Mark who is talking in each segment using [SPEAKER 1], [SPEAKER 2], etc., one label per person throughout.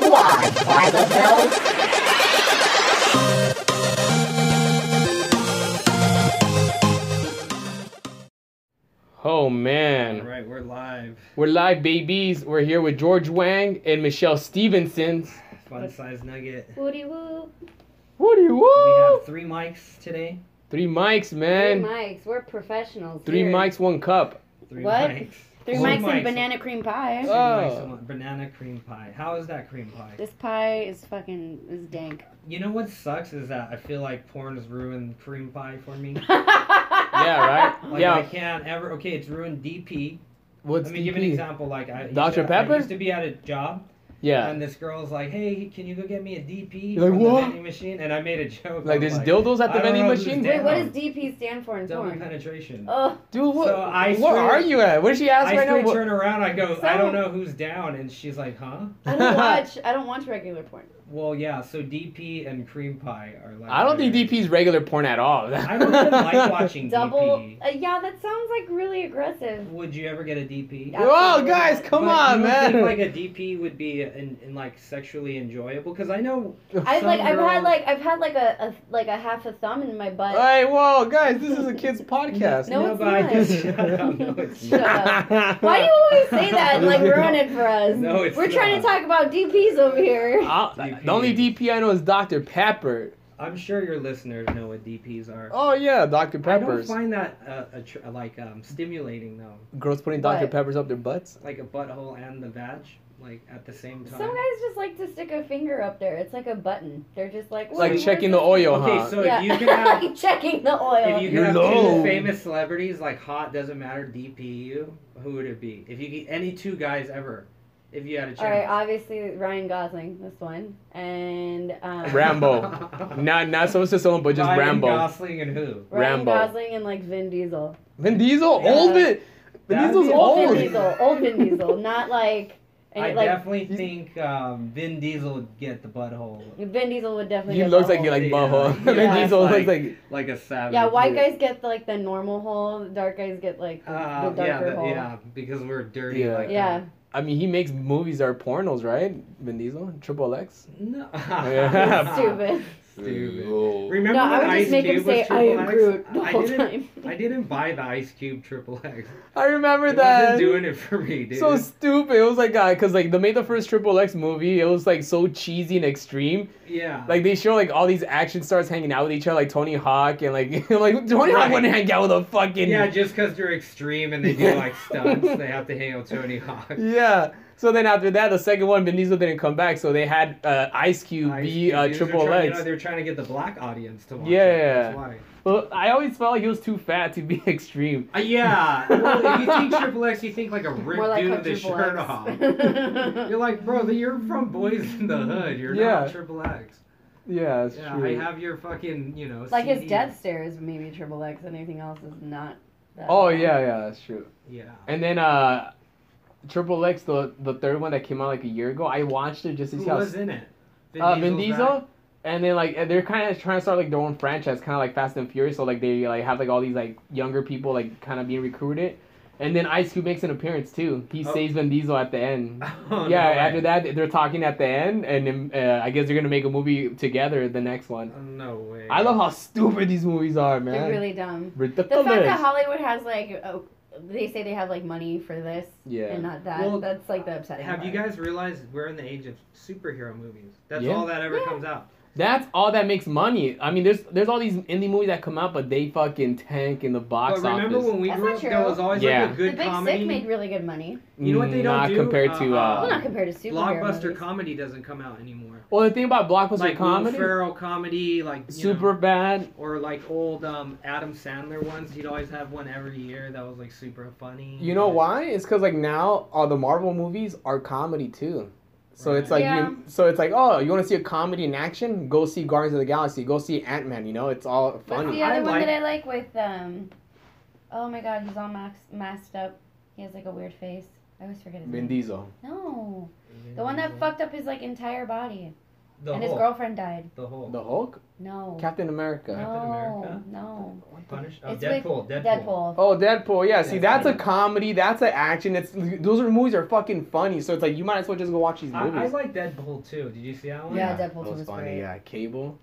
[SPEAKER 1] God, why the hell?
[SPEAKER 2] Oh man,
[SPEAKER 3] All right, we're live.
[SPEAKER 2] we're live, babies. We're here with George Wang and Michelle Stevenson's.
[SPEAKER 3] Fun size nugget.
[SPEAKER 4] Woody woo.
[SPEAKER 2] Woody
[SPEAKER 3] We
[SPEAKER 2] woo!
[SPEAKER 3] have three mics today.
[SPEAKER 2] Three mics,
[SPEAKER 4] Three
[SPEAKER 2] man.
[SPEAKER 4] mics. We're professionals.
[SPEAKER 2] Three
[SPEAKER 4] here.
[SPEAKER 2] mics, one cup.
[SPEAKER 3] Three
[SPEAKER 4] What?
[SPEAKER 3] mics.
[SPEAKER 4] Three
[SPEAKER 3] Four
[SPEAKER 4] mics,
[SPEAKER 3] mics.
[SPEAKER 4] and banana cream pie.
[SPEAKER 3] Two
[SPEAKER 2] Uh.
[SPEAKER 3] mics
[SPEAKER 2] Oh.
[SPEAKER 3] and one- banana cream pie. How is that cream pie?
[SPEAKER 4] This pie is fucking is dank.
[SPEAKER 3] You know what sucks is that I feel like porn's ruined cream pie for me.
[SPEAKER 4] yeah,
[SPEAKER 2] right?
[SPEAKER 3] Like
[SPEAKER 2] Yeah.
[SPEAKER 3] I can't ever. Okay, it's ruined DP.
[SPEAKER 2] What's
[SPEAKER 3] Let me give an
[SPEAKER 2] DP?
[SPEAKER 3] example. Like I used
[SPEAKER 2] Dr.
[SPEAKER 3] to-
[SPEAKER 2] Pepper?
[SPEAKER 3] I used to be at a job,
[SPEAKER 2] Yeah.
[SPEAKER 3] and this girl's like, "Hey, can you go get me a DP
[SPEAKER 2] You're like,
[SPEAKER 3] from
[SPEAKER 2] "What?"
[SPEAKER 3] the vending machine?" And I made a joke.
[SPEAKER 2] Like
[SPEAKER 3] I'm
[SPEAKER 2] there's dildos at the
[SPEAKER 3] I don't
[SPEAKER 2] vending
[SPEAKER 3] know who's
[SPEAKER 2] machine.
[SPEAKER 4] Wait,
[SPEAKER 3] doing
[SPEAKER 4] what does DP stand for in
[SPEAKER 3] double
[SPEAKER 4] porn?
[SPEAKER 3] penetration.
[SPEAKER 4] Oh,
[SPEAKER 2] Dude, what?
[SPEAKER 3] So I
[SPEAKER 2] where
[SPEAKER 3] swear-
[SPEAKER 2] are you at? What did she ask
[SPEAKER 3] I
[SPEAKER 2] right now?
[SPEAKER 3] straight
[SPEAKER 2] What-
[SPEAKER 3] turn around. I go,
[SPEAKER 4] So-
[SPEAKER 3] "I don't know who's down," and she's like, "Huh."
[SPEAKER 4] I don't watch. I don't watch regular porn.
[SPEAKER 3] Well, yeah. So DP and cream pie are like.
[SPEAKER 2] I don't think DP's regular porn at all.
[SPEAKER 3] I don't even like watching
[SPEAKER 4] Double.
[SPEAKER 3] DP.
[SPEAKER 4] Uh, yeah, that sounds like really aggressive.
[SPEAKER 3] Would you ever get a DP?
[SPEAKER 4] Yeah.
[SPEAKER 2] Whoa, guys, come
[SPEAKER 3] But
[SPEAKER 2] on,
[SPEAKER 3] you don't
[SPEAKER 2] man.
[SPEAKER 3] Think, like a DP would be in, in like sexually enjoyable because I know
[SPEAKER 4] I
[SPEAKER 3] Some
[SPEAKER 4] like. I've had
[SPEAKER 3] girls-
[SPEAKER 4] like. I've had like a, a like a half a thumb in my butt.
[SPEAKER 2] hey, whoa, guys, this is a kids' podcast.
[SPEAKER 4] No, it's
[SPEAKER 3] but I
[SPEAKER 4] not.
[SPEAKER 3] guess shut up. No, it's
[SPEAKER 4] Shut
[SPEAKER 3] not.
[SPEAKER 4] up. Why do you always say that and like ruin it for us?
[SPEAKER 3] No, it's
[SPEAKER 4] We're trying to
[SPEAKER 3] not.
[SPEAKER 4] talk about DPs over here.
[SPEAKER 2] I'll-
[SPEAKER 3] DP.
[SPEAKER 2] The only DP I know is Dr. Pepper.
[SPEAKER 3] I'm sure your listeners know what DPs are.
[SPEAKER 2] Oh yeah, Dr.
[SPEAKER 3] I don't
[SPEAKER 2] Peppers.
[SPEAKER 3] find that uh, attr- like um, stimulating though,
[SPEAKER 2] Girls putting Dr.
[SPEAKER 4] What?
[SPEAKER 2] Peppers up their butts.
[SPEAKER 3] like a butthole and the vag, like at the same time.
[SPEAKER 4] Some guys just like to stick a finger up there. It's like a button. They're just like
[SPEAKER 2] It's like
[SPEAKER 4] "Where's
[SPEAKER 2] checking the
[SPEAKER 4] this?"
[SPEAKER 2] oil,
[SPEAKER 3] Okay,
[SPEAKER 2] huh?
[SPEAKER 3] so
[SPEAKER 4] yeah.
[SPEAKER 3] if you can have
[SPEAKER 4] like checking the oil.
[SPEAKER 3] If you
[SPEAKER 2] You're
[SPEAKER 3] could have
[SPEAKER 2] low.
[SPEAKER 3] two famous celebrities like hot doesn't matter DPU, who would it be? If you could any two guys ever, if you had a
[SPEAKER 4] All right,
[SPEAKER 3] chance.
[SPEAKER 4] obviously Ryan Gosling, this one, and um,
[SPEAKER 2] Ram- Rambo. not not so to someone, but just
[SPEAKER 3] Ryan
[SPEAKER 2] Rambo.
[SPEAKER 3] Gosling and who?
[SPEAKER 4] Ryan
[SPEAKER 2] Rambo.
[SPEAKER 4] Gosling and like Vin Diesel.
[SPEAKER 2] Vin Diesel,
[SPEAKER 3] Yeah.
[SPEAKER 2] old Vin. Vin
[SPEAKER 3] That'd
[SPEAKER 2] Diesel's
[SPEAKER 3] be a-
[SPEAKER 4] Old
[SPEAKER 2] old.
[SPEAKER 4] Vin Diesel, old Vin Diesel, not like and
[SPEAKER 3] I
[SPEAKER 4] like
[SPEAKER 3] definitely think um, Vin Diesel would get the butthole.
[SPEAKER 4] Vin Diesel would definitely.
[SPEAKER 2] He
[SPEAKER 4] get
[SPEAKER 2] looks
[SPEAKER 4] the
[SPEAKER 2] like he
[SPEAKER 4] hole.
[SPEAKER 2] like
[SPEAKER 3] Yeah.
[SPEAKER 2] butthole.
[SPEAKER 3] Yeah.
[SPEAKER 2] Vin Diesel looks
[SPEAKER 3] Like-
[SPEAKER 2] like
[SPEAKER 3] Like a savage.
[SPEAKER 4] Yeah, white
[SPEAKER 3] dude.
[SPEAKER 4] guys get like the normal hole. Dark guys get like the,
[SPEAKER 3] Uh,
[SPEAKER 4] the
[SPEAKER 3] yeah,
[SPEAKER 4] darker
[SPEAKER 3] but-
[SPEAKER 4] hole.
[SPEAKER 3] yeah, because we're dirty.
[SPEAKER 2] Yeah.
[SPEAKER 3] Like
[SPEAKER 4] Yeah.
[SPEAKER 3] that.
[SPEAKER 2] I mean he makes movies that are pornos, right? Vin Diesel, Triple X.
[SPEAKER 3] No.
[SPEAKER 2] Yeah.
[SPEAKER 4] Stupid.
[SPEAKER 3] Stupid. Remember
[SPEAKER 4] No,
[SPEAKER 3] when
[SPEAKER 4] I would
[SPEAKER 3] Ice
[SPEAKER 4] just make
[SPEAKER 3] Cube
[SPEAKER 4] him say
[SPEAKER 3] was
[SPEAKER 4] I
[SPEAKER 3] Triple
[SPEAKER 4] am
[SPEAKER 3] X?
[SPEAKER 4] Groot the
[SPEAKER 3] I
[SPEAKER 4] whole
[SPEAKER 3] didn't-
[SPEAKER 4] time.
[SPEAKER 3] I didn't buy the Ice Cube Triple X.
[SPEAKER 2] I remember
[SPEAKER 3] It
[SPEAKER 2] that.
[SPEAKER 3] wasn't doing it for me, dude.
[SPEAKER 2] so stupid. It was like, uh, cause like they made the first Triple X movie. It was like so cheesy and extreme.
[SPEAKER 3] yeah.
[SPEAKER 2] Like they show like all these action stars hanging out with each other, like Tony Hawk and like like Tony Hawk
[SPEAKER 3] Right.
[SPEAKER 2] wouldn't hang out with a fucking
[SPEAKER 3] Yeah, just because they're extreme and they do like stunts, they have to hang out Tony Hawk.
[SPEAKER 2] Yeah. So then after that, the second one, Vin Diesel didn't come back. So they had uh, Ice Cube
[SPEAKER 3] Ice
[SPEAKER 2] be
[SPEAKER 3] Cube,
[SPEAKER 2] uh,
[SPEAKER 3] these are
[SPEAKER 2] Triple
[SPEAKER 3] trying- you
[SPEAKER 2] X.
[SPEAKER 3] know, they're trying to get the black audience to watch. It.
[SPEAKER 2] Yeah.
[SPEAKER 3] That's why.
[SPEAKER 2] Well, I always felt like he was too fat to be extreme.
[SPEAKER 3] Uh, yeah. Well, if you think Triple X, you think like a ripped
[SPEAKER 4] More like
[SPEAKER 3] dude
[SPEAKER 4] how
[SPEAKER 3] with his
[SPEAKER 4] Triple
[SPEAKER 3] shirt
[SPEAKER 4] X.
[SPEAKER 3] off. You're like, bro, you're from Boys in the Hood. You're
[SPEAKER 2] Yeah.
[SPEAKER 3] not Triple X.
[SPEAKER 2] Yeah, that's
[SPEAKER 3] Yeah,
[SPEAKER 2] true.
[SPEAKER 3] I have your fucking, you know.
[SPEAKER 4] like his
[SPEAKER 3] CD.
[SPEAKER 4] death stare is maybe triple X. Anything else is not. That
[SPEAKER 2] oh
[SPEAKER 4] bad.
[SPEAKER 2] yeah, yeah, that's true.
[SPEAKER 3] Yeah.
[SPEAKER 2] And then uh, Triple X, the the third one that came out like a year ago, I watched it just to
[SPEAKER 3] Who
[SPEAKER 2] see how.
[SPEAKER 3] was in it?
[SPEAKER 2] uh, Vin
[SPEAKER 3] Diesel's
[SPEAKER 2] Diesel.
[SPEAKER 3] back?
[SPEAKER 2] And then like and they're kind of trying to start like their own franchise, kind of like Fast and Furious. So like they like have like all these like younger people like kind of being recruited. And then Ice Cube makes an appearance too. He
[SPEAKER 3] Oh.
[SPEAKER 2] saves Vin Diesel at the end.
[SPEAKER 3] Oh,
[SPEAKER 2] yeah,
[SPEAKER 3] no way.
[SPEAKER 2] after that they're talking at the end, and um, uh, I guess they're gonna make a movie together. The next one.
[SPEAKER 3] Oh, no way.
[SPEAKER 2] I love how stupid these movies are, man.
[SPEAKER 4] They're really dumb. The
[SPEAKER 2] ridiculous.
[SPEAKER 4] fact that Hollywood has like, oh, they say they have like money for this
[SPEAKER 2] yeah.
[SPEAKER 4] and not that.
[SPEAKER 3] Well,
[SPEAKER 4] that's like the upsetting.
[SPEAKER 3] Have you
[SPEAKER 4] part.
[SPEAKER 3] guys realized we're in the age of superhero movies? That's
[SPEAKER 2] Yeah.
[SPEAKER 3] all that ever
[SPEAKER 4] Yeah.
[SPEAKER 3] comes out.
[SPEAKER 2] That's all that makes money. I mean, there's there's all these indie movies that come out, but they fucking tank in the box
[SPEAKER 3] But remember
[SPEAKER 2] office.
[SPEAKER 3] when we
[SPEAKER 4] That's
[SPEAKER 3] grew
[SPEAKER 4] not
[SPEAKER 3] up, there
[SPEAKER 4] true.
[SPEAKER 3] was always
[SPEAKER 2] Yeah.
[SPEAKER 3] like a good
[SPEAKER 4] the Big
[SPEAKER 3] comedy.
[SPEAKER 4] Sick made really good money.
[SPEAKER 3] you know what they don't
[SPEAKER 2] Not
[SPEAKER 3] do?
[SPEAKER 2] compared to.
[SPEAKER 3] Uh,
[SPEAKER 2] Uh,
[SPEAKER 3] uh,
[SPEAKER 4] well, not compared to superhero
[SPEAKER 3] Blockbuster
[SPEAKER 4] movies.
[SPEAKER 3] comedy doesn't come out anymore.
[SPEAKER 2] well, the thing about blockbuster
[SPEAKER 3] like
[SPEAKER 2] comedy,
[SPEAKER 3] Will Ferrell comedy, like you
[SPEAKER 2] super
[SPEAKER 3] know,
[SPEAKER 2] bad.
[SPEAKER 3] or like old um, Adam Sandler ones. He'd always have one every year that was like super funny.
[SPEAKER 2] You know why? It's because like now all the Marvel movies are comedy too. So it's like
[SPEAKER 4] Yeah.
[SPEAKER 2] you, so it's like oh you want to see a comedy in action? Go see Guardians of the Galaxy. Go see Ant Man. You know it's all
[SPEAKER 4] What's
[SPEAKER 2] funny.
[SPEAKER 4] the other
[SPEAKER 3] I
[SPEAKER 4] one
[SPEAKER 3] like-
[SPEAKER 4] that I like with um? Oh my God, he's all masked, masked up. He has like a weird face. I always forget his
[SPEAKER 2] Vin
[SPEAKER 4] name.
[SPEAKER 2] Diesel.
[SPEAKER 4] No, the one that fucked up his like entire body.
[SPEAKER 3] The
[SPEAKER 4] and his
[SPEAKER 3] Hulk.
[SPEAKER 4] girlfriend died.
[SPEAKER 3] The Hulk.
[SPEAKER 2] The Hulk,
[SPEAKER 4] No.
[SPEAKER 2] Captain America.
[SPEAKER 3] Captain America?
[SPEAKER 4] No. No.
[SPEAKER 3] Punish. Oh,
[SPEAKER 4] It's
[SPEAKER 3] Deadpool,
[SPEAKER 4] with
[SPEAKER 3] Deadpool.
[SPEAKER 4] Deadpool.
[SPEAKER 2] Oh, Deadpool. Yeah, see,
[SPEAKER 3] That's
[SPEAKER 2] that's a
[SPEAKER 3] funny.
[SPEAKER 2] comedy. That's an action. It's those are movies are fucking funny. So it's like you might as well just go watch these
[SPEAKER 3] I, I
[SPEAKER 2] movies.
[SPEAKER 3] like Deadpool too. Did you see that one?
[SPEAKER 4] Yeah. Deadpool
[SPEAKER 2] that
[SPEAKER 4] two was
[SPEAKER 2] funny.
[SPEAKER 4] great.
[SPEAKER 2] Yeah, Cable.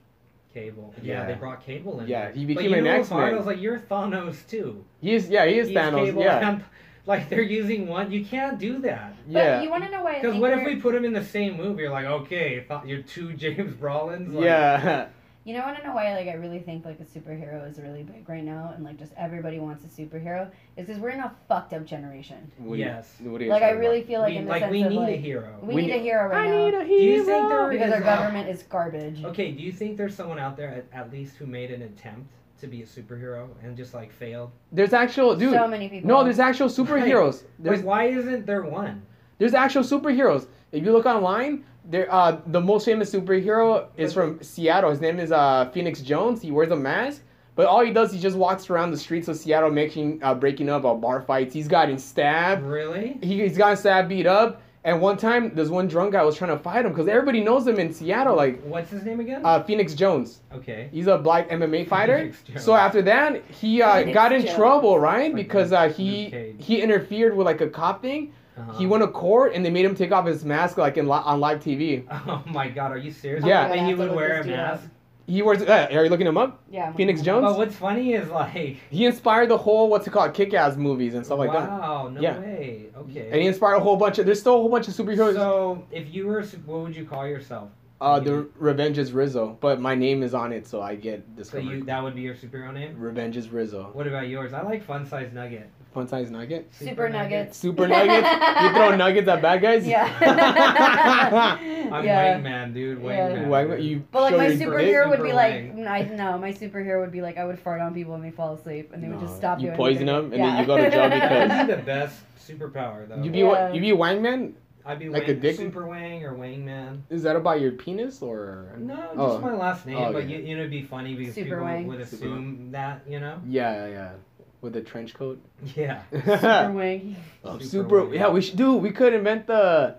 [SPEAKER 3] Cable. Yeah,
[SPEAKER 2] Yeah.
[SPEAKER 3] they brought Cable in.
[SPEAKER 2] Yeah, he
[SPEAKER 3] but
[SPEAKER 2] became
[SPEAKER 3] you
[SPEAKER 2] an
[SPEAKER 3] know
[SPEAKER 2] X
[SPEAKER 3] Hard, I was
[SPEAKER 2] Men.
[SPEAKER 3] like, you're Thanos too.
[SPEAKER 2] He is. Yeah, he is
[SPEAKER 3] He's
[SPEAKER 2] Thanos.
[SPEAKER 3] Cable
[SPEAKER 2] yeah,
[SPEAKER 3] and- like they're using one. You can't do that.
[SPEAKER 4] But
[SPEAKER 2] yeah,
[SPEAKER 4] you want to know why? I
[SPEAKER 3] Because
[SPEAKER 4] think
[SPEAKER 3] what if
[SPEAKER 4] we're-
[SPEAKER 3] we put him in the same movie? You're like, okay, Tha- you're two James Rollins. Like,
[SPEAKER 2] yeah.
[SPEAKER 4] You know, I don't know why. Like, I really think like a superhero is really big right now, and like just everybody wants a superhero. Is because we're in a fucked up generation.
[SPEAKER 2] What do you-
[SPEAKER 3] Yes.
[SPEAKER 2] what do you
[SPEAKER 4] Like, I
[SPEAKER 2] talking about?
[SPEAKER 4] really feel like
[SPEAKER 3] we,
[SPEAKER 4] in the
[SPEAKER 3] like
[SPEAKER 4] sense
[SPEAKER 3] we
[SPEAKER 4] of
[SPEAKER 3] need a
[SPEAKER 4] like
[SPEAKER 3] hero.
[SPEAKER 4] we,
[SPEAKER 2] We
[SPEAKER 4] need a
[SPEAKER 2] need-
[SPEAKER 4] hero right now
[SPEAKER 2] a hero.
[SPEAKER 3] you think there
[SPEAKER 4] because our
[SPEAKER 3] is-
[SPEAKER 4] government is garbage.
[SPEAKER 3] Okay, do you think there's someone out there at, at least who made an attempt to be a superhero and just like failed?
[SPEAKER 2] There's actual dude.
[SPEAKER 4] so many people.
[SPEAKER 2] no, there's actual superheroes. There's
[SPEAKER 3] Like, why isn't there one?
[SPEAKER 2] there's actual superheroes. If you look online, there uh the most famous superhero is from Seattle. His name is uh Phoenix Jones. He wears a mask, but all he does he just walks around the streets of Seattle, making uh, breaking up uh, bar fights. He's gotten stabbed.
[SPEAKER 3] Really?
[SPEAKER 2] He, he's gotten stabbed, beat up. And one time, this one drunk guy was trying to fight him because everybody knows him in Seattle. Like
[SPEAKER 3] What's his name again?
[SPEAKER 2] uh Phoenix Jones.
[SPEAKER 3] okay.
[SPEAKER 2] He's a black MMA fighter.
[SPEAKER 3] Phoenix Jones.
[SPEAKER 2] So after that, he uh,
[SPEAKER 4] Phoenix
[SPEAKER 2] got in
[SPEAKER 4] Jones.
[SPEAKER 2] trouble, right?
[SPEAKER 3] Like
[SPEAKER 2] Because
[SPEAKER 3] Luke-
[SPEAKER 2] uh,
[SPEAKER 3] Luke
[SPEAKER 2] he
[SPEAKER 3] Cage.
[SPEAKER 2] he interfered with like a cop thing.
[SPEAKER 3] Uh-huh.
[SPEAKER 2] He went to court, and they made him take off his mask like in li- on live TV.
[SPEAKER 3] Oh my god, are you serious?
[SPEAKER 2] Oh my Yeah.
[SPEAKER 4] God, I
[SPEAKER 3] And he
[SPEAKER 4] have to
[SPEAKER 3] would
[SPEAKER 4] look
[SPEAKER 3] wear
[SPEAKER 4] this
[SPEAKER 3] a
[SPEAKER 4] dude up.
[SPEAKER 3] mask.
[SPEAKER 2] He wears. Uh, are you looking him up?
[SPEAKER 4] Yeah. I'm
[SPEAKER 2] Phoenix
[SPEAKER 4] like,
[SPEAKER 2] Jones?
[SPEAKER 3] But what's funny is like.
[SPEAKER 2] He inspired the whole what's it called, kick-ass movies and stuff like that.
[SPEAKER 3] wow, no
[SPEAKER 2] Yeah.
[SPEAKER 3] way. Okay.
[SPEAKER 2] And he inspired a whole bunch of. There's still a whole bunch of superheroes.
[SPEAKER 3] so, if you were, a sup- what would you call yourself?
[SPEAKER 2] uh, the Revenge is Rizzo, but my name is on it, so I get
[SPEAKER 3] So you
[SPEAKER 2] discovered.
[SPEAKER 3] that would be your superhero name.
[SPEAKER 2] Revenge is Rizzo.
[SPEAKER 3] What about yours? I like Fun Size Nugget.
[SPEAKER 2] Fun size nugget.
[SPEAKER 4] Super nuggets.
[SPEAKER 2] Super nuggets. you throw nuggets at bad guys.
[SPEAKER 4] Yeah.
[SPEAKER 3] I'm
[SPEAKER 4] yeah.
[SPEAKER 3] Wingman, dude.
[SPEAKER 4] Yeah.
[SPEAKER 3] Wingman.
[SPEAKER 2] Why
[SPEAKER 3] dude.
[SPEAKER 2] you?
[SPEAKER 4] But like
[SPEAKER 2] show
[SPEAKER 4] my
[SPEAKER 2] your dick?
[SPEAKER 4] superhero would be
[SPEAKER 3] Super
[SPEAKER 4] like,
[SPEAKER 3] lame.
[SPEAKER 4] I no, my superhero would be like, I would fart on people and they fall asleep and they would
[SPEAKER 2] No,
[SPEAKER 4] just stop
[SPEAKER 2] you
[SPEAKER 4] doing
[SPEAKER 2] poison
[SPEAKER 4] anything.
[SPEAKER 2] them and then you go to jail
[SPEAKER 3] That
[SPEAKER 2] because-
[SPEAKER 3] would be the best superpower though.
[SPEAKER 2] You be
[SPEAKER 4] Yeah.
[SPEAKER 2] what? You be Wangman?
[SPEAKER 3] I'd be
[SPEAKER 2] like
[SPEAKER 3] Wang-
[SPEAKER 2] a dick-
[SPEAKER 3] Super Wang or Wingman.
[SPEAKER 2] Is that about your penis or?
[SPEAKER 3] No, just
[SPEAKER 2] Oh.
[SPEAKER 3] my last name.
[SPEAKER 2] Oh,
[SPEAKER 3] but
[SPEAKER 2] yeah.
[SPEAKER 3] you, you know, it'd be funny because
[SPEAKER 4] Super
[SPEAKER 3] people
[SPEAKER 4] Wang.
[SPEAKER 3] would
[SPEAKER 2] Super
[SPEAKER 3] assume that. You know.
[SPEAKER 2] Yeah, yeah. With the trench coat.
[SPEAKER 3] Yeah.
[SPEAKER 4] Super wing.
[SPEAKER 2] Oh,
[SPEAKER 3] Super
[SPEAKER 2] super.
[SPEAKER 3] Wang.
[SPEAKER 2] yeah, we should do. We could invent the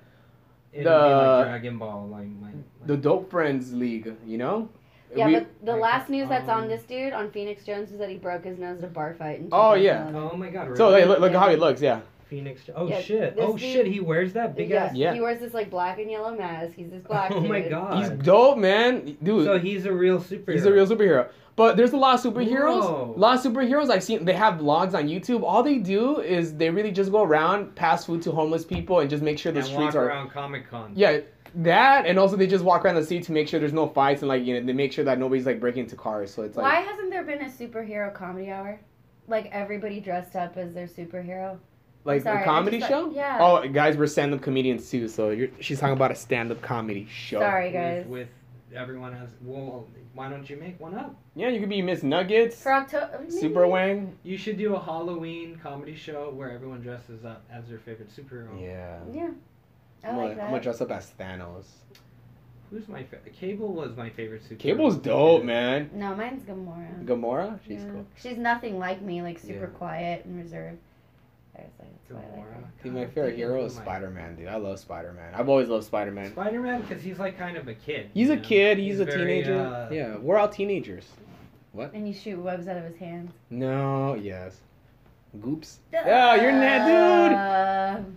[SPEAKER 3] It'd be
[SPEAKER 2] The-
[SPEAKER 3] like Dragon Ball, like, like, like
[SPEAKER 2] the dope friends league. You know.
[SPEAKER 4] Yeah,
[SPEAKER 2] We-
[SPEAKER 4] but the
[SPEAKER 3] like,
[SPEAKER 4] last news that's on
[SPEAKER 3] um,
[SPEAKER 4] this dude on Phoenix Jones is that he broke his nose in a bar fight. And
[SPEAKER 2] Oh, yeah.
[SPEAKER 3] Oh my god.
[SPEAKER 2] so
[SPEAKER 3] really?
[SPEAKER 2] hey, look, look how he looks. Yeah.
[SPEAKER 3] Phoenix. Oh
[SPEAKER 4] Yeah,
[SPEAKER 3] shit.
[SPEAKER 4] this
[SPEAKER 3] Oh
[SPEAKER 4] dude-
[SPEAKER 3] shit. He wears that big ass.
[SPEAKER 2] Yeah.
[SPEAKER 4] He wears this like black and yellow mask. He's this black
[SPEAKER 3] oh
[SPEAKER 4] dude.
[SPEAKER 3] my god.
[SPEAKER 2] He's dope, man. Dude,
[SPEAKER 3] so he's a real superhero.
[SPEAKER 2] he's a real superhero. But there's a lot of superheroes.
[SPEAKER 3] Whoa.
[SPEAKER 2] A lot of superheroes I've seen. They have vlogs on YouTube. All they do is they really just go around, pass food to homeless people, and just make sure the
[SPEAKER 3] and walk
[SPEAKER 2] streets are.
[SPEAKER 3] around Comic Con.
[SPEAKER 2] Yeah, that and also they just walk around the city to make sure there's no fights and like you know they make sure that nobody's like breaking into cars. So it's like
[SPEAKER 4] Why hasn't there been a superhero comedy hour? Like everybody dressed up as their superhero.
[SPEAKER 2] like
[SPEAKER 4] Sorry, I
[SPEAKER 2] a comedy
[SPEAKER 4] just-
[SPEAKER 2] show.
[SPEAKER 4] yeah.
[SPEAKER 2] Oh, guys, we're stand-up comedians too. So you're, she's talking about a stand-up comedy show.
[SPEAKER 4] Sorry,
[SPEAKER 3] With,
[SPEAKER 4] guys.
[SPEAKER 3] with everyone has. Well, why don't you make one up?
[SPEAKER 2] Yeah, you could be Miss Nuggets,
[SPEAKER 4] For October.
[SPEAKER 2] Super Wang.
[SPEAKER 3] You should do a Halloween comedy show where everyone dresses up as their favorite superhero.
[SPEAKER 2] Yeah.
[SPEAKER 4] Yeah. I
[SPEAKER 2] I'm, gonna,
[SPEAKER 4] like
[SPEAKER 2] I'm gonna
[SPEAKER 4] that.
[SPEAKER 2] dress up as Thanos.
[SPEAKER 3] Who's my favorite? Cable was my favorite superhero.
[SPEAKER 2] Cable's dope, man.
[SPEAKER 4] No, mine's Gamora.
[SPEAKER 2] Gamora, she's
[SPEAKER 4] Yeah.
[SPEAKER 2] cool.
[SPEAKER 4] She's nothing like me, like super
[SPEAKER 2] Yeah.
[SPEAKER 4] quiet and reserved. I was like, that's why I like
[SPEAKER 3] Gamora.
[SPEAKER 4] her.
[SPEAKER 2] Dude, my favorite hero is Spider Man, dude. I love Spider Man. I've always loved Spider Man.
[SPEAKER 3] Spider Man, because he's like kind of a kid.
[SPEAKER 2] He's
[SPEAKER 3] you
[SPEAKER 2] a
[SPEAKER 3] know?
[SPEAKER 2] kid. He's, a
[SPEAKER 3] very,
[SPEAKER 2] teenager.
[SPEAKER 3] uh,
[SPEAKER 2] yeah, we're all teenagers.
[SPEAKER 4] And you shoot webs out of his hands.
[SPEAKER 2] No, yes. Goops. Yeah, you're net,
[SPEAKER 4] Uh,
[SPEAKER 2] dude. Oh.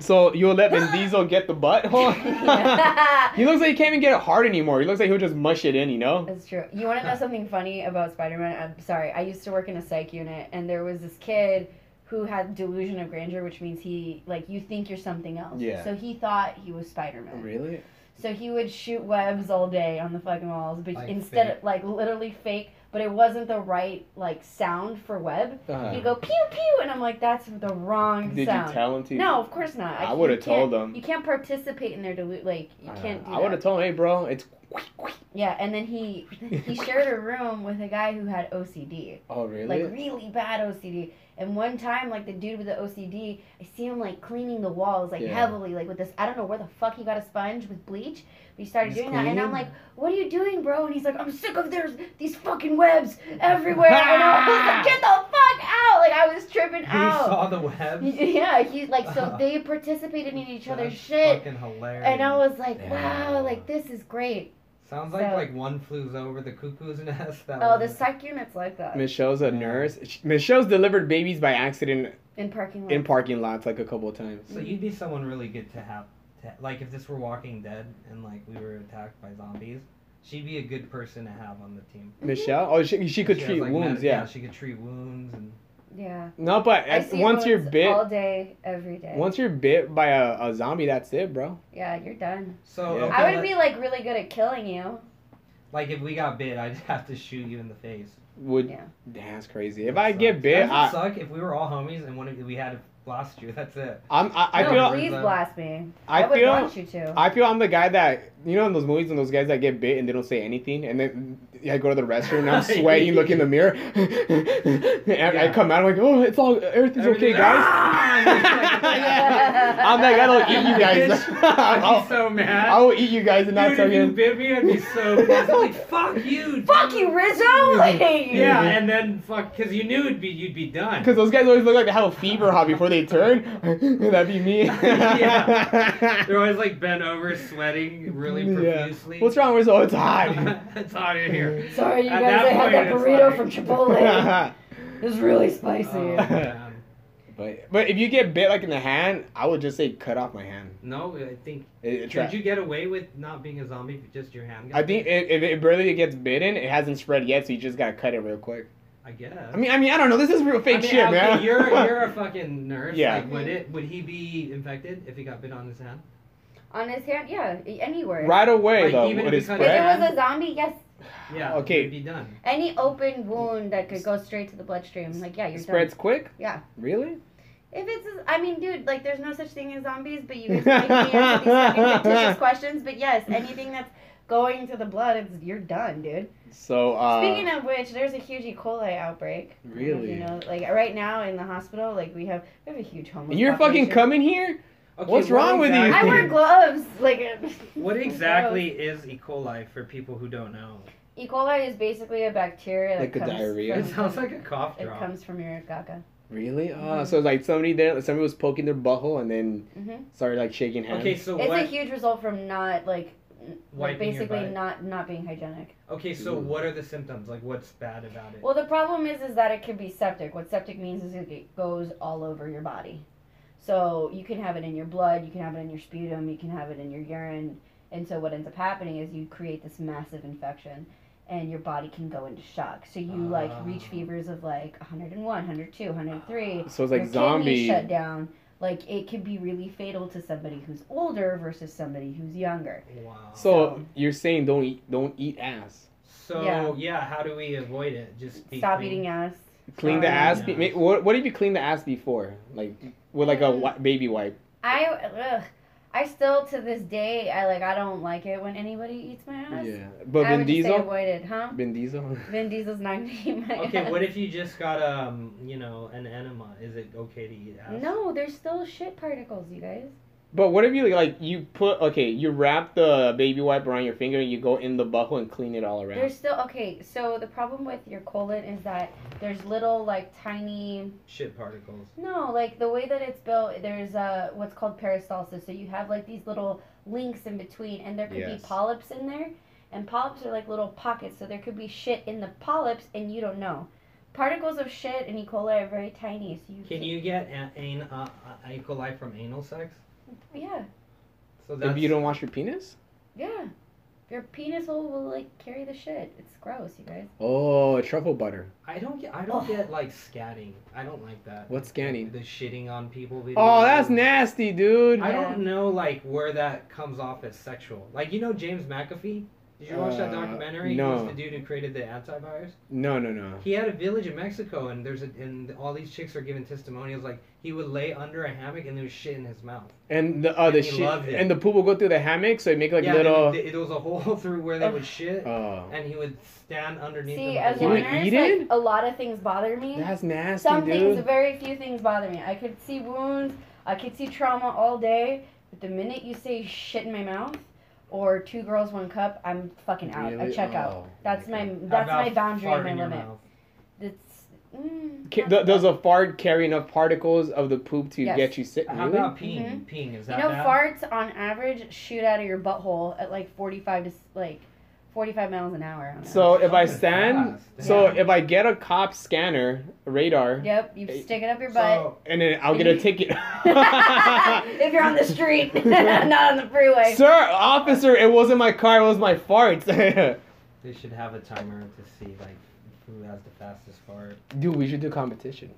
[SPEAKER 2] So you'll let Vin Diesel get the butthole?
[SPEAKER 4] yeah.
[SPEAKER 2] he looks like he can't even get it hard anymore. He looks like he'll just mush it in, you know?
[SPEAKER 4] That's true. You want to know something funny about Spider Man? I'm sorry. I used to work in a psych unit, and there was this kid who had delusion of grandeur, which means he, like, you think you're something else.
[SPEAKER 2] Yeah. Oh,
[SPEAKER 4] So he thought he was Spider
[SPEAKER 3] Oh,
[SPEAKER 4] Man.
[SPEAKER 2] Really?
[SPEAKER 4] So he would shoot webs all day on the fucking walls, but
[SPEAKER 3] Like
[SPEAKER 4] instead
[SPEAKER 3] fake.
[SPEAKER 4] of, like, literally fake, but it wasn't the right, like, sound for web.
[SPEAKER 2] Uh,
[SPEAKER 4] He'd go pew pew, and I'm like, that's the wrong
[SPEAKER 2] did you
[SPEAKER 4] sound.
[SPEAKER 2] tell him to?
[SPEAKER 4] No, of course not.
[SPEAKER 2] I
[SPEAKER 4] you
[SPEAKER 2] would've
[SPEAKER 4] can't-
[SPEAKER 2] told them.
[SPEAKER 4] You can't participate in their delu Like you
[SPEAKER 2] Uh,
[SPEAKER 4] can't. Do
[SPEAKER 2] I would have
[SPEAKER 4] that.
[SPEAKER 2] told him, hey, bro, it's.
[SPEAKER 4] Yeah, and then he he shared a room with a guy who had OCD,
[SPEAKER 2] Oh, really?
[SPEAKER 4] like really bad OCD. And one time, like the dude with the OCD, I see him like cleaning the walls like
[SPEAKER 2] Yeah.
[SPEAKER 4] heavily, like with this. I don't know where the fuck he got a sponge with bleach, but he started
[SPEAKER 2] Just
[SPEAKER 4] doing that, and I'm
[SPEAKER 2] cleaning?
[SPEAKER 4] like, "What are you doing, bro?" And he's like, "I'm sick of there's these fucking webs everywhere." and I was like, "Get the fuck out!" Like I was tripping
[SPEAKER 3] He
[SPEAKER 4] out.
[SPEAKER 3] saw the web.
[SPEAKER 4] Yeah, he's like so they participated in each other's
[SPEAKER 3] That's
[SPEAKER 4] shit,
[SPEAKER 3] Fucking hilarious.
[SPEAKER 4] and I was like,
[SPEAKER 2] Yeah.
[SPEAKER 4] wow, like this is great.
[SPEAKER 3] Sounds like
[SPEAKER 4] So-
[SPEAKER 3] like one flew over the cuckoo's nest.
[SPEAKER 2] Um,
[SPEAKER 3] That
[SPEAKER 4] Oh,
[SPEAKER 3] one-
[SPEAKER 4] the psych unit's like that
[SPEAKER 2] Michelle's a
[SPEAKER 3] Yeah.
[SPEAKER 2] nurse. Sh- Michelle's delivered babies by accident
[SPEAKER 4] in parking lots.
[SPEAKER 2] in parking lots like a couple of times.
[SPEAKER 3] So you'd be someone really good to have. To, like if this were Walking Dead and like we were attacked by zombies, she'd be a good person to have on the team.
[SPEAKER 4] Mhm.
[SPEAKER 2] Michelle, oh, she, she could
[SPEAKER 3] has,
[SPEAKER 2] treat
[SPEAKER 3] like,
[SPEAKER 2] wounds,
[SPEAKER 3] med-
[SPEAKER 2] yeah.
[SPEAKER 3] She could treat wounds and
[SPEAKER 4] Yeah.
[SPEAKER 2] No, but
[SPEAKER 4] I
[SPEAKER 2] at-
[SPEAKER 4] see
[SPEAKER 2] once you're
[SPEAKER 4] wounds
[SPEAKER 2] bit,
[SPEAKER 4] all day, every day.
[SPEAKER 2] once you're bit by a, a zombie, that's it, bro.
[SPEAKER 4] yeah, you're done.
[SPEAKER 3] so.
[SPEAKER 2] Yeah.
[SPEAKER 3] Okay,
[SPEAKER 4] I would
[SPEAKER 3] like,
[SPEAKER 4] be like really good at killing you.
[SPEAKER 3] like if we got bit, I'd have to shoot you in the face.
[SPEAKER 2] Would
[SPEAKER 4] Yeah.
[SPEAKER 2] damn, that's crazy. If
[SPEAKER 3] That
[SPEAKER 2] I get
[SPEAKER 3] sucks.
[SPEAKER 2] bit,
[SPEAKER 3] Doesn't it
[SPEAKER 2] I,
[SPEAKER 3] suck if we were all homies and one of we had lost you. That's it.
[SPEAKER 2] I'm I, I
[SPEAKER 4] no,
[SPEAKER 2] feel
[SPEAKER 4] please
[SPEAKER 3] Uh,
[SPEAKER 4] blast me.
[SPEAKER 2] I,
[SPEAKER 4] would
[SPEAKER 2] feel
[SPEAKER 4] want you to.
[SPEAKER 2] I feel I'm the guy that you know in those movies and those guys that get bit and they don't say anything and then I go to the restroom and I'm sweating, look in the mirror, and I
[SPEAKER 3] Yeah.
[SPEAKER 2] come out I'm like, oh, it's all everything's okay,
[SPEAKER 3] Everything's-
[SPEAKER 2] guys.
[SPEAKER 3] Ah!
[SPEAKER 2] Yeah. I'm that guy that'll eat you guys.
[SPEAKER 3] Bitch, I'd be
[SPEAKER 2] I'll,
[SPEAKER 3] so mad.
[SPEAKER 2] I will eat you guys and not
[SPEAKER 3] Dude,
[SPEAKER 2] tell
[SPEAKER 3] if you
[SPEAKER 2] you.
[SPEAKER 3] bit me, I'd be so pissed. I'm like, fuck you.
[SPEAKER 4] Fuck
[SPEAKER 3] dude."
[SPEAKER 4] you, Rizzo! Like,
[SPEAKER 3] Yeah, and then fuck, cause you knew it'd be you'd be done.
[SPEAKER 2] Because those guys always look like they have a fever hot before they turn. That'd be me.
[SPEAKER 3] Yeah. They're always like bent over, sweating really
[SPEAKER 2] Yeah.
[SPEAKER 3] profusely.
[SPEAKER 2] What's wrong with so it's hot?
[SPEAKER 3] it's hot in here.
[SPEAKER 4] Sorry, you
[SPEAKER 3] At
[SPEAKER 4] guys.
[SPEAKER 3] that
[SPEAKER 4] I had that
[SPEAKER 3] point, it's
[SPEAKER 4] burrito
[SPEAKER 3] like-
[SPEAKER 4] from Chipotle. it was really spicy.
[SPEAKER 3] Oh,
[SPEAKER 2] Uh.
[SPEAKER 3] man.
[SPEAKER 2] But but if you get bit like in the hand, I would just say cut off my hand.
[SPEAKER 3] No, I think.
[SPEAKER 2] It, it tra-
[SPEAKER 3] Could you get away with not being a zombie if just your hand? got
[SPEAKER 2] I think
[SPEAKER 3] bit?
[SPEAKER 2] if, if it barely gets bitten, it hasn't spread yet, so you just gotta cut it real quick.
[SPEAKER 3] I guess.
[SPEAKER 2] I mean, I mean, I don't know. This is real fake
[SPEAKER 3] I mean,
[SPEAKER 2] shit,
[SPEAKER 3] okay,
[SPEAKER 2] man.
[SPEAKER 3] You're you're a fucking nurse.
[SPEAKER 2] Yeah.
[SPEAKER 3] Like, would it would he be infected if he got bit on his hand?
[SPEAKER 4] On his hand, yeah, e- anywhere.
[SPEAKER 2] right away
[SPEAKER 3] Like,
[SPEAKER 2] though.
[SPEAKER 3] even
[SPEAKER 2] Would
[SPEAKER 3] if
[SPEAKER 2] it
[SPEAKER 3] you cut
[SPEAKER 4] If
[SPEAKER 3] it
[SPEAKER 2] spread?
[SPEAKER 4] it was a zombie, yes.
[SPEAKER 3] Yeah.
[SPEAKER 2] Okay.
[SPEAKER 3] He'd be done.
[SPEAKER 4] Any open wound that could go straight to the bloodstream, like yeah, you're
[SPEAKER 2] It spreads quick.
[SPEAKER 4] Yeah.
[SPEAKER 2] Really?
[SPEAKER 4] done. If it's, a- I mean, dude, like there's no such thing as zombies, but you guys make me answer these fucking fictitious questions. But yes, anything that's going to the blood, it's, you're done, dude.
[SPEAKER 2] So uh,
[SPEAKER 4] Speaking of which, there's a huge E. coli outbreak. I don't know if
[SPEAKER 2] Really?
[SPEAKER 4] You know, like right now in the hospital, like we have we have a huge homeless.
[SPEAKER 2] and you're fucking
[SPEAKER 4] population.
[SPEAKER 2] coming here.
[SPEAKER 3] Okay,
[SPEAKER 2] What's wrong with you?
[SPEAKER 4] I wear gloves. Like
[SPEAKER 3] What exactly is E. coli for people who don't know?
[SPEAKER 4] E. coli is basically a bacteria. that
[SPEAKER 2] Like a
[SPEAKER 4] comes
[SPEAKER 2] diarrhea?
[SPEAKER 4] From,
[SPEAKER 3] It sounds like a cough
[SPEAKER 4] it
[SPEAKER 3] drop.
[SPEAKER 4] comes from your gaga.
[SPEAKER 2] Really? Uh,
[SPEAKER 3] Mm-hmm.
[SPEAKER 4] Mhm.
[SPEAKER 2] so like somebody there, somebody was poking their butthole and then
[SPEAKER 4] hmm
[SPEAKER 2] started like shaking hands.
[SPEAKER 3] okay, so
[SPEAKER 4] It's a
[SPEAKER 3] what?
[SPEAKER 4] huge result from not like, n- like
[SPEAKER 3] Wiping your
[SPEAKER 4] basically
[SPEAKER 3] butt.
[SPEAKER 4] not not being hygienic.
[SPEAKER 3] Okay, so
[SPEAKER 2] Ooh.
[SPEAKER 3] what are the symptoms? Like, what's bad about it?
[SPEAKER 4] Well, the problem is is that it can be septic. What septic means is it goes all over your body. So you can have it in your blood, you can have it in your sputum, you can have it in your urine. And so what ends up happening is you create this massive infection and your body can go into shock. So you like reach
[SPEAKER 3] Ah.
[SPEAKER 4] fevers of like 101, 102, 103.
[SPEAKER 2] So it's
[SPEAKER 4] your
[SPEAKER 2] like
[SPEAKER 4] kidneys
[SPEAKER 2] zombie.
[SPEAKER 4] shut down. Like it can be really fatal to somebody who's older versus somebody who's younger.
[SPEAKER 3] wow.
[SPEAKER 2] So you're saying don't eat, don't eat ass.
[SPEAKER 3] so yeah.
[SPEAKER 4] Yeah.
[SPEAKER 3] how do we avoid it? Just be
[SPEAKER 4] Stop
[SPEAKER 3] clean?
[SPEAKER 4] eating ass.
[SPEAKER 2] Clean the
[SPEAKER 4] Um,
[SPEAKER 2] ass. Be-
[SPEAKER 3] Yeah.
[SPEAKER 2] ma- what, what if you clean the ass before, like with
[SPEAKER 3] Uh,
[SPEAKER 2] like a
[SPEAKER 4] Um,
[SPEAKER 2] wi- baby wipe?
[SPEAKER 4] I ugh, I still to this day I like I don't like it when anybody eats my ass.
[SPEAKER 2] Yeah, but
[SPEAKER 4] I
[SPEAKER 2] Vin
[SPEAKER 4] would just say
[SPEAKER 2] Diesel.
[SPEAKER 4] avoid it, huh?
[SPEAKER 2] Vin Diesel.
[SPEAKER 4] Vin Diesel's not gonna eat my
[SPEAKER 3] Okay,
[SPEAKER 4] ass.
[SPEAKER 3] what if you just got um, you know, an enema? Is it okay to eat ass?
[SPEAKER 4] No, there's still shit particles, you guys.
[SPEAKER 2] But what if you like you put okay, you wrap the baby wipe around your finger and you go in the butthole and clean it all around.
[SPEAKER 4] There's still okay. So the problem with your colon is that there's little like tiny
[SPEAKER 3] Shit particles.
[SPEAKER 4] no like the way that it's built. There's uh what's called peristalsis. So you have like these little links in between, and there could
[SPEAKER 2] Yes.
[SPEAKER 4] be polyps in there, and polyps are like little pockets. So there could be shit in the polyps, and you don't know. Particles of shit and E. coli are very tiny, so you
[SPEAKER 3] Can
[SPEAKER 4] can't-
[SPEAKER 3] you get an, an, uh, uh, E. coli from anal sex?
[SPEAKER 4] Yeah,
[SPEAKER 3] So
[SPEAKER 2] if you don't wash your penis?
[SPEAKER 4] yeah. Your penis hole will like carry the shit. It's gross, you guys.
[SPEAKER 2] Oh, truffle butter.
[SPEAKER 3] I don't get. I don't
[SPEAKER 4] Ugh.
[SPEAKER 3] get like scatting. I don't like that.
[SPEAKER 2] What's scanning?
[SPEAKER 3] The shitting on people. Video.
[SPEAKER 2] Oh, that's nasty, dude.
[SPEAKER 3] I
[SPEAKER 4] Yeah.
[SPEAKER 3] don't know like where that comes off as sexual. Like you know James McAfee. Did you watch that
[SPEAKER 2] Uh,
[SPEAKER 3] documentary? He
[SPEAKER 2] no.
[SPEAKER 3] was the dude who created the antivirus.
[SPEAKER 2] No, no, no.
[SPEAKER 3] He had a village in Mexico, and there's a, and all these chicks are giving testimonials. Like he would lay under a hammock, and there was shit in his mouth.
[SPEAKER 2] And the uh, the
[SPEAKER 3] And he
[SPEAKER 2] shit
[SPEAKER 3] loved it.
[SPEAKER 2] and the poop will go through the hammock, so it make like
[SPEAKER 3] yeah,
[SPEAKER 2] little.
[SPEAKER 3] and It, it was a hole through where they would shit,
[SPEAKER 2] oh,
[SPEAKER 3] and he would stand underneath.
[SPEAKER 4] See,
[SPEAKER 3] them
[SPEAKER 4] as
[SPEAKER 2] You
[SPEAKER 4] a
[SPEAKER 3] with
[SPEAKER 2] would
[SPEAKER 3] a-
[SPEAKER 4] nurse,
[SPEAKER 2] eat
[SPEAKER 4] like,
[SPEAKER 2] it?
[SPEAKER 4] a lot of things bother me.
[SPEAKER 2] that's nasty,
[SPEAKER 4] Some
[SPEAKER 2] dude.
[SPEAKER 4] things, very few things bother me. I could see wounds, I could see trauma all day, but the minute you say shit in my mouth or two girls, one cup, I'm fucking out. I
[SPEAKER 2] Really?
[SPEAKER 4] check out.
[SPEAKER 2] Oh,
[SPEAKER 4] That's
[SPEAKER 2] okay.
[SPEAKER 4] my
[SPEAKER 3] How
[SPEAKER 4] that's
[SPEAKER 3] about
[SPEAKER 4] my boundary
[SPEAKER 3] fart
[SPEAKER 4] and my
[SPEAKER 3] in your
[SPEAKER 4] limit.
[SPEAKER 3] mouth?
[SPEAKER 4] That's mm,
[SPEAKER 2] Ca-
[SPEAKER 4] not
[SPEAKER 2] th- does
[SPEAKER 4] bad.
[SPEAKER 2] a fart carry enough particles of the poop to
[SPEAKER 4] Yes.
[SPEAKER 2] get you sick?
[SPEAKER 3] How
[SPEAKER 2] Really?
[SPEAKER 3] about peeing? Peeing is that
[SPEAKER 4] Mm-hmm. You know,
[SPEAKER 3] bad?
[SPEAKER 4] farts on average shoot out of your butthole at like 45 to s- like 45 miles an hour. On
[SPEAKER 2] So
[SPEAKER 4] average.
[SPEAKER 2] if I
[SPEAKER 3] That's
[SPEAKER 2] stand,
[SPEAKER 3] fast.
[SPEAKER 2] so
[SPEAKER 4] Yeah.
[SPEAKER 2] if I get a cop scanner radar,
[SPEAKER 4] Yep, you
[SPEAKER 3] eh,
[SPEAKER 4] stick it up your butt.
[SPEAKER 2] and then I'll get a ticket.
[SPEAKER 4] if you're on the street, not on the freeway.
[SPEAKER 2] Sir, officer, it wasn't my car, it was my farts.
[SPEAKER 3] They should have a timer to see like who has the fastest fart.
[SPEAKER 2] Dude, we should do competition.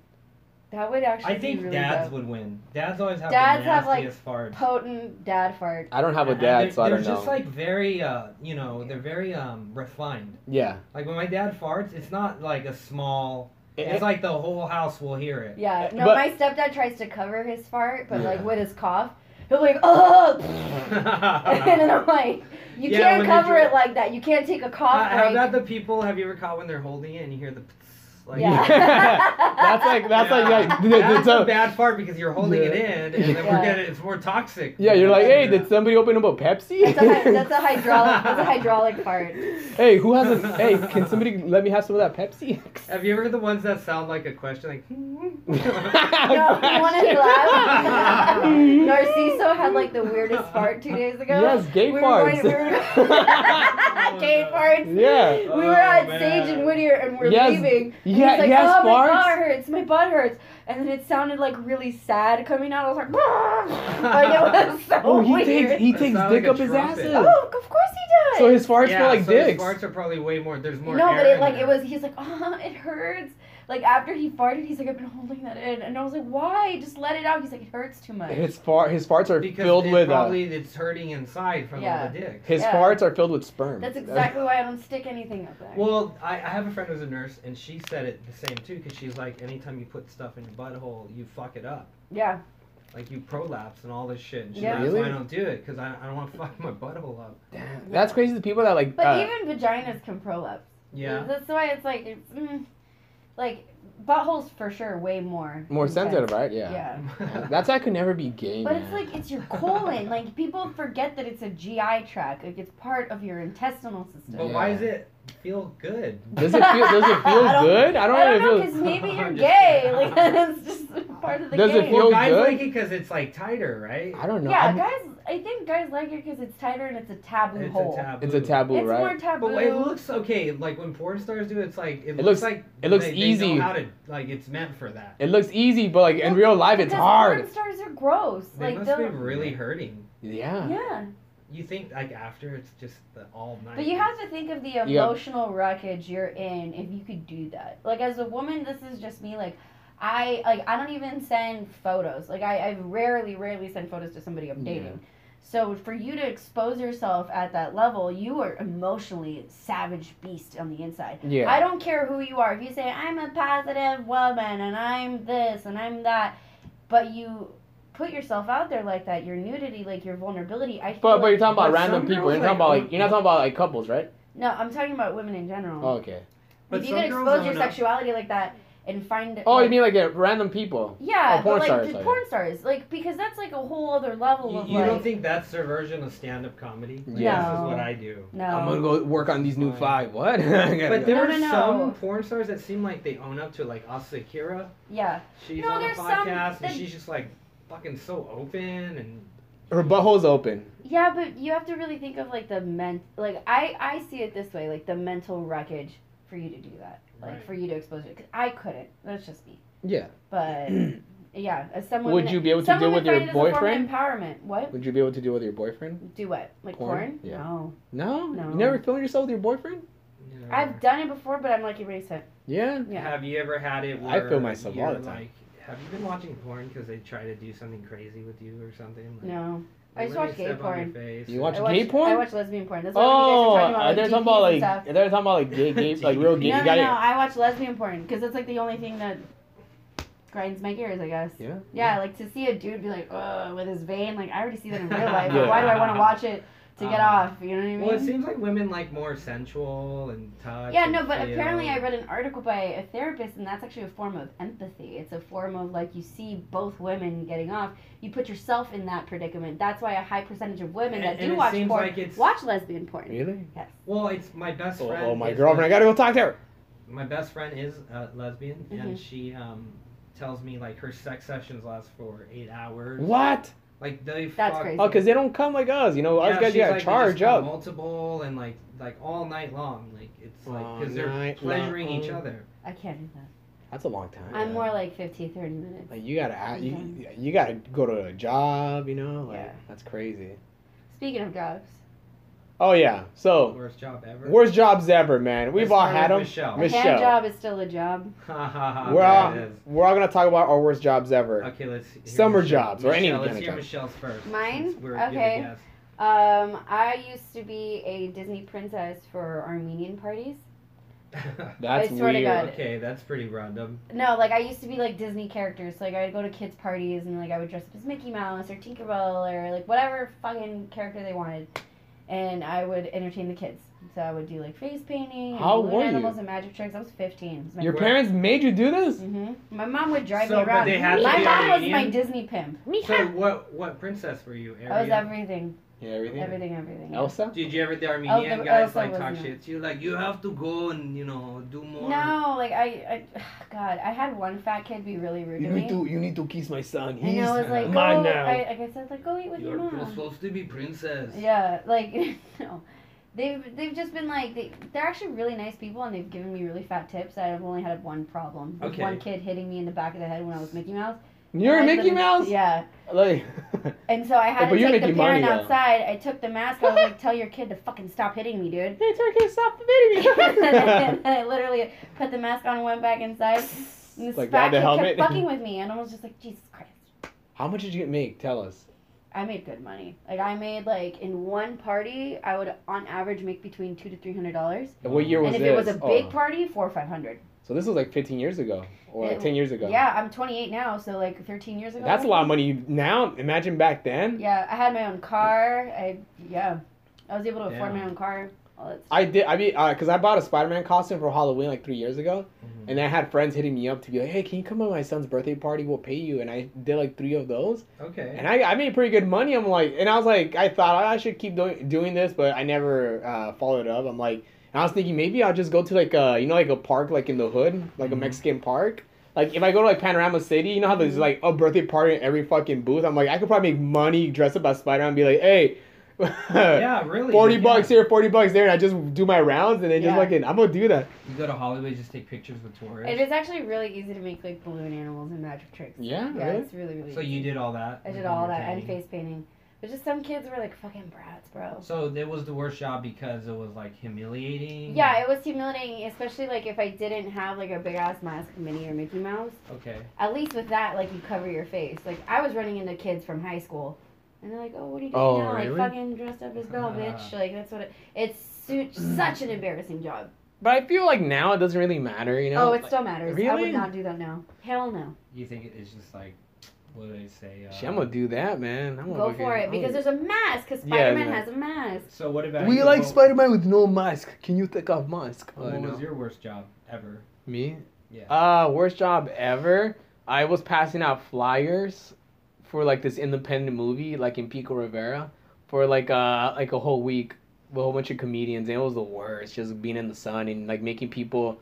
[SPEAKER 4] that would actually
[SPEAKER 3] I think
[SPEAKER 4] be really
[SPEAKER 3] dads
[SPEAKER 4] dope.
[SPEAKER 3] would win. Dads always have
[SPEAKER 4] Dads
[SPEAKER 3] the
[SPEAKER 4] have, like,
[SPEAKER 3] nastiest farts.
[SPEAKER 4] potent dad fart.
[SPEAKER 2] I don't have a
[SPEAKER 3] And
[SPEAKER 2] dad,
[SPEAKER 3] they're,
[SPEAKER 2] so I don't
[SPEAKER 3] They're just
[SPEAKER 2] know.
[SPEAKER 3] like very, uh, you know, they're very um refined.
[SPEAKER 2] yeah.
[SPEAKER 3] Like when my dad farts, it's not like a small.
[SPEAKER 2] It-
[SPEAKER 3] It's like the whole house will hear it.
[SPEAKER 4] Yeah, no,
[SPEAKER 2] But-
[SPEAKER 4] my stepdad tries to cover his fart, but like
[SPEAKER 2] Yeah. Uh-huh.
[SPEAKER 4] with his cough, he'll be like, oh, and then I'm like, you
[SPEAKER 3] Yeah,
[SPEAKER 4] can't
[SPEAKER 3] when
[SPEAKER 4] cover
[SPEAKER 3] they do-
[SPEAKER 4] it like that. You can't take a
[SPEAKER 3] Uh,
[SPEAKER 4] cough
[SPEAKER 3] have
[SPEAKER 4] break.
[SPEAKER 3] that the people have you ever caught when they're holding it and you hear the pts, like
[SPEAKER 4] yeah.
[SPEAKER 2] That's like that's like,
[SPEAKER 3] Yeah.
[SPEAKER 2] like, did- did
[SPEAKER 3] that's a
[SPEAKER 2] some-
[SPEAKER 3] bad fart because you're holding it in and then we're
[SPEAKER 4] Yeah.
[SPEAKER 3] gonna, it's more toxic.
[SPEAKER 2] yeah, you're like, hey,
[SPEAKER 3] Yeah.
[SPEAKER 2] did somebody open up a Pepsi?
[SPEAKER 4] That's a, hy- that's a hydraulic. That's a hydraulic fart.
[SPEAKER 2] hey, who has a? Hey, can somebody let me have some of that Pepsi?
[SPEAKER 3] Have you ever heard the ones that sound like a question, like?
[SPEAKER 4] No, you want to laugh?
[SPEAKER 3] Question.
[SPEAKER 4] Narciso had like the weirdest fart two days ago.
[SPEAKER 2] Yes, gay
[SPEAKER 4] were going-
[SPEAKER 2] farts.
[SPEAKER 4] we were- gay farts.
[SPEAKER 2] yeah.
[SPEAKER 4] We were at
[SPEAKER 3] Oh, man.
[SPEAKER 4] Sage and Whittier and we're
[SPEAKER 2] Yes.
[SPEAKER 4] leaving. And
[SPEAKER 2] Yeah,
[SPEAKER 4] he's like,
[SPEAKER 2] yes,
[SPEAKER 4] oh, my
[SPEAKER 2] farts.
[SPEAKER 4] butt hurts. My butt hurts. And then it sounded like really sad coming out. I was like, "Bah." like it was so
[SPEAKER 2] Oh, he
[SPEAKER 4] weird.
[SPEAKER 2] takes he
[SPEAKER 3] That
[SPEAKER 2] takes
[SPEAKER 3] sounds
[SPEAKER 2] dick
[SPEAKER 3] like a
[SPEAKER 2] up his
[SPEAKER 3] trumpet.
[SPEAKER 2] asses.
[SPEAKER 4] oh, of course he does.
[SPEAKER 2] So his farts
[SPEAKER 3] yeah,
[SPEAKER 2] feel like
[SPEAKER 3] so his
[SPEAKER 2] dicks.
[SPEAKER 3] Farts are probably way more. There's more.
[SPEAKER 4] no,
[SPEAKER 3] air
[SPEAKER 4] but it
[SPEAKER 3] in
[SPEAKER 4] like
[SPEAKER 3] there.
[SPEAKER 4] it was. He's like, ah, it hurts. Like after he farted, he's like, I've been holding that in, and I was like, why? Just let it out. He's like, it hurts too much.
[SPEAKER 2] His far his farts are
[SPEAKER 3] because
[SPEAKER 2] filled
[SPEAKER 3] it
[SPEAKER 2] with uh,
[SPEAKER 3] probably it's hurting inside from
[SPEAKER 4] Yeah.
[SPEAKER 3] all the dick.
[SPEAKER 2] his
[SPEAKER 4] Yeah.
[SPEAKER 2] farts are filled with sperm.
[SPEAKER 4] That's exactly why I don't stick anything up there.
[SPEAKER 3] Well, I, I have a friend who's a nurse, and she said it the same too, because she's like, anytime you put stuff in your butthole, you fuck it up.
[SPEAKER 4] yeah,
[SPEAKER 3] Like you prolapse and all this shit. And she's
[SPEAKER 4] Yeah.
[SPEAKER 3] like, that's why
[SPEAKER 2] Really?
[SPEAKER 3] I don't do it, because I, I don't want to fuck my butthole up.
[SPEAKER 2] Damn, that's crazy. The people that like
[SPEAKER 4] but
[SPEAKER 2] uh,
[SPEAKER 4] even vaginas can prolapse.
[SPEAKER 3] Yeah.
[SPEAKER 4] that's why it's like, it's, mm, like buttholes for sure way more.
[SPEAKER 2] more
[SPEAKER 4] intense.
[SPEAKER 2] sensitive, right? Yeah.
[SPEAKER 4] Yeah.
[SPEAKER 2] Oh, That's I could never be gay.
[SPEAKER 4] But
[SPEAKER 2] man.
[SPEAKER 4] it's like it's your colon. Like people forget that it's a GI tract. Like it's part of your intestinal system.
[SPEAKER 3] But why
[SPEAKER 2] Yeah.
[SPEAKER 3] does it feel good?
[SPEAKER 2] Does it feel? Does it feel
[SPEAKER 4] I don't-
[SPEAKER 2] good? I don't,
[SPEAKER 4] I don't
[SPEAKER 2] know.
[SPEAKER 4] know
[SPEAKER 2] if it
[SPEAKER 4] because
[SPEAKER 2] feels-
[SPEAKER 4] maybe you're
[SPEAKER 3] I'm just
[SPEAKER 4] gay.
[SPEAKER 3] kidding.
[SPEAKER 4] Like that's just part of the
[SPEAKER 2] Does it
[SPEAKER 4] game.
[SPEAKER 2] feel
[SPEAKER 3] well, guys
[SPEAKER 2] good?
[SPEAKER 3] like it because it's like tighter, right?
[SPEAKER 2] I don't know.
[SPEAKER 4] yeah,
[SPEAKER 2] I'm-
[SPEAKER 4] guys. I think guys like it because it's tighter and it's a taboo
[SPEAKER 3] It's
[SPEAKER 4] hole.
[SPEAKER 3] a taboo.
[SPEAKER 2] it's a taboo,
[SPEAKER 4] it's
[SPEAKER 2] right?
[SPEAKER 4] more taboo.
[SPEAKER 3] But it looks okay. Like when porn stars do, it, it's like it,
[SPEAKER 2] looks-
[SPEAKER 3] looks, like
[SPEAKER 2] it looks
[SPEAKER 3] they, They
[SPEAKER 2] easy.
[SPEAKER 3] know how to like it's meant for that.
[SPEAKER 2] It looks easy, but like in
[SPEAKER 4] Well,
[SPEAKER 2] real life, it's
[SPEAKER 4] Because
[SPEAKER 2] hard.
[SPEAKER 4] Porn stars are gross.
[SPEAKER 3] They
[SPEAKER 4] like
[SPEAKER 3] must be
[SPEAKER 4] they'll-
[SPEAKER 3] really hurting.
[SPEAKER 2] Yeah.
[SPEAKER 4] Yeah,
[SPEAKER 3] You think like after it's just the all night.
[SPEAKER 4] but you have to think of the
[SPEAKER 2] You got-
[SPEAKER 4] emotional wreckage you're in if you could do that. Like as a woman, this is just me. Like I like I don't even send photos. Like I, I rarely rarely send photos to somebody I'm
[SPEAKER 2] Yeah.
[SPEAKER 4] dating. So for you to expose yourself at that level, you are emotionally savage beast on the inside.
[SPEAKER 2] Yeah.
[SPEAKER 4] I don't care who you are. If you say I'm a positive woman and I'm this and I'm that, but you put yourself out there like that, your nudity, like your vulnerability. I feel
[SPEAKER 2] But but you're
[SPEAKER 4] like-
[SPEAKER 2] talking about
[SPEAKER 3] But
[SPEAKER 2] random
[SPEAKER 3] some
[SPEAKER 2] people. You're
[SPEAKER 3] girls,
[SPEAKER 2] not talking about
[SPEAKER 3] like,
[SPEAKER 2] like you're not talking about like couples, right?
[SPEAKER 4] no, I'm talking about women in general.
[SPEAKER 2] Oh, okay.
[SPEAKER 3] But
[SPEAKER 4] if you
[SPEAKER 3] some
[SPEAKER 4] can
[SPEAKER 3] girls
[SPEAKER 4] expose your
[SPEAKER 3] own up.
[SPEAKER 4] sexuality like that and find it.
[SPEAKER 2] Oh, you
[SPEAKER 4] like-
[SPEAKER 2] mean like yeah, random people?
[SPEAKER 4] yeah,
[SPEAKER 2] oh, porn
[SPEAKER 4] but like
[SPEAKER 2] stars,
[SPEAKER 4] the
[SPEAKER 2] like-
[SPEAKER 4] porn stars, like because that's like a whole other level
[SPEAKER 3] You,
[SPEAKER 4] of
[SPEAKER 3] you
[SPEAKER 4] like.
[SPEAKER 3] don't think that's their version of stand-up comedy? Like,
[SPEAKER 2] Yeah.
[SPEAKER 3] This is
[SPEAKER 4] No.
[SPEAKER 3] what I do.
[SPEAKER 4] no.
[SPEAKER 2] I'm gonna go work on these new
[SPEAKER 3] Fine.
[SPEAKER 2] five. What?
[SPEAKER 3] But
[SPEAKER 4] there-
[SPEAKER 3] there
[SPEAKER 4] No,
[SPEAKER 3] are
[SPEAKER 4] no, no.
[SPEAKER 3] some porn stars that seem like they own up to it, like Asakira.
[SPEAKER 4] yeah,
[SPEAKER 3] She's
[SPEAKER 4] No,
[SPEAKER 3] on a
[SPEAKER 4] there's some
[SPEAKER 3] podcast
[SPEAKER 4] that-
[SPEAKER 3] and she's just like fucking so open and
[SPEAKER 2] Her butthole's open.
[SPEAKER 4] yeah, but you have to really think of like the ment. Like I, I see it this way, like the mental wreckage for you to do that, like
[SPEAKER 3] Right.
[SPEAKER 4] for you to expose it. 'Cause I couldn't. That's just me.
[SPEAKER 2] Yeah.
[SPEAKER 4] But yeah, as someone
[SPEAKER 2] Would you be able to deal with your boyfriend?
[SPEAKER 4] Empowerment. What?
[SPEAKER 2] Would you be able to deal with your boyfriend?
[SPEAKER 4] Do what? Like
[SPEAKER 2] Porn?
[SPEAKER 4] porn?
[SPEAKER 2] Yeah.
[SPEAKER 4] No.
[SPEAKER 2] No.
[SPEAKER 4] No.
[SPEAKER 2] You never feeling yourself with your boyfriend?
[SPEAKER 3] you know,
[SPEAKER 4] I've done it before, but I'm like erase it.
[SPEAKER 2] Yeah.
[SPEAKER 4] Yeah.
[SPEAKER 3] Have you ever had it
[SPEAKER 2] I
[SPEAKER 3] where
[SPEAKER 2] feel myself all
[SPEAKER 3] you're
[SPEAKER 2] the time.
[SPEAKER 3] Like, have you been watching porn because they try to do something crazy with you or something? Like,
[SPEAKER 4] No.
[SPEAKER 3] they
[SPEAKER 4] I just
[SPEAKER 3] really
[SPEAKER 4] watch gay
[SPEAKER 3] step on your
[SPEAKER 4] porn.
[SPEAKER 3] face.
[SPEAKER 2] You watch-
[SPEAKER 4] I
[SPEAKER 2] gay porn?
[SPEAKER 4] I watch lesbian porn. That's what
[SPEAKER 2] Oh,
[SPEAKER 4] you guys
[SPEAKER 2] are
[SPEAKER 4] are
[SPEAKER 2] they
[SPEAKER 4] talking
[SPEAKER 2] talking
[SPEAKER 4] about.
[SPEAKER 2] about
[SPEAKER 4] Like,
[SPEAKER 2] like?
[SPEAKER 4] DPs and
[SPEAKER 2] Are
[SPEAKER 4] stuff.
[SPEAKER 2] they talking about like gay, gay, like real gay?
[SPEAKER 4] No,
[SPEAKER 2] you
[SPEAKER 4] no,
[SPEAKER 2] got
[SPEAKER 4] no.
[SPEAKER 2] it.
[SPEAKER 4] I watch lesbian porn because it's like the only thing that grinds my gears, I guess.
[SPEAKER 2] Yeah.
[SPEAKER 4] Yeah, like to see a dude be like, ugh, with his vein. Like I already see that in real life.
[SPEAKER 2] Yeah. Uh-huh.
[SPEAKER 4] Why do I want to watch it to get
[SPEAKER 3] Uh,
[SPEAKER 4] off? You know what I mean?
[SPEAKER 3] Well, it seems like women like more sensual and touch.
[SPEAKER 4] Yeah,
[SPEAKER 3] and
[SPEAKER 4] no, but
[SPEAKER 3] feel.
[SPEAKER 4] apparently I read an article by a therapist, and that's actually a form of empathy. It's a form of like you see both women getting off, you put yourself in that predicament. That's why a high percentage of women
[SPEAKER 3] And-
[SPEAKER 4] that
[SPEAKER 3] and
[SPEAKER 4] do
[SPEAKER 3] it
[SPEAKER 4] watch
[SPEAKER 3] seems
[SPEAKER 4] porn
[SPEAKER 3] like it's-
[SPEAKER 4] watch lesbian porn.
[SPEAKER 2] Really?
[SPEAKER 4] Yes.
[SPEAKER 3] Well, it's my best
[SPEAKER 2] Oh,
[SPEAKER 3] friend.
[SPEAKER 2] oh, my
[SPEAKER 3] is
[SPEAKER 2] girlfriend, I
[SPEAKER 3] les-
[SPEAKER 2] gotta go talk to her.
[SPEAKER 3] My best friend is a lesbian,
[SPEAKER 4] Mhm.
[SPEAKER 3] and she um tells me like her sex sessions last for eight hours.
[SPEAKER 2] What?
[SPEAKER 3] Like they
[SPEAKER 4] That's
[SPEAKER 3] fuck-
[SPEAKER 4] crazy.
[SPEAKER 2] Oh, because they don't come like us, you know.
[SPEAKER 3] Yeah,
[SPEAKER 2] us guys
[SPEAKER 3] she's
[SPEAKER 2] you gotta
[SPEAKER 3] like, they
[SPEAKER 2] charge
[SPEAKER 3] just come
[SPEAKER 2] up.
[SPEAKER 3] multiple and like like all night long. Like it's like
[SPEAKER 2] All
[SPEAKER 3] because they're
[SPEAKER 2] night
[SPEAKER 3] pleasuring each
[SPEAKER 2] long.
[SPEAKER 3] other.
[SPEAKER 4] I can't do that.
[SPEAKER 2] That's a long time.
[SPEAKER 4] I'm more like 15, 30 minutes.
[SPEAKER 2] Like you gotta act- you,
[SPEAKER 4] Mhm.
[SPEAKER 2] you gotta go to a job, you know. Like
[SPEAKER 4] Yeah.
[SPEAKER 2] that's crazy.
[SPEAKER 4] Speaking of jobs,
[SPEAKER 2] Oh yeah. So
[SPEAKER 3] Worst job ever.
[SPEAKER 2] worst jobs ever, man. We've
[SPEAKER 3] Let's
[SPEAKER 2] all
[SPEAKER 3] start
[SPEAKER 2] had
[SPEAKER 3] with
[SPEAKER 2] them.
[SPEAKER 3] Michelle.
[SPEAKER 4] a
[SPEAKER 2] Michelle.
[SPEAKER 4] hand job is still a job.
[SPEAKER 3] Ha ha ha.
[SPEAKER 2] we're all,
[SPEAKER 3] there it is.
[SPEAKER 2] we're all gonna talk about our worst jobs ever.
[SPEAKER 3] Okay, let's. Hear
[SPEAKER 2] Summer
[SPEAKER 3] Michelle.
[SPEAKER 2] jobs or any
[SPEAKER 3] Michelle,
[SPEAKER 2] kind
[SPEAKER 3] Let's
[SPEAKER 2] of
[SPEAKER 3] hear
[SPEAKER 2] job.
[SPEAKER 3] Michelle's first.
[SPEAKER 4] Mine?
[SPEAKER 3] since we're- you're the
[SPEAKER 4] Okay.
[SPEAKER 3] guest.
[SPEAKER 4] Um, I used to be a Disney princess for Armenian parties.
[SPEAKER 2] That's
[SPEAKER 4] I swear to
[SPEAKER 2] weird.
[SPEAKER 4] God.
[SPEAKER 3] okay, that's pretty random.
[SPEAKER 4] No, like I used to be like Disney characters. Like I'd go to kids' parties and like I would dress up as Mickey Mouse or Tinkerbell or like whatever fucking character they wanted, and I would entertain the kids. So I would do like face painting, and
[SPEAKER 2] How
[SPEAKER 4] balloon
[SPEAKER 2] were you?
[SPEAKER 4] animals, and magic tricks. I was fifteen.
[SPEAKER 2] Your parents made you do this?
[SPEAKER 4] hmm My mom would drive
[SPEAKER 3] So,
[SPEAKER 4] me
[SPEAKER 3] but
[SPEAKER 4] around.
[SPEAKER 3] they had
[SPEAKER 2] to
[SPEAKER 4] my
[SPEAKER 2] be
[SPEAKER 4] mom was my
[SPEAKER 3] Iranian?
[SPEAKER 4] Disney pimp.
[SPEAKER 3] So what what princess were you? Ariel?
[SPEAKER 4] I was everything,
[SPEAKER 2] Yeah, everything.
[SPEAKER 4] everything, everything.
[SPEAKER 2] Elsa.
[SPEAKER 3] Did you ever the
[SPEAKER 4] Oh,
[SPEAKER 3] Armenian
[SPEAKER 4] the-
[SPEAKER 3] guys
[SPEAKER 4] Elsa
[SPEAKER 3] like
[SPEAKER 4] was
[SPEAKER 3] talk
[SPEAKER 4] not.
[SPEAKER 3] shit? to You like you have to go and you know do more.
[SPEAKER 4] No, like I, I, God, I had one fat kid be really rude to me.
[SPEAKER 2] You need to kiss my son.
[SPEAKER 4] And I was like, go,
[SPEAKER 2] mine now.
[SPEAKER 4] I, like I said, like go eat with your
[SPEAKER 3] You're
[SPEAKER 4] mom.
[SPEAKER 3] supposed to be princess.
[SPEAKER 4] Yeah, like no. They've they've just been like they they're actually really nice people and they've given me really fat tips. I've only had one problem. Like,
[SPEAKER 3] Okay.
[SPEAKER 4] One kid hitting me in the back of the head when I was Mickey Mouse.
[SPEAKER 2] You're
[SPEAKER 4] And I
[SPEAKER 2] Mickey
[SPEAKER 4] couldn't-
[SPEAKER 2] Mouse.
[SPEAKER 4] Yeah.
[SPEAKER 2] Like,
[SPEAKER 4] And so I
[SPEAKER 2] Hey,
[SPEAKER 4] had
[SPEAKER 2] but
[SPEAKER 4] to
[SPEAKER 2] you're
[SPEAKER 4] take the
[SPEAKER 2] making money,
[SPEAKER 4] parent
[SPEAKER 2] though.
[SPEAKER 4] outside. I took the mask. I was like, "Tell your kid to fucking stop hitting me, dude."
[SPEAKER 2] hey, Turkey, stop the
[SPEAKER 4] and
[SPEAKER 2] video.
[SPEAKER 4] then I literally put the mask on, and went back inside, and this
[SPEAKER 2] Like,
[SPEAKER 4] fat
[SPEAKER 2] grab the
[SPEAKER 4] kid
[SPEAKER 2] helmet.
[SPEAKER 4] kept fucking with me, and I was just like, "Jesus Christ."
[SPEAKER 2] How much did you make? Tell us.
[SPEAKER 4] I made good money. Like I made like in one party, I would on average make between two to three hundred dollars.
[SPEAKER 2] And what year was
[SPEAKER 4] Um, and if
[SPEAKER 2] this?
[SPEAKER 4] it was a big
[SPEAKER 2] Oh.
[SPEAKER 4] party, four or five hundred.
[SPEAKER 2] So this was like 15 years ago, or like
[SPEAKER 4] It-
[SPEAKER 2] 10 years ago.
[SPEAKER 4] Yeah, I'm 28 now, so like 13 years ago.
[SPEAKER 2] That's a lot of money now. Imagine back then.
[SPEAKER 4] Yeah, I had my own car. I yeah, I was able to afford my
[SPEAKER 3] Damn.
[SPEAKER 4] own car. All that stuff.
[SPEAKER 2] I did. I mean, uh 'cause cause I bought a Spider-Man costume for Halloween like three years ago,
[SPEAKER 3] Mhm.
[SPEAKER 2] and I had friends hitting me up to be like, "Hey, can you come to my son's birthday party? We'll pay you." And I did like three of those,
[SPEAKER 3] Okay.
[SPEAKER 2] and I, I made pretty good money. I'm like, and I was like, I thought I should keep doing doing this, but I never uh, followed up. I'm like, and I was thinking maybe I'll just go to like uh, you know, like a park like in the hood, like a
[SPEAKER 3] Mhm.
[SPEAKER 2] Mexican park. Like if I go to like Panorama City, you know how there's
[SPEAKER 4] Mhm.
[SPEAKER 3] Mm-hmm.
[SPEAKER 2] like a birthday party in every fucking booth. I'm like, I could probably make money dress up as Spider-Man and be like, hey.
[SPEAKER 3] yeah, really.
[SPEAKER 2] 40
[SPEAKER 3] yeah.
[SPEAKER 2] uh, bucks here, 40 bucks there, and I just do my rounds and then just
[SPEAKER 4] Yeah.
[SPEAKER 2] like, I'm gonna do that.
[SPEAKER 3] You go to Hollywood, just take pictures with tourists.
[SPEAKER 4] It is actually really easy to make like balloon animals and magic tricks.
[SPEAKER 2] Yeah,
[SPEAKER 4] Yeah,
[SPEAKER 2] really?
[SPEAKER 4] it's really really.
[SPEAKER 3] So you
[SPEAKER 4] easy.
[SPEAKER 3] did all that.
[SPEAKER 4] I did
[SPEAKER 3] when
[SPEAKER 4] all
[SPEAKER 3] you were
[SPEAKER 4] that and
[SPEAKER 3] dating.
[SPEAKER 4] face painting, but just some kids were like fucking brats, bro.
[SPEAKER 3] So it was the worst job because it was like humiliating.
[SPEAKER 4] Yeah, it was humiliating, especially like if I didn't have like a big ass mask, Minnie or Mickey Mouse.
[SPEAKER 3] Okay.
[SPEAKER 4] At least with that, like you cover your face. Like I was running into kids from high school, and they're like, "Oh, what are you doing
[SPEAKER 2] Oh,
[SPEAKER 4] now?
[SPEAKER 2] really? Ah.
[SPEAKER 4] Like fucking dressed up as Belle, bitch. Like that's what it, it's su- such an embarrassing job.
[SPEAKER 2] But I feel like now it doesn't really matter, you know?
[SPEAKER 4] oh, it still matters. I
[SPEAKER 2] really?
[SPEAKER 4] would not do that now. Hell no.
[SPEAKER 3] You think it is just like, what do they say? Uh,
[SPEAKER 2] Shit, I'm gonna do that, man. I'm gonna
[SPEAKER 4] Go
[SPEAKER 2] fucking-
[SPEAKER 4] for it
[SPEAKER 2] I'm
[SPEAKER 4] because
[SPEAKER 2] gonna-
[SPEAKER 4] there's a mask. Cause
[SPEAKER 2] Yeah,
[SPEAKER 4] Spider Man
[SPEAKER 2] yeah.
[SPEAKER 4] has a mask.
[SPEAKER 3] So what about?
[SPEAKER 2] We
[SPEAKER 3] you?
[SPEAKER 2] like
[SPEAKER 3] What-
[SPEAKER 2] Spider Man with no mask. Can you take off mask? Oh,
[SPEAKER 3] What
[SPEAKER 2] no.
[SPEAKER 3] was your worst job ever?
[SPEAKER 2] Me?
[SPEAKER 3] Yeah.
[SPEAKER 2] Uh, worst job ever. I was passing out flyers for like this independent movie, like in Pico Rivera, for like uh like a whole week with a whole bunch of comedians, and it was the worst. Just being in the sun and like making people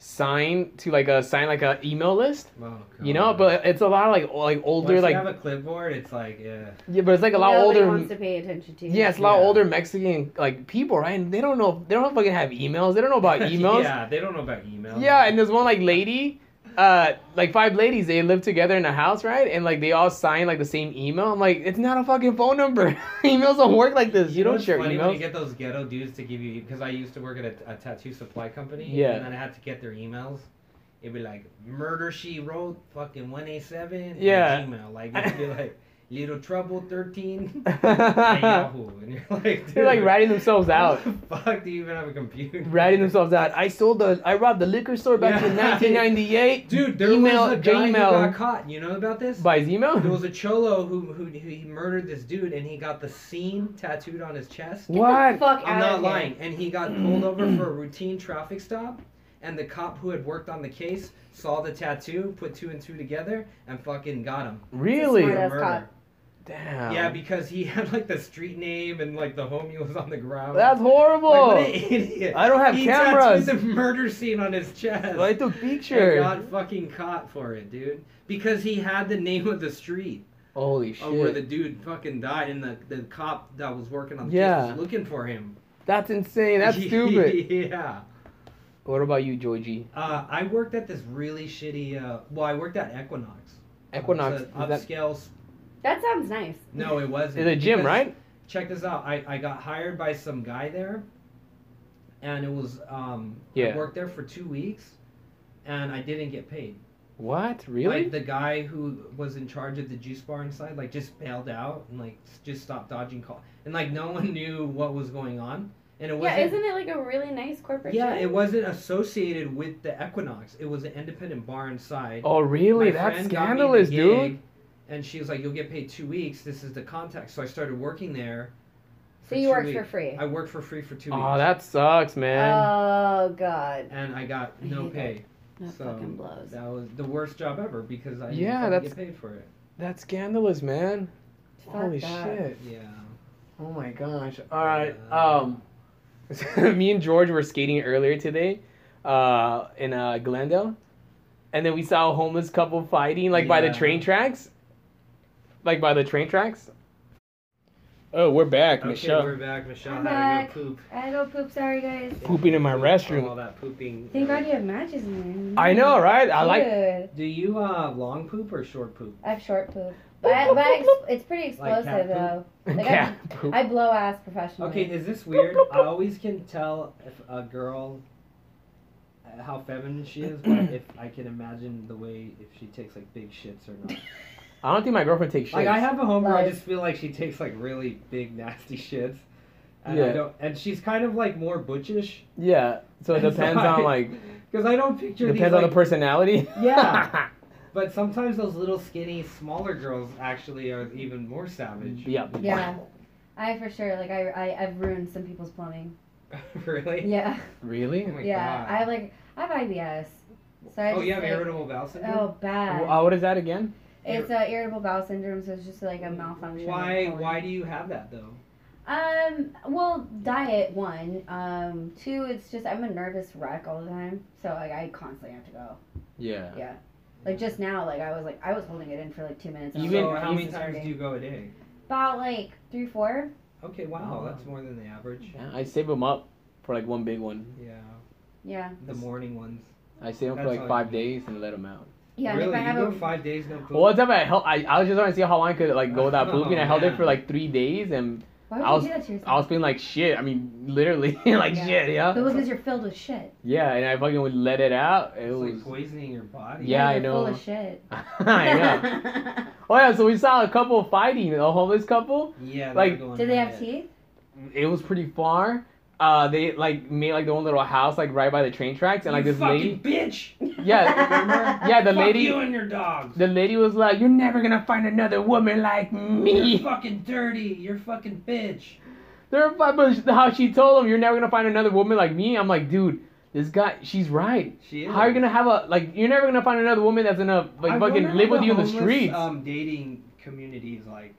[SPEAKER 2] sign to like a sign like a email list,
[SPEAKER 3] Oh,
[SPEAKER 2] you know.
[SPEAKER 3] God.
[SPEAKER 2] But it's a lot of like o- like
[SPEAKER 3] Once
[SPEAKER 2] older like
[SPEAKER 3] you have a clipboard, it's like yeah.
[SPEAKER 2] yeah, but it's like a lot
[SPEAKER 4] Nobody
[SPEAKER 2] older.
[SPEAKER 4] wants to pay attention to. you.
[SPEAKER 2] Yeah, it's a lot
[SPEAKER 3] Yeah.
[SPEAKER 2] older Mexican like people, right? And they don't know they don't fucking have emails. They don't know about emails.
[SPEAKER 3] yeah, they don't know about emails.
[SPEAKER 2] Yeah, and there's one like lady, uh, like five ladies. They live together in a house, right? And like they all sign like the same email. I'm like, it's not a fucking phone number. emails don't work like this. You,
[SPEAKER 3] know
[SPEAKER 2] don't
[SPEAKER 3] what's
[SPEAKER 2] share
[SPEAKER 3] funny When you
[SPEAKER 2] emails.
[SPEAKER 3] get those ghetto dudes to give you because I used to work at a, a tattoo supply company.
[SPEAKER 2] Yeah.
[SPEAKER 3] And then I had to get their emails. It'd be like murder she wrote fucking one eight seven.
[SPEAKER 2] Yeah.
[SPEAKER 3] Email like it'd be like little trouble thirteen. at
[SPEAKER 2] They're
[SPEAKER 3] Yahoo, and you're like dude,
[SPEAKER 2] like ratting themselves out,
[SPEAKER 3] How the fuck do you even have a computer?
[SPEAKER 2] ratting themselves out. I sold the, I robbed the liquor store back in
[SPEAKER 3] Yeah.
[SPEAKER 2] 1998
[SPEAKER 3] Dude, there
[SPEAKER 2] Email-
[SPEAKER 3] was a guy
[SPEAKER 2] Gmail.
[SPEAKER 3] who got caught. You know about this?
[SPEAKER 2] by his email.
[SPEAKER 3] There was a cholo who, who who he murdered this dude, and he got the scene tattooed on his chest.
[SPEAKER 4] Get
[SPEAKER 2] What?
[SPEAKER 4] The fuck
[SPEAKER 3] I'm
[SPEAKER 4] out
[SPEAKER 3] not
[SPEAKER 4] of here.
[SPEAKER 3] lying. And he got pulled over for a routine traffic stop. And the cop who had worked on the case saw the tattoo, put two and two together, and fucking got him.
[SPEAKER 2] Really?
[SPEAKER 4] Smart-ass
[SPEAKER 3] Murder.
[SPEAKER 4] cop.
[SPEAKER 2] Damn.
[SPEAKER 3] Yeah, because he had like the street name and like the homie was on the ground.
[SPEAKER 2] That's horrible.
[SPEAKER 3] like, what an idiot.
[SPEAKER 2] I don't have
[SPEAKER 3] he
[SPEAKER 2] cameras.
[SPEAKER 3] tattooed the murder scene on his chest.
[SPEAKER 2] I took
[SPEAKER 3] And
[SPEAKER 2] pictures.
[SPEAKER 3] got fucking caught for it, dude. Because he had the name of the street.
[SPEAKER 2] Holy shit.
[SPEAKER 3] of where the dude fucking died and the, the cop that was working on the
[SPEAKER 2] Yeah.
[SPEAKER 3] case was looking for him.
[SPEAKER 2] That's insane. That's stupid.
[SPEAKER 3] yeah.
[SPEAKER 2] What about you, Joy G?
[SPEAKER 3] Uh, I worked at this really shitty. Uh, well, I worked at Equinox. Uh,
[SPEAKER 2] Equinox.
[SPEAKER 3] It's
[SPEAKER 2] Is
[SPEAKER 3] a
[SPEAKER 2] that,
[SPEAKER 3] upscale. s-
[SPEAKER 4] That sounds nice.
[SPEAKER 3] No, it wasn't.
[SPEAKER 2] is a gym,
[SPEAKER 3] Because-
[SPEAKER 2] right?
[SPEAKER 3] Check this out. I, I got hired by some guy there, and it was um.
[SPEAKER 2] Yeah.
[SPEAKER 3] I worked there for two weeks, and I didn't get paid.
[SPEAKER 2] What? Really?
[SPEAKER 3] Like the guy who was in charge of the juice bar inside, like just bailed out and like s- just stopped dodging calls, and like no one knew what was going on, and it
[SPEAKER 4] Yeah,
[SPEAKER 3] wasn't.
[SPEAKER 4] isn't it like a really nice corporate?
[SPEAKER 3] yeah,
[SPEAKER 4] job?
[SPEAKER 3] it wasn't associated with the Equinox. It was an independent bar inside.
[SPEAKER 2] oh, really?
[SPEAKER 3] My
[SPEAKER 2] That's
[SPEAKER 3] friend got me the
[SPEAKER 2] scandalous,
[SPEAKER 3] gig,
[SPEAKER 2] dude.
[SPEAKER 3] And she was like, "You'll get paid two weeks. This is the contact." So I started working there. for
[SPEAKER 4] So you
[SPEAKER 3] two
[SPEAKER 4] worked for
[SPEAKER 3] weeks.
[SPEAKER 4] free.
[SPEAKER 3] I worked for free for two
[SPEAKER 2] Oh,
[SPEAKER 3] weeks,
[SPEAKER 2] that sucks, man.
[SPEAKER 4] Oh god,
[SPEAKER 3] and I got
[SPEAKER 4] I
[SPEAKER 3] no
[SPEAKER 4] hate
[SPEAKER 3] pay.
[SPEAKER 4] that
[SPEAKER 3] so
[SPEAKER 4] fucking blows.
[SPEAKER 3] That was the worst job ever because I
[SPEAKER 2] Yeah,
[SPEAKER 3] didn't
[SPEAKER 2] that's-
[SPEAKER 3] get paid for it.
[SPEAKER 2] That's scandalous, man.
[SPEAKER 4] Fuck
[SPEAKER 2] Holy
[SPEAKER 4] that.
[SPEAKER 2] shit.
[SPEAKER 3] Yeah.
[SPEAKER 2] Oh my gosh. All right.
[SPEAKER 3] Yeah.
[SPEAKER 2] Um, me and George were skating earlier today, uh, in uh, Glendale, and then we saw a homeless couple fighting like by the
[SPEAKER 3] Yeah.
[SPEAKER 2] train tracks, like by the train tracks. Oh, we're back,
[SPEAKER 3] Okay,
[SPEAKER 2] Michelle.
[SPEAKER 3] we're back. Michelle
[SPEAKER 4] I'm
[SPEAKER 3] had
[SPEAKER 4] back.
[SPEAKER 3] to go poop.
[SPEAKER 4] I don't poop. Sorry guys.
[SPEAKER 2] Pooping in my
[SPEAKER 3] Poop
[SPEAKER 2] restroom.
[SPEAKER 3] from All that pooping.
[SPEAKER 4] Thank God you have matches in there.
[SPEAKER 2] I know, right? I like.
[SPEAKER 4] Dude,
[SPEAKER 3] Do you uh long poop or short poop?
[SPEAKER 4] I have short poop, but, I- but I ex- it's pretty
[SPEAKER 3] Like cat
[SPEAKER 4] explosive though. Like,
[SPEAKER 2] Cat poop.
[SPEAKER 4] I blow ass professionally.
[SPEAKER 3] Okay, is this weird? I always can tell if a girl uh, how feminine she is, but if I can imagine the way if she takes like big shits or not.
[SPEAKER 2] I don't think my girlfriend takes shit.
[SPEAKER 3] Like I have a homewrecker, I
[SPEAKER 4] Lies.
[SPEAKER 3] just feel like she takes like really big nasty shits. And I
[SPEAKER 2] Yeah.
[SPEAKER 3] don't and she's kind of like more butchish.
[SPEAKER 2] yeah. So it
[SPEAKER 3] So
[SPEAKER 2] depends
[SPEAKER 3] I-
[SPEAKER 2] on like
[SPEAKER 3] Because I don't picture
[SPEAKER 2] depends
[SPEAKER 3] these,
[SPEAKER 2] on the
[SPEAKER 3] like-
[SPEAKER 2] personality.
[SPEAKER 3] Yeah. But sometimes those little skinny, smaller girls actually are even more savage.
[SPEAKER 2] yeah.
[SPEAKER 4] Yeah, I for sure. Like I, I I've ruined some people's plumbing.
[SPEAKER 3] really?
[SPEAKER 4] Yeah,
[SPEAKER 2] Really?
[SPEAKER 3] Oh my
[SPEAKER 4] yeah.
[SPEAKER 3] God.
[SPEAKER 4] I have like I have IBS. So I
[SPEAKER 3] oh,
[SPEAKER 4] just,
[SPEAKER 3] you have
[SPEAKER 4] like-
[SPEAKER 3] irritable bowel syndrome.
[SPEAKER 4] Oh, bad.
[SPEAKER 2] Uh, what is that again?
[SPEAKER 4] It's uh, irritable bowel syndrome, so it's just like a malfunction. of
[SPEAKER 3] Why?
[SPEAKER 4] the colon.
[SPEAKER 3] Why do you have that though?
[SPEAKER 4] Um. Well, diet one. Um. Two. It's just I'm a nervous wreck all the time, so like I constantly have to go.
[SPEAKER 2] Yeah.
[SPEAKER 4] Yeah. Like just now, like I was like I was holding it in for like two minutes. and I was
[SPEAKER 2] Even-
[SPEAKER 3] so
[SPEAKER 4] like,
[SPEAKER 3] how many
[SPEAKER 4] "This is
[SPEAKER 3] times do
[SPEAKER 4] hurting."
[SPEAKER 3] you go a day?
[SPEAKER 4] About like three, four.
[SPEAKER 3] Okay, wow,
[SPEAKER 2] Oh.
[SPEAKER 3] that's more than the average.
[SPEAKER 2] Yeah, I save them up for like one big one.
[SPEAKER 3] Yeah,
[SPEAKER 4] Yeah.
[SPEAKER 3] the morning ones.
[SPEAKER 2] I save them for
[SPEAKER 3] That's
[SPEAKER 2] like
[SPEAKER 3] all
[SPEAKER 2] five
[SPEAKER 3] you
[SPEAKER 2] days and let them out.
[SPEAKER 4] Yeah. and
[SPEAKER 3] really?
[SPEAKER 4] if I have
[SPEAKER 3] you
[SPEAKER 4] a,
[SPEAKER 3] go five days no food.
[SPEAKER 2] Well, one time I held, I, I was just trying to see how long I could like go without
[SPEAKER 3] Oh,
[SPEAKER 2] pooping. I held it
[SPEAKER 3] man.
[SPEAKER 2] for like three days and
[SPEAKER 4] why would
[SPEAKER 2] I was-
[SPEAKER 4] you do that to yourself?
[SPEAKER 2] I was feeling like shit. I mean, literally like
[SPEAKER 4] Yeah.
[SPEAKER 2] shit,
[SPEAKER 4] But
[SPEAKER 2] yeah.
[SPEAKER 4] because you're filled with shit.
[SPEAKER 2] Yeah, and I fucking would let it out. It
[SPEAKER 3] It's like
[SPEAKER 2] was.
[SPEAKER 3] poisoning your body.
[SPEAKER 2] Yeah, I
[SPEAKER 4] you're Full
[SPEAKER 2] know.
[SPEAKER 4] of shit.
[SPEAKER 2] I know. Oh yeah, so we saw a couple fighting, a homeless couple.
[SPEAKER 3] Yeah.
[SPEAKER 2] Like-
[SPEAKER 3] they're going
[SPEAKER 4] Did they
[SPEAKER 3] at
[SPEAKER 4] have
[SPEAKER 3] it.
[SPEAKER 4] teeth?
[SPEAKER 2] It was pretty far. Uh, they like made like their own little house like right by the train tracks, and like
[SPEAKER 3] you
[SPEAKER 2] this
[SPEAKER 3] fucking
[SPEAKER 2] lady,
[SPEAKER 3] bitch.
[SPEAKER 2] yeah, yeah, the
[SPEAKER 3] Fuck
[SPEAKER 2] lady,
[SPEAKER 3] You and your dogs.
[SPEAKER 2] the lady was like, "You're never gonna find another woman like
[SPEAKER 3] You're
[SPEAKER 2] me."
[SPEAKER 3] fucking dirty. You're fucking bitch.
[SPEAKER 2] They're fine, but sh- how she told him, "You're never gonna find another woman like me." I'm like, dude, this guy, she's right.
[SPEAKER 3] She is.
[SPEAKER 2] How are you gonna have a like? You're never gonna find another woman that's gonna like
[SPEAKER 3] I wonder
[SPEAKER 2] fucking live
[SPEAKER 3] how
[SPEAKER 2] with you in the
[SPEAKER 3] homeless,
[SPEAKER 2] streets.
[SPEAKER 3] Um, dating communities like.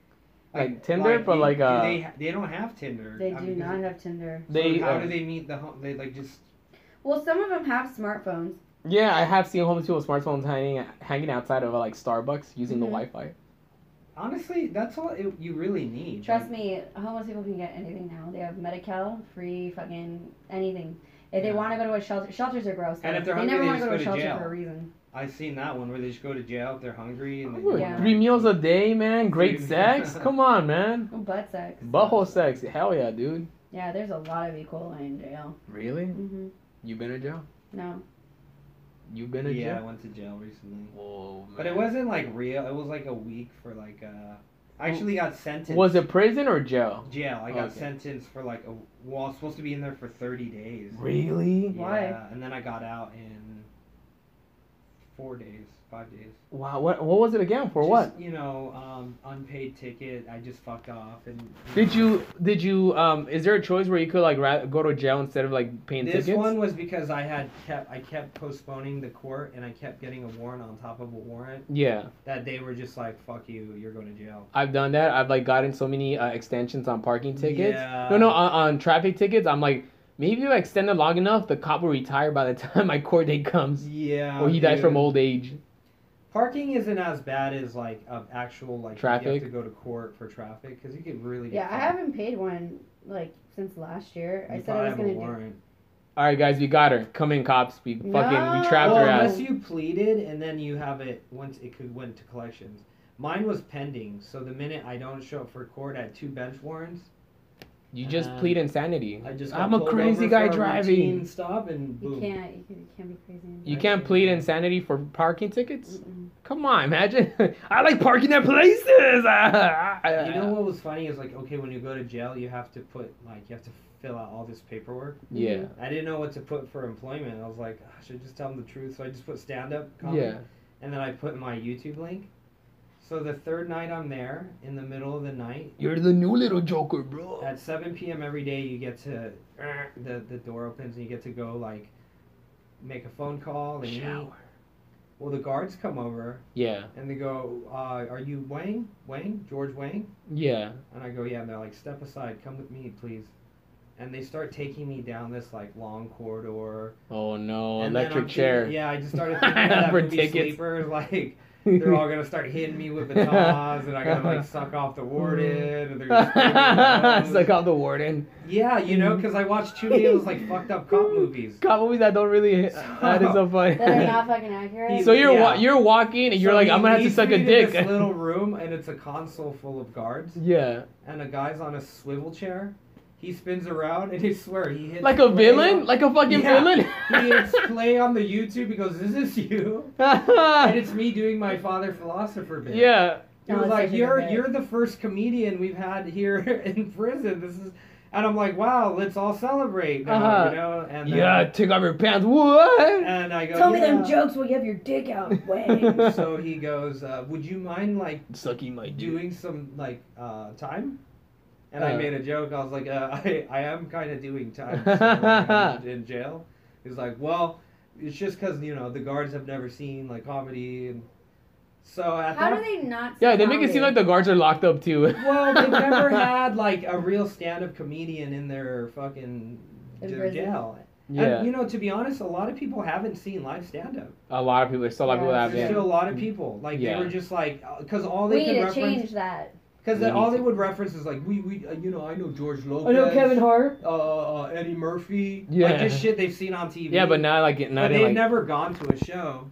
[SPEAKER 2] Like Tinder, but
[SPEAKER 3] do-
[SPEAKER 2] like,
[SPEAKER 3] do
[SPEAKER 2] uh,
[SPEAKER 3] they, ha- they don't have Tinder.
[SPEAKER 4] They
[SPEAKER 3] I
[SPEAKER 4] do
[SPEAKER 3] mean,
[SPEAKER 4] not have Tinder.
[SPEAKER 3] so
[SPEAKER 2] they,
[SPEAKER 3] how
[SPEAKER 2] uh,
[SPEAKER 3] do they meet the home? They like just
[SPEAKER 4] Well, some of them have smartphones.
[SPEAKER 2] yeah, I have seen homeless people with smartphones hanging hanging outside of uh, like Starbucks using the
[SPEAKER 4] Mhm.
[SPEAKER 2] Wi-Fi.
[SPEAKER 3] honestly that's all it, you really need.
[SPEAKER 4] Trust me, homeless people can get anything now. They have Medi-Cal, free fucking anything. If they
[SPEAKER 3] Yeah.
[SPEAKER 4] want to go to a shelter, shelters are gross.
[SPEAKER 3] And
[SPEAKER 4] though.
[SPEAKER 3] if they're
[SPEAKER 4] they
[SPEAKER 3] hungry,
[SPEAKER 4] never
[SPEAKER 3] they
[SPEAKER 4] wanna
[SPEAKER 3] just
[SPEAKER 4] go to a
[SPEAKER 3] go to
[SPEAKER 4] shelter
[SPEAKER 3] jail.
[SPEAKER 4] for a reason.
[SPEAKER 3] I've seen that one where they just go to jail if they're hungry and they
[SPEAKER 2] Ooh,
[SPEAKER 4] Yeah.
[SPEAKER 2] Three meals a day, man. Great
[SPEAKER 3] Oh Three-
[SPEAKER 2] sex. Come on, man.
[SPEAKER 4] Oh, butt sex.
[SPEAKER 2] Butthole sex. Hell yeah, dude.
[SPEAKER 4] Yeah, there's a lot of E. coli in jail.
[SPEAKER 2] Really?
[SPEAKER 4] hmm
[SPEAKER 3] Mm-hmm.
[SPEAKER 2] You been in jail?
[SPEAKER 4] No.
[SPEAKER 2] You been in
[SPEAKER 3] Yeah, I
[SPEAKER 2] jail?
[SPEAKER 3] went to jail recently.
[SPEAKER 2] Whoa, man.
[SPEAKER 3] But it wasn't like real. It was like a week for like uh I actually got sentenced.
[SPEAKER 2] Was it prison or jail?
[SPEAKER 3] jail? I got
[SPEAKER 2] Okay.
[SPEAKER 3] sentenced for like a well, I was supposed to be in there for 30 days.
[SPEAKER 2] Really?
[SPEAKER 4] Why?
[SPEAKER 3] Yeah, and then I got out in 4 days, 5 days.
[SPEAKER 2] Wow. What? What was it again? For
[SPEAKER 3] Just,
[SPEAKER 2] what?
[SPEAKER 3] You know, um unpaid ticket. I just fucked off and
[SPEAKER 2] Did you? Did you? Um. Is there a choice where you could like ra- go to jail instead of like paying
[SPEAKER 3] This
[SPEAKER 2] tickets?
[SPEAKER 3] one was because I had kept I kept postponing the court and I kept getting a warrant on top of a warrant
[SPEAKER 2] Yeah,
[SPEAKER 3] that they were just like fuck you you're going to jail.
[SPEAKER 2] I've done that. I've like gotten so many uh, extensions on parking tickets.
[SPEAKER 3] Yeah.
[SPEAKER 2] No, no, on, on traffic tickets. I'm like, maybe if I extend it long enough, the cop will retire by the time my court date comes,
[SPEAKER 3] Yeah.
[SPEAKER 2] or he dies
[SPEAKER 3] dude.
[SPEAKER 2] from old age.
[SPEAKER 3] Parking isn't as bad as like of actual like You
[SPEAKER 2] Traffic.
[SPEAKER 3] have to go to court for traffic because you could really.
[SPEAKER 4] Yeah,
[SPEAKER 3] get
[SPEAKER 4] I
[SPEAKER 3] caught.
[SPEAKER 4] haven't paid one like since last year.
[SPEAKER 3] You
[SPEAKER 4] I said I was
[SPEAKER 3] probably
[SPEAKER 4] gonna
[SPEAKER 3] have a
[SPEAKER 4] do.
[SPEAKER 3] warrant.
[SPEAKER 2] All right, guys, we got her. Come in, cops. We fucking we trapped
[SPEAKER 4] No.
[SPEAKER 3] Well,
[SPEAKER 2] her ass.
[SPEAKER 3] unless you pleaded and then you have it once it could went to collections. Mine was pending, so the minute I don't show up for court, I had two bench warrants.
[SPEAKER 2] You just
[SPEAKER 3] Um,
[SPEAKER 2] plead insanity.
[SPEAKER 3] I just. Got
[SPEAKER 2] I'm a
[SPEAKER 3] pulled
[SPEAKER 2] crazy
[SPEAKER 3] over
[SPEAKER 2] guy
[SPEAKER 3] for a
[SPEAKER 2] driving.
[SPEAKER 3] routine Stop and
[SPEAKER 4] You
[SPEAKER 3] boom.
[SPEAKER 4] can't. You, can, you can't be crazy.
[SPEAKER 2] You can't plead insanity for parking tickets?
[SPEAKER 4] Mm-mm.
[SPEAKER 2] Come on, imagine. I like parking at places.
[SPEAKER 3] You know what was funny is like okay when you go to jail you have to put like you have to fill out all this paperwork.
[SPEAKER 2] Yeah.
[SPEAKER 3] I didn't know what to put for employment. I was like "Ah, I should I just tell them the truth, so I just put stand up comedy.
[SPEAKER 2] Yeah.
[SPEAKER 3] And then I put my YouTube link. So the third night I'm there in the middle of the night
[SPEAKER 2] You're the new little joker, bro.
[SPEAKER 3] at 7 p.m. every day you get to the the door opens and you get to go like make a phone
[SPEAKER 2] Oh,
[SPEAKER 3] call and meet.
[SPEAKER 2] Shower.
[SPEAKER 3] Well, the guards come over
[SPEAKER 2] Yeah.
[SPEAKER 3] and they go, uh, "Are you Wang? Wang? George Wang?"
[SPEAKER 2] Yeah.
[SPEAKER 3] And I go, yeah. And they're like, step aside, come with me, please. And they start taking me down this like long corridor.
[SPEAKER 2] Oh no,
[SPEAKER 3] and then
[SPEAKER 2] electric
[SPEAKER 3] I'm thinking-
[SPEAKER 2] chair.
[SPEAKER 3] yeah, I just started thinking of that
[SPEAKER 2] For
[SPEAKER 3] movie
[SPEAKER 2] tickets.
[SPEAKER 3] Sleepers. Like they're all gonna start hitting me with batons, and I gotta like suck off the warden. And they're gonna spray me with
[SPEAKER 2] it's like
[SPEAKER 3] those.
[SPEAKER 2] I'm the warden.
[SPEAKER 3] yeah, you know, because I watched two videos like fucked up cop movies.
[SPEAKER 2] Cop movies that don't really. That is so funny.
[SPEAKER 4] That are not fucking accurate.
[SPEAKER 2] so you're wa-
[SPEAKER 3] Yeah.
[SPEAKER 2] you're walking and you're
[SPEAKER 3] So
[SPEAKER 2] like,
[SPEAKER 3] he
[SPEAKER 2] I'm gonna have to
[SPEAKER 3] leads
[SPEAKER 2] suck
[SPEAKER 3] me
[SPEAKER 2] a
[SPEAKER 3] to
[SPEAKER 2] dick.
[SPEAKER 3] This little room, and it's a console full of guards,
[SPEAKER 2] yeah.
[SPEAKER 3] and a guy's on a swivel chair. He spins around, and I swear he hits
[SPEAKER 2] Like a
[SPEAKER 3] play
[SPEAKER 2] villain?
[SPEAKER 3] on-
[SPEAKER 2] Like a fucking
[SPEAKER 3] Yeah.
[SPEAKER 2] villain?
[SPEAKER 3] he hits play on the YouTube. He goes, "Is this you?" And it's me doing my father philosopher bit.
[SPEAKER 2] yeah.
[SPEAKER 3] he
[SPEAKER 4] No,
[SPEAKER 3] was
[SPEAKER 4] it's
[SPEAKER 3] like,
[SPEAKER 4] different
[SPEAKER 3] "You're
[SPEAKER 4] bit."
[SPEAKER 3] you're the first comedian we've had here in prison. This is," and I'm like, "Wow, let's all celebrate!" Now,
[SPEAKER 2] Uh-huh.
[SPEAKER 3] You know, and then-
[SPEAKER 2] Yeah, take off your pants. What?
[SPEAKER 3] and I go,
[SPEAKER 4] Tell me them
[SPEAKER 3] "Yeah."
[SPEAKER 4] jokes while you have your dick out. Wang.
[SPEAKER 3] So he goes, uh, "Would you mind like
[SPEAKER 2] Sucking my dick.
[SPEAKER 3] doing some like uh, time?" And I
[SPEAKER 2] Uh.
[SPEAKER 3] made a joke. I was like, uh, "I I am kind of doing time so, like, I'm in jail." He's like, "Well, it's just because you know the guards have never seen like comedy and." So at
[SPEAKER 4] How
[SPEAKER 3] that
[SPEAKER 4] do they not?
[SPEAKER 2] Yeah, they make it seem like the guards are locked up too.
[SPEAKER 3] Well, they've never had like a real stand-up comedian in their fucking
[SPEAKER 4] In
[SPEAKER 3] their
[SPEAKER 4] prison.
[SPEAKER 3] jail.
[SPEAKER 2] Yeah,
[SPEAKER 3] And, you know, to be honest, a lot of people haven't seen live stand-up.
[SPEAKER 2] a lot of people. There's still a lot of people that
[SPEAKER 3] There's
[SPEAKER 4] Yeah.
[SPEAKER 2] haven't.
[SPEAKER 3] still a lot of people like
[SPEAKER 2] Mm. Yeah.
[SPEAKER 3] they were just like because all
[SPEAKER 4] We
[SPEAKER 3] they
[SPEAKER 4] need
[SPEAKER 3] could
[SPEAKER 4] to
[SPEAKER 3] reference
[SPEAKER 4] change that.
[SPEAKER 3] because
[SPEAKER 2] We
[SPEAKER 3] all
[SPEAKER 2] need
[SPEAKER 3] they
[SPEAKER 2] to.
[SPEAKER 3] would reference is like we we uh, you know I know George Lopez.
[SPEAKER 4] Hart.
[SPEAKER 3] Uh, uh, Eddie Murphy.
[SPEAKER 2] Yeah.
[SPEAKER 3] Like just shit they've seen on TV.
[SPEAKER 2] Yeah, but not like
[SPEAKER 3] But
[SPEAKER 2] not in
[SPEAKER 3] they've
[SPEAKER 2] like
[SPEAKER 3] never gone to a show.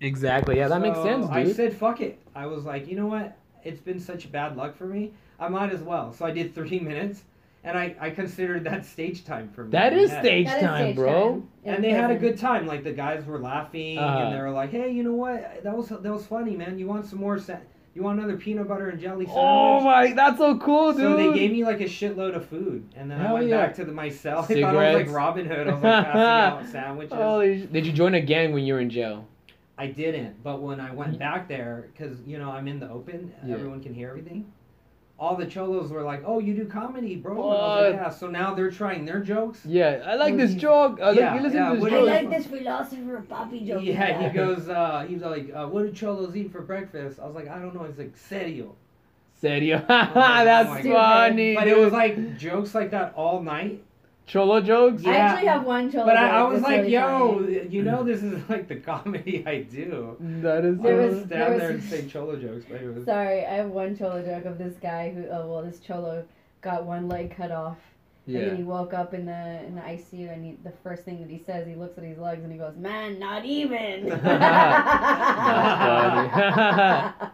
[SPEAKER 2] exactly. Yeah, that makes
[SPEAKER 3] So
[SPEAKER 2] sense,
[SPEAKER 3] I
[SPEAKER 2] dude.
[SPEAKER 3] said, fuck it. I was like, you know what? It's been such bad luck for me. I might as well. So I did three minutes, and I, I considered that stage time for me.
[SPEAKER 2] That is
[SPEAKER 3] Yeah.
[SPEAKER 2] stage
[SPEAKER 4] That is
[SPEAKER 2] time,
[SPEAKER 4] stage
[SPEAKER 2] bro.
[SPEAKER 4] time.
[SPEAKER 3] And they had a
[SPEAKER 4] Yeah.
[SPEAKER 3] good time. Like the guys were laughing,
[SPEAKER 2] Uh-huh.
[SPEAKER 3] and they were like, hey, you know what? That was that was funny, man. You want some more? Sa- you want another peanut butter and jelly sandwich?
[SPEAKER 2] Oh my, that's so cool, dude.
[SPEAKER 3] So they gave me like a shitload of food, and then I
[SPEAKER 2] Hell
[SPEAKER 3] went
[SPEAKER 2] yeah.
[SPEAKER 3] back to the, my cell. I thought I was
[SPEAKER 2] Cigarettes. Oh,
[SPEAKER 3] like Robin Hood. I was like passing out sandwiches.
[SPEAKER 2] Holy sh- Did you join a gang when you were in jail?
[SPEAKER 3] I didn't, but when I
[SPEAKER 2] Y-
[SPEAKER 3] went back there, because you know I'm in the open,
[SPEAKER 2] Yeah.
[SPEAKER 3] everyone can hear everything. All the cholos were like, "Oh, you do comedy, bro!" And I was like,
[SPEAKER 2] What?
[SPEAKER 3] yeah. So now they're trying their jokes.
[SPEAKER 2] Yeah, I like this
[SPEAKER 4] Mhm.
[SPEAKER 2] joke. I like,
[SPEAKER 3] Yeah,
[SPEAKER 2] you listen
[SPEAKER 3] yeah,
[SPEAKER 2] to this
[SPEAKER 3] what
[SPEAKER 4] I
[SPEAKER 3] do
[SPEAKER 2] joke.
[SPEAKER 3] you-
[SPEAKER 4] like this philosopher Bobby joke.
[SPEAKER 3] Yeah,
[SPEAKER 4] you
[SPEAKER 3] he goes. Uh, he's like, uh, "What do cholos eat for breakfast?" I was like, "I don't know." He's like, "Serio."
[SPEAKER 2] Serio,
[SPEAKER 3] Oh my
[SPEAKER 2] that's
[SPEAKER 3] God.
[SPEAKER 2] funny.
[SPEAKER 3] But it was
[SPEAKER 2] dude.
[SPEAKER 3] like jokes like that all night.
[SPEAKER 2] cholo jokes.
[SPEAKER 4] I
[SPEAKER 3] Yeah.
[SPEAKER 4] actually have one cholo.
[SPEAKER 3] But I, I
[SPEAKER 4] joke
[SPEAKER 3] was
[SPEAKER 4] that's
[SPEAKER 3] like,
[SPEAKER 4] Oh, really
[SPEAKER 3] "Yo,
[SPEAKER 4] funny.
[SPEAKER 3] you know, this is like the comedy I do."
[SPEAKER 2] That is.
[SPEAKER 4] There
[SPEAKER 3] I
[SPEAKER 2] so-
[SPEAKER 4] was-
[SPEAKER 3] was
[SPEAKER 4] there
[SPEAKER 3] down
[SPEAKER 4] was-
[SPEAKER 3] there and say cholo jokes, but it was.
[SPEAKER 4] Sorry, I have one cholo joke of this guy who, oh well, this cholo got one leg cut off, and then he woke up in the in the ICU, and he, the first thing that he says, he looks at his legs and he goes, "Man, not even."
[SPEAKER 2] That's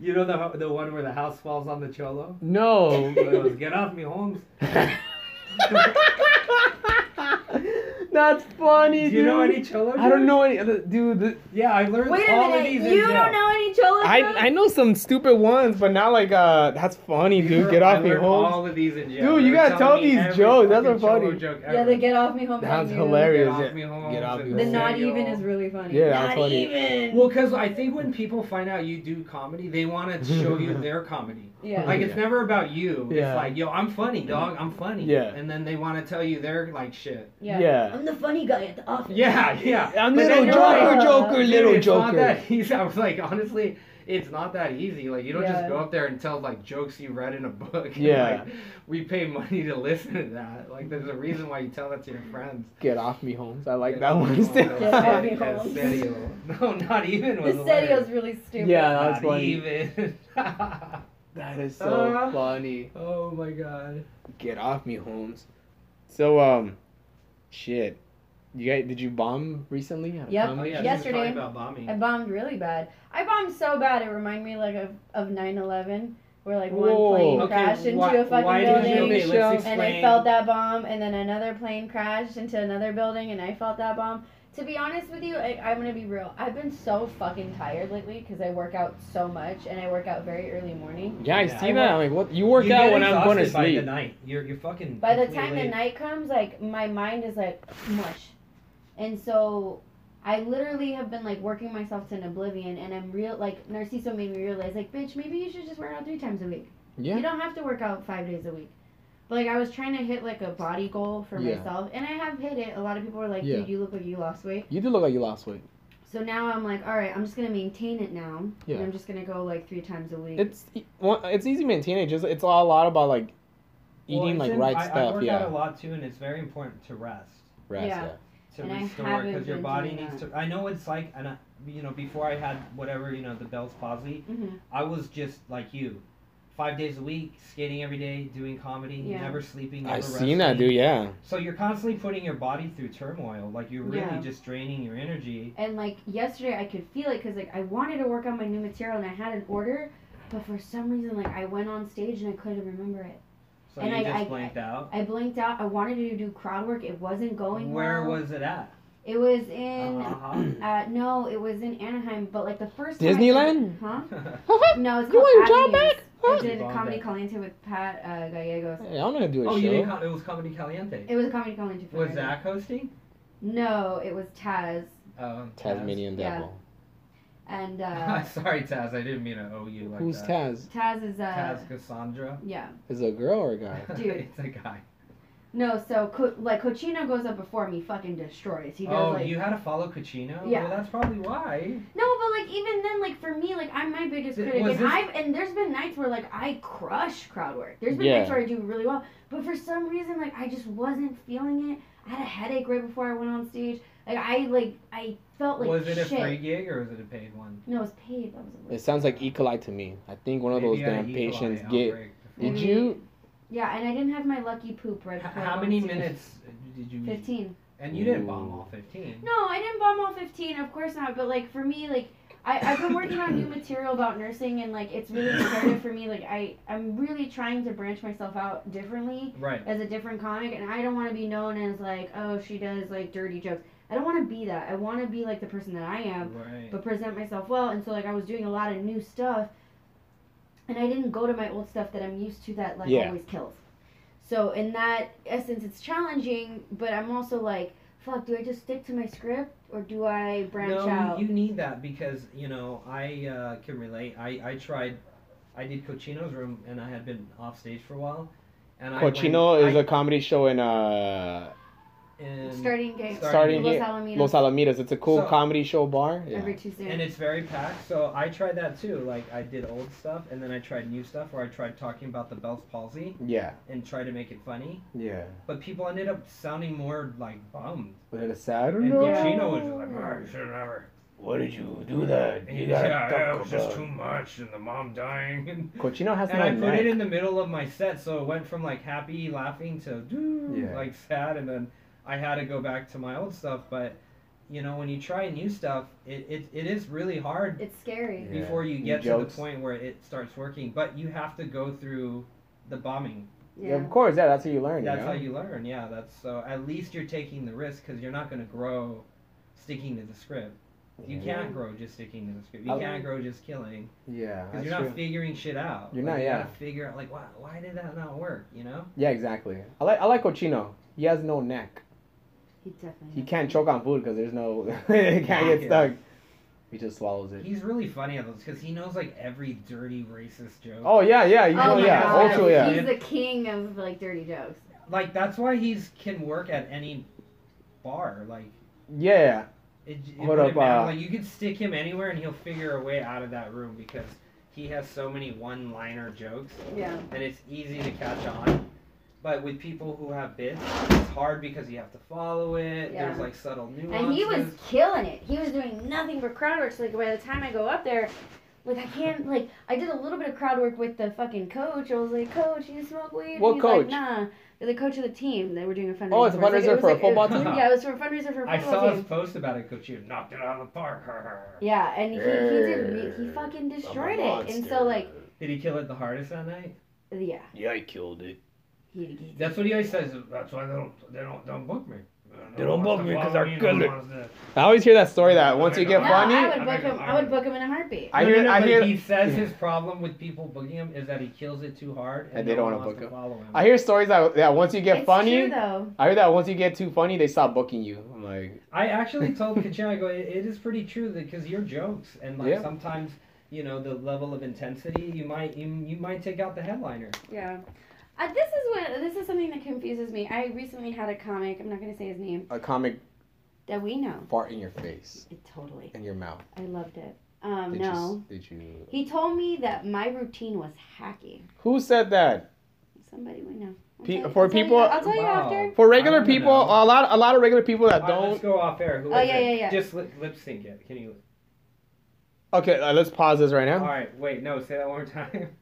[SPEAKER 3] You know the the one where the house falls on the cholo.
[SPEAKER 2] No.
[SPEAKER 3] It was, Get off me, Holmes.
[SPEAKER 2] That's funny,
[SPEAKER 3] Do
[SPEAKER 2] dude.
[SPEAKER 3] you know any cholo?
[SPEAKER 2] I don't
[SPEAKER 3] jokes?
[SPEAKER 2] know any other dude. The,
[SPEAKER 3] Yeah, I learned
[SPEAKER 4] Wait a
[SPEAKER 3] all
[SPEAKER 4] minute,
[SPEAKER 3] of these. in
[SPEAKER 4] you
[SPEAKER 3] jail.
[SPEAKER 4] don't know any cholo
[SPEAKER 2] I
[SPEAKER 4] jokes?
[SPEAKER 2] I know some stupid ones, but not like uh. That's funny, dude. Get
[SPEAKER 3] I
[SPEAKER 2] off me,
[SPEAKER 3] learned
[SPEAKER 2] Holmes.
[SPEAKER 3] All of these in jail.
[SPEAKER 2] Dude, you
[SPEAKER 3] They're
[SPEAKER 2] gotta
[SPEAKER 3] telling
[SPEAKER 2] tell
[SPEAKER 3] me
[SPEAKER 2] these
[SPEAKER 3] every
[SPEAKER 2] jokes. That's
[SPEAKER 3] fucking
[SPEAKER 2] so funny.
[SPEAKER 3] cholo joke
[SPEAKER 4] Yeah,
[SPEAKER 3] ever.
[SPEAKER 4] the get off me home.
[SPEAKER 2] That's
[SPEAKER 4] menu.
[SPEAKER 2] hilarious.
[SPEAKER 3] Get off
[SPEAKER 2] yeah.
[SPEAKER 3] me, Holmes.
[SPEAKER 2] Get off
[SPEAKER 3] and
[SPEAKER 2] me,
[SPEAKER 4] The
[SPEAKER 2] Holmes.
[SPEAKER 4] not
[SPEAKER 3] cereal.
[SPEAKER 4] even is really funny.
[SPEAKER 2] Yeah, that's
[SPEAKER 4] not
[SPEAKER 2] funny.
[SPEAKER 4] even.
[SPEAKER 3] Well, because I think when people find out you do comedy, they want to show you their comedy.
[SPEAKER 4] yeah.
[SPEAKER 3] Like it's
[SPEAKER 2] Yeah.
[SPEAKER 3] never about you.
[SPEAKER 2] Yeah.
[SPEAKER 3] It's like, yo, I'm funny, dog. I'm funny.
[SPEAKER 2] Yeah.
[SPEAKER 3] And then they want to tell you their like shit.
[SPEAKER 4] yeah.
[SPEAKER 2] yeah.
[SPEAKER 4] I'm the funny guy at the office.
[SPEAKER 3] Yeah, yeah.
[SPEAKER 2] I'm
[SPEAKER 3] But
[SPEAKER 2] little
[SPEAKER 3] then you're
[SPEAKER 2] Joker,
[SPEAKER 3] like,
[SPEAKER 2] Joker,
[SPEAKER 3] Dude,
[SPEAKER 2] little
[SPEAKER 3] it's not
[SPEAKER 2] Joker.
[SPEAKER 3] that he's- I was like, honestly,
[SPEAKER 5] it's not that easy. Like you don't
[SPEAKER 4] Yeah.
[SPEAKER 5] just go up there and tell like jokes you read in a book. and,
[SPEAKER 2] Yeah.
[SPEAKER 5] like, we pay money to listen to that. Like there's a reason why you tell that to your friends.
[SPEAKER 2] Get off me, Holmes. I like
[SPEAKER 5] Get
[SPEAKER 2] that
[SPEAKER 5] off
[SPEAKER 2] one
[SPEAKER 5] me,
[SPEAKER 2] still.
[SPEAKER 5] Holmes.
[SPEAKER 4] Get off me,
[SPEAKER 5] Yes,
[SPEAKER 4] Holmes.
[SPEAKER 5] Serio. No, not even was
[SPEAKER 4] the
[SPEAKER 5] hilarious.
[SPEAKER 4] Sedio's really stupid.
[SPEAKER 2] Yeah. that was
[SPEAKER 5] Not
[SPEAKER 2] funny.
[SPEAKER 5] even.
[SPEAKER 2] That is so
[SPEAKER 3] Uh-huh.
[SPEAKER 5] Uh.
[SPEAKER 2] funny.
[SPEAKER 5] oh my god.
[SPEAKER 2] Get off me, Holmes. So um, shit. You guys, did you bomb recently? at a
[SPEAKER 4] Yep.
[SPEAKER 5] Oh,
[SPEAKER 2] comedy?
[SPEAKER 5] yeah, she was
[SPEAKER 4] Yesterday-
[SPEAKER 5] talking about bombing.
[SPEAKER 4] I bombed really bad. I bombed so bad it reminded me like of of 11 where like
[SPEAKER 2] Whoa.
[SPEAKER 4] one plane
[SPEAKER 2] Okay,
[SPEAKER 4] crashed into a fucking
[SPEAKER 5] why
[SPEAKER 4] building.
[SPEAKER 5] Did you, okay,
[SPEAKER 2] Michelle.
[SPEAKER 5] let's explain.
[SPEAKER 4] and I felt that bomb, and then another plane crashed into another building, and I felt that bomb. To be honest with you, I, I'm gonna be real. I've been so fucking tired lately because I work out so much, and I work out very early morning.
[SPEAKER 2] Yeah, I
[SPEAKER 5] Yeah.
[SPEAKER 2] see
[SPEAKER 5] I
[SPEAKER 2] that. I'm like, what? You work
[SPEAKER 3] You
[SPEAKER 2] out
[SPEAKER 3] get
[SPEAKER 2] when I'm going to
[SPEAKER 3] exhausted by The
[SPEAKER 2] sleep.
[SPEAKER 3] night. You're you're fucking.
[SPEAKER 4] By the time the
[SPEAKER 3] completely-
[SPEAKER 4] night comes, like my mind is like mush, and so I literally have been like working myself to an oblivion, and I'm real like Narciso made me realize like, bitch, maybe you should just work out three times a week. You
[SPEAKER 2] Yeah.
[SPEAKER 4] don't have to work out five days a week. But like I was trying to hit like a body goal for
[SPEAKER 2] Yeah.
[SPEAKER 4] myself, and I have hit it. A lot of people were like,
[SPEAKER 2] Yeah.
[SPEAKER 4] "Dude, you look like you lost weight."
[SPEAKER 2] You do look like you lost weight.
[SPEAKER 4] So now I'm like, "All right, I'm just gonna maintain it now.
[SPEAKER 2] Yeah.
[SPEAKER 4] And I'm just gonna go like three times a week."
[SPEAKER 2] It's e- well, it's easy maintaining. Just it's all a lot about like
[SPEAKER 3] Well,
[SPEAKER 2] eating
[SPEAKER 3] it's
[SPEAKER 2] like
[SPEAKER 3] in-
[SPEAKER 2] right
[SPEAKER 3] I, I
[SPEAKER 2] stuff.
[SPEAKER 3] work out
[SPEAKER 2] yeah.
[SPEAKER 3] a lot too, and it's very important to rest.
[SPEAKER 2] Rest,
[SPEAKER 4] Yeah.
[SPEAKER 2] yeah.
[SPEAKER 3] to
[SPEAKER 4] And I
[SPEAKER 3] restore
[SPEAKER 4] haven't
[SPEAKER 3] because your
[SPEAKER 4] been
[SPEAKER 3] body
[SPEAKER 4] doing
[SPEAKER 3] needs to. I know it's like, and I, you know, before I had whatever you know the Bell's palsy,
[SPEAKER 4] Mhm.
[SPEAKER 3] I was just like you, five days a week, skating every day, doing comedy,
[SPEAKER 4] Yeah.
[SPEAKER 3] never sleeping. Never
[SPEAKER 2] I've seen that,
[SPEAKER 3] resting.
[SPEAKER 2] dude. Yeah.
[SPEAKER 3] So you're constantly putting your body through turmoil. Like you're really
[SPEAKER 4] Yeah.
[SPEAKER 3] just draining your energy.
[SPEAKER 4] And like yesterday, I could feel it because like I wanted to work on my new material and I had an order, but for some reason like I went on stage and I couldn't remember it.
[SPEAKER 3] So
[SPEAKER 4] And
[SPEAKER 3] you
[SPEAKER 4] I-
[SPEAKER 3] just
[SPEAKER 4] I-
[SPEAKER 3] blanked out.
[SPEAKER 4] I blanked out. I wanted to do crowd work. It wasn't going
[SPEAKER 3] Where
[SPEAKER 4] well.
[SPEAKER 3] was it at?
[SPEAKER 4] it? Was in
[SPEAKER 3] Uh-huh.
[SPEAKER 4] uh no, it was in Anaheim. But like the first time I-
[SPEAKER 2] Disneyland.
[SPEAKER 4] Huh?
[SPEAKER 2] I
[SPEAKER 4] No, it's
[SPEAKER 2] You
[SPEAKER 4] called
[SPEAKER 2] want your job
[SPEAKER 4] Avenues.
[SPEAKER 2] back?
[SPEAKER 4] I
[SPEAKER 2] Huh?
[SPEAKER 4] did a
[SPEAKER 3] Bomb
[SPEAKER 4] comedy
[SPEAKER 3] back.
[SPEAKER 4] caliente with Pat uh, Gallegos.
[SPEAKER 2] don't know how to do a
[SPEAKER 3] oh, you didn't.
[SPEAKER 2] show.
[SPEAKER 3] co- It was comedy caliente.
[SPEAKER 4] It was a comedy caliente. for
[SPEAKER 3] was
[SPEAKER 4] her.
[SPEAKER 3] Zach hosting? Oh,
[SPEAKER 4] No, it was Taz
[SPEAKER 5] Um, Taz.
[SPEAKER 2] Tasmanian
[SPEAKER 4] Yeah.
[SPEAKER 2] Devil.
[SPEAKER 4] and uh,
[SPEAKER 5] Sorry, Taz. I didn't mean to owe you like
[SPEAKER 2] Who's
[SPEAKER 5] that.
[SPEAKER 2] Taz?
[SPEAKER 4] Taz is uh
[SPEAKER 5] Taz Cassandra.
[SPEAKER 4] yeah
[SPEAKER 2] Is it a girl or a guy?
[SPEAKER 4] Dude.
[SPEAKER 5] it's a guy.
[SPEAKER 4] no so Co- like Cochino goes up before me fucking destroys he does
[SPEAKER 3] Oh,
[SPEAKER 4] like
[SPEAKER 3] you had to follow Cucino.
[SPEAKER 4] Yeah.
[SPEAKER 3] Well, that's probably why.
[SPEAKER 4] no but like even then like for me like I'm my biggest
[SPEAKER 3] Th-
[SPEAKER 4] critic
[SPEAKER 3] was
[SPEAKER 4] and
[SPEAKER 3] this-
[SPEAKER 4] I've and there's been nights where like I crush crowd work there's been
[SPEAKER 2] Yeah.
[SPEAKER 4] nights where I do really well but for some reason like I just wasn't feeling it I had a headache right before I went on stage like I like I felt like
[SPEAKER 3] was it a
[SPEAKER 4] shit.
[SPEAKER 3] free gig or was it a paid one?
[SPEAKER 4] No, it's paid. That was a
[SPEAKER 2] It sounds like E. coli to me. I think one of those
[SPEAKER 3] Maybe I
[SPEAKER 2] damn
[SPEAKER 3] eat a lot
[SPEAKER 2] patients
[SPEAKER 3] of
[SPEAKER 2] get.
[SPEAKER 3] outbreak before.
[SPEAKER 2] Did
[SPEAKER 4] Maybe-
[SPEAKER 2] you?
[SPEAKER 4] Yeah, and I didn't have my lucky poop right
[SPEAKER 3] H-
[SPEAKER 4] before.
[SPEAKER 3] How
[SPEAKER 4] I
[SPEAKER 3] many
[SPEAKER 4] went to-
[SPEAKER 3] minutes uh, did you?
[SPEAKER 4] Fifteen.
[SPEAKER 3] And you didn't
[SPEAKER 2] Ooh.
[SPEAKER 3] bomb all fifteen.
[SPEAKER 4] No, I didn't bomb all fifteen. Of course not. But like for me, like I I've been working on new material about nursing, and like it's really imperative for me. Like I I'm really trying to branch myself out differently
[SPEAKER 3] Right.
[SPEAKER 4] as a different comic, and I don't want to be known as like oh she does like dirty jokes. I don't want to be that. I want to be like the person that I am.
[SPEAKER 3] Right.
[SPEAKER 4] but present myself well. And so like I was doing a lot of new stuff, and I didn't go to my old stuff that I'm used to that like
[SPEAKER 2] Yeah.
[SPEAKER 4] always kills. So in that essence, it's challenging, but I'm also like, fuck, do I just stick to my script or do I branch
[SPEAKER 3] no,
[SPEAKER 4] out?
[SPEAKER 3] you need that because you know I uh, can relate. I I tried. I did Cochino's room and I had been off stage for a while. And
[SPEAKER 2] Cochino
[SPEAKER 3] I
[SPEAKER 2] is a comedy show in uh,
[SPEAKER 3] a and,
[SPEAKER 4] starting gig,
[SPEAKER 3] Starting
[SPEAKER 4] Los
[SPEAKER 2] gig.
[SPEAKER 4] Alamitos
[SPEAKER 2] Los Alamitos. It's a cool
[SPEAKER 3] So-
[SPEAKER 2] comedy show bar. Yeah.
[SPEAKER 4] every Tuesday.
[SPEAKER 3] and it's very packed. So I tried that too. Like I did old stuff and then I tried new stuff where I tried talking about the Bell's palsy
[SPEAKER 2] Yeah.
[SPEAKER 3] and tried to make it funny.
[SPEAKER 2] Yeah.
[SPEAKER 3] But people ended up sounding more like bummed.
[SPEAKER 2] Was it a sad
[SPEAKER 3] And
[SPEAKER 4] No.
[SPEAKER 3] Pacino was just like, oh, you should have never.
[SPEAKER 1] Why did you do that? You gotta
[SPEAKER 3] yeah, yeah, it
[SPEAKER 1] talk
[SPEAKER 3] was just
[SPEAKER 1] about
[SPEAKER 3] too much, and the mom dying. And,
[SPEAKER 2] Cochino has
[SPEAKER 3] and I
[SPEAKER 2] no
[SPEAKER 3] put
[SPEAKER 2] neck.
[SPEAKER 3] it in the middle of my set, so it went from like happy, laughing to doo,
[SPEAKER 2] Yeah.
[SPEAKER 3] like sad, and then I had to go back to my old stuff. But you know, when you try new stuff, it, it, it is really hard
[SPEAKER 4] It's scary.
[SPEAKER 2] Yeah.
[SPEAKER 3] before you
[SPEAKER 2] New
[SPEAKER 3] get to the
[SPEAKER 2] jokes.
[SPEAKER 3] point where it starts working. But you have to go through the bombing.
[SPEAKER 2] Yeah,
[SPEAKER 4] Yeah.
[SPEAKER 2] Of course. Yeah. That's how you learn.
[SPEAKER 3] That's
[SPEAKER 2] you know?
[SPEAKER 3] how you learn. Yeah, that's so. At least you're taking the risk because you're not going to grow sticking to the script. You
[SPEAKER 2] Yeah.
[SPEAKER 3] can't grow just sticking to the script. You
[SPEAKER 2] I-
[SPEAKER 3] can't grow just killing
[SPEAKER 2] Yeah.
[SPEAKER 3] because
[SPEAKER 2] That's
[SPEAKER 3] you're not
[SPEAKER 2] true.
[SPEAKER 3] figuring shit out.
[SPEAKER 2] You're
[SPEAKER 3] Like,
[SPEAKER 2] not,
[SPEAKER 3] You
[SPEAKER 2] yeah.
[SPEAKER 3] gotta figure out like why why did that not work? You know.
[SPEAKER 2] Yeah. Exactly. I like I like Cochino. He has no neck.
[SPEAKER 4] He definitely.
[SPEAKER 2] He can't choke on food because there's no. it Mm-hmm. can't get
[SPEAKER 3] Yeah.
[SPEAKER 2] stuck. He just swallows it.
[SPEAKER 3] He's really funny at those because he knows like every dirty racist joke.
[SPEAKER 2] Oh yeah, yeah, you
[SPEAKER 4] Oh
[SPEAKER 2] know,
[SPEAKER 4] my
[SPEAKER 2] yeah,
[SPEAKER 4] God.
[SPEAKER 2] also yeah.
[SPEAKER 4] He's the king of like dirty jokes.
[SPEAKER 3] Like that's why he's can work at any bar. Like
[SPEAKER 2] Yeah,
[SPEAKER 3] It, it
[SPEAKER 2] What
[SPEAKER 3] wouldn't
[SPEAKER 2] up,
[SPEAKER 3] matter.
[SPEAKER 2] uh,
[SPEAKER 3] like you could stick him anywhere and he'll figure a way out of that room because he has so many one-liner jokes
[SPEAKER 4] Yeah.
[SPEAKER 3] and it's easy to catch on. But with people who have bits, it's hard because you have to follow it.
[SPEAKER 4] Yeah.
[SPEAKER 3] There's like subtle nuances.
[SPEAKER 4] And he was killing it. He was doing nothing but crowd work. So like by the time I go up there, like I can't like I did a little bit of crowd work with the fucking coach. I was like, Coach, you smoke weed?
[SPEAKER 2] What
[SPEAKER 4] He's
[SPEAKER 2] coach?
[SPEAKER 4] Like, nah. They're The coach of the team. They were doing a fundraiser.
[SPEAKER 2] Oh, it's a
[SPEAKER 4] for. I was
[SPEAKER 2] fundraiser
[SPEAKER 4] it was
[SPEAKER 2] for a football
[SPEAKER 3] team?
[SPEAKER 4] Yeah, it was for a fundraiser for a
[SPEAKER 3] I
[SPEAKER 4] football
[SPEAKER 3] saw
[SPEAKER 4] team.
[SPEAKER 3] his post about it because you knocked it out of the park.
[SPEAKER 4] Yeah, and he, he did he fucking destroyed it. And so like
[SPEAKER 3] Did he kill it the hardest that night?
[SPEAKER 4] yeah,
[SPEAKER 1] Yeah, I killed it.
[SPEAKER 4] he, he
[SPEAKER 3] That's what he always says. That's why they don't they don't don't book me.
[SPEAKER 1] They don't book
[SPEAKER 3] wants to
[SPEAKER 1] me 'cause
[SPEAKER 3] follow
[SPEAKER 1] I
[SPEAKER 3] me, no
[SPEAKER 1] killed
[SPEAKER 3] one
[SPEAKER 1] it.
[SPEAKER 3] wants to-
[SPEAKER 2] I always hear that story that once you get
[SPEAKER 4] no,
[SPEAKER 2] funny,
[SPEAKER 4] I would
[SPEAKER 3] I'm
[SPEAKER 4] book
[SPEAKER 3] not
[SPEAKER 4] him.
[SPEAKER 3] gonna
[SPEAKER 4] I would
[SPEAKER 3] argue.
[SPEAKER 4] book him in a heartbeat.
[SPEAKER 2] I
[SPEAKER 3] No,
[SPEAKER 2] hear-
[SPEAKER 3] no, no,
[SPEAKER 2] I
[SPEAKER 3] but
[SPEAKER 2] hear-
[SPEAKER 3] He says
[SPEAKER 2] yeah.
[SPEAKER 3] his problem with people booking him is that he kills it too hard, and,
[SPEAKER 2] And they
[SPEAKER 3] no
[SPEAKER 2] don't
[SPEAKER 3] one
[SPEAKER 2] wanna
[SPEAKER 3] wants
[SPEAKER 2] book
[SPEAKER 3] to follow him.
[SPEAKER 2] I hear stories that, that once you get
[SPEAKER 4] it's
[SPEAKER 2] funny,
[SPEAKER 4] true though.
[SPEAKER 2] I heard that once you get too funny, they stop booking you. I'm like,
[SPEAKER 3] I actually told Kachin, I go, it, it is pretty true that because your jokes and like
[SPEAKER 2] Yeah.
[SPEAKER 3] sometimes you know the level of intensity you might you, you might take out the headliner.
[SPEAKER 4] Yeah. Uh, this is what this is something that confuses me. I recently had a comic. I'm not gonna say his name
[SPEAKER 2] a comic
[SPEAKER 4] that we know.
[SPEAKER 2] fart in your face,
[SPEAKER 4] It totally.
[SPEAKER 2] in your mouth.
[SPEAKER 4] I loved it. Um,
[SPEAKER 2] Did
[SPEAKER 4] no.
[SPEAKER 2] You, s- did you?
[SPEAKER 4] He told me that my routine was hacky.
[SPEAKER 2] Who said that?
[SPEAKER 4] Somebody we know. I'll
[SPEAKER 2] Pe-
[SPEAKER 4] tell you-
[SPEAKER 2] for
[SPEAKER 4] I'll tell you-
[SPEAKER 2] people-
[SPEAKER 4] I'll tell you
[SPEAKER 3] Wow.
[SPEAKER 4] after.
[SPEAKER 2] For
[SPEAKER 3] I
[SPEAKER 2] regular
[SPEAKER 3] wanna
[SPEAKER 2] people,
[SPEAKER 3] know.
[SPEAKER 2] a lot, a lot of regular people that
[SPEAKER 3] All right,
[SPEAKER 2] Uh, don't.
[SPEAKER 3] let's go off air. Who
[SPEAKER 4] Oh,
[SPEAKER 3] is
[SPEAKER 4] yeah,
[SPEAKER 3] it?
[SPEAKER 4] yeah, yeah.
[SPEAKER 3] Just lip, lip sync it. Can you?
[SPEAKER 2] Okay, uh, let's pause this right
[SPEAKER 3] All
[SPEAKER 2] now.
[SPEAKER 3] right, wait, no, say that one more time.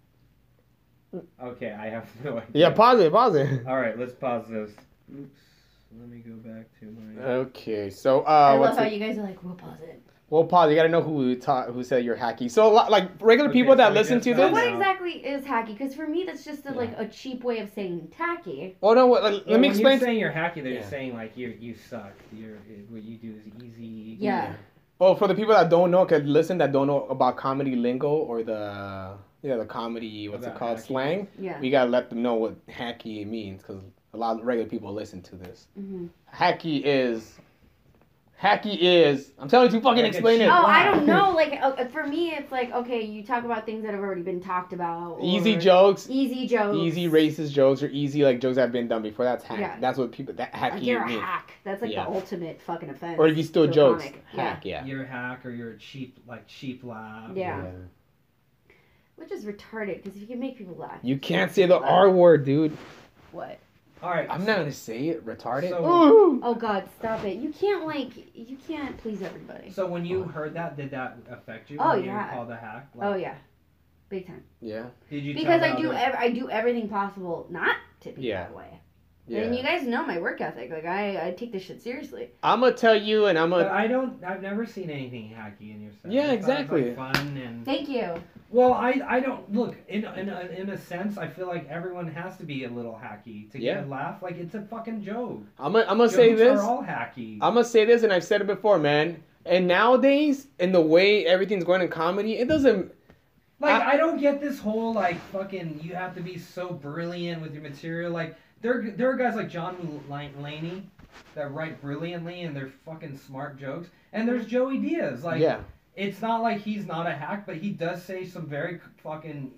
[SPEAKER 3] Okay, I have no idea.
[SPEAKER 2] Yeah, pause it, pause it.
[SPEAKER 3] All right, let's pause this. Oops, let me go back to my.
[SPEAKER 2] Okay, so
[SPEAKER 4] I
[SPEAKER 2] uh,
[SPEAKER 4] love
[SPEAKER 2] what's
[SPEAKER 4] how
[SPEAKER 2] it?
[SPEAKER 4] you guys are like, we'll pause it.
[SPEAKER 2] Well, pause. You gotta know who taught, who said you're hacky. So, a lot, like regular
[SPEAKER 3] Okay,
[SPEAKER 2] people
[SPEAKER 3] so
[SPEAKER 2] that
[SPEAKER 3] we
[SPEAKER 2] listen
[SPEAKER 3] just
[SPEAKER 2] to
[SPEAKER 3] found
[SPEAKER 4] So
[SPEAKER 2] this.
[SPEAKER 3] out.
[SPEAKER 4] what
[SPEAKER 3] now.
[SPEAKER 4] exactly is hacky? Because for me, that's just a,
[SPEAKER 2] Yeah.
[SPEAKER 4] like a cheap way of saying tacky.
[SPEAKER 2] Oh no, what, let,
[SPEAKER 3] Yeah,
[SPEAKER 2] let me
[SPEAKER 3] when
[SPEAKER 2] explain.
[SPEAKER 3] You're saying you're hacky. They're
[SPEAKER 2] Yeah.
[SPEAKER 3] just saying like you you suck. You're, what you do is easy.
[SPEAKER 4] Yeah.
[SPEAKER 2] Well, Oh, for the people that don't know, could listen that don't know about comedy lingo or the yeah the comedy what's it
[SPEAKER 3] About
[SPEAKER 2] called
[SPEAKER 3] hacky.
[SPEAKER 2] slang.
[SPEAKER 4] Yeah.
[SPEAKER 2] We gotta let them know what hacky means because a lot of regular people listen to this.
[SPEAKER 4] hmm
[SPEAKER 2] Hacky is, hacky is. I'm telling you to fucking
[SPEAKER 3] Like a
[SPEAKER 2] explain it.
[SPEAKER 3] cheap-
[SPEAKER 4] Oh, I don't know. Like uh, for me, it's like okay, you talk about things that have already been talked about. or-
[SPEAKER 2] Easy jokes,
[SPEAKER 4] Easy jokes.
[SPEAKER 2] easy racist jokes, or easy like jokes that have been done before. That's hack.
[SPEAKER 4] Yeah.
[SPEAKER 2] That's what people that hacky
[SPEAKER 4] Like you're a
[SPEAKER 2] means.
[SPEAKER 4] hack. That's like
[SPEAKER 2] Yeah.
[SPEAKER 4] the ultimate fucking offense.
[SPEAKER 2] Or if you steal
[SPEAKER 4] to a
[SPEAKER 2] jokes,
[SPEAKER 4] comic.
[SPEAKER 2] hack. Yeah.
[SPEAKER 3] You're a hack or you're a cheap like cheap laugh.
[SPEAKER 4] Yeah. Which is retarded because if you can make people laugh.
[SPEAKER 2] You can't say the R word, dude.
[SPEAKER 4] What?
[SPEAKER 3] All right.
[SPEAKER 2] I'm not gonna say it. Retarded.
[SPEAKER 3] So-
[SPEAKER 2] Ooh.
[SPEAKER 4] Oh God, stop it! You can't like you can't please everybody.
[SPEAKER 3] So when
[SPEAKER 2] Oh.
[SPEAKER 3] you heard that, did that affect you?
[SPEAKER 4] Oh,
[SPEAKER 3] when You
[SPEAKER 4] yeah.
[SPEAKER 3] were called a hack.
[SPEAKER 4] Oh yeah, big time.
[SPEAKER 2] Yeah.
[SPEAKER 3] Did you?
[SPEAKER 4] Because
[SPEAKER 3] tell
[SPEAKER 4] I
[SPEAKER 3] the
[SPEAKER 4] do
[SPEAKER 3] other-
[SPEAKER 4] ev- I do everything possible not to be
[SPEAKER 2] Yeah.
[SPEAKER 4] that way.
[SPEAKER 2] Yeah.
[SPEAKER 4] And you guys know my work ethic. Like I, I take this shit seriously.
[SPEAKER 2] I'm gonna tell you, and I'm
[SPEAKER 3] But uh,
[SPEAKER 2] gonna.
[SPEAKER 3] I don't. I've never seen anything hacky in your set.
[SPEAKER 2] Yeah,
[SPEAKER 3] It sounds, like,
[SPEAKER 2] exactly.
[SPEAKER 3] fun and.
[SPEAKER 4] Thank you.
[SPEAKER 3] Well, I I don't look in in a, in a sense. I feel like everyone has to be a little hacky to
[SPEAKER 2] Yeah.
[SPEAKER 3] get a laugh. Like it's a fucking joke.
[SPEAKER 2] I'm gonna. I'm gonna say
[SPEAKER 3] Jokes
[SPEAKER 2] this.
[SPEAKER 3] are all hacky.
[SPEAKER 2] I'm gonna say this, and I've said it before, man. And nowadays, in the way everything's going in comedy, it doesn't.
[SPEAKER 3] Like
[SPEAKER 2] I-
[SPEAKER 3] I, don't get this whole like fucking you have to be so brilliant with your material. Like there there are guys like John Lan- Laney that write brilliantly and they're fucking smart jokes. And there's Joey Diaz. Like
[SPEAKER 2] yeah.
[SPEAKER 3] it's not like he's not a hack, but he does say some very fucking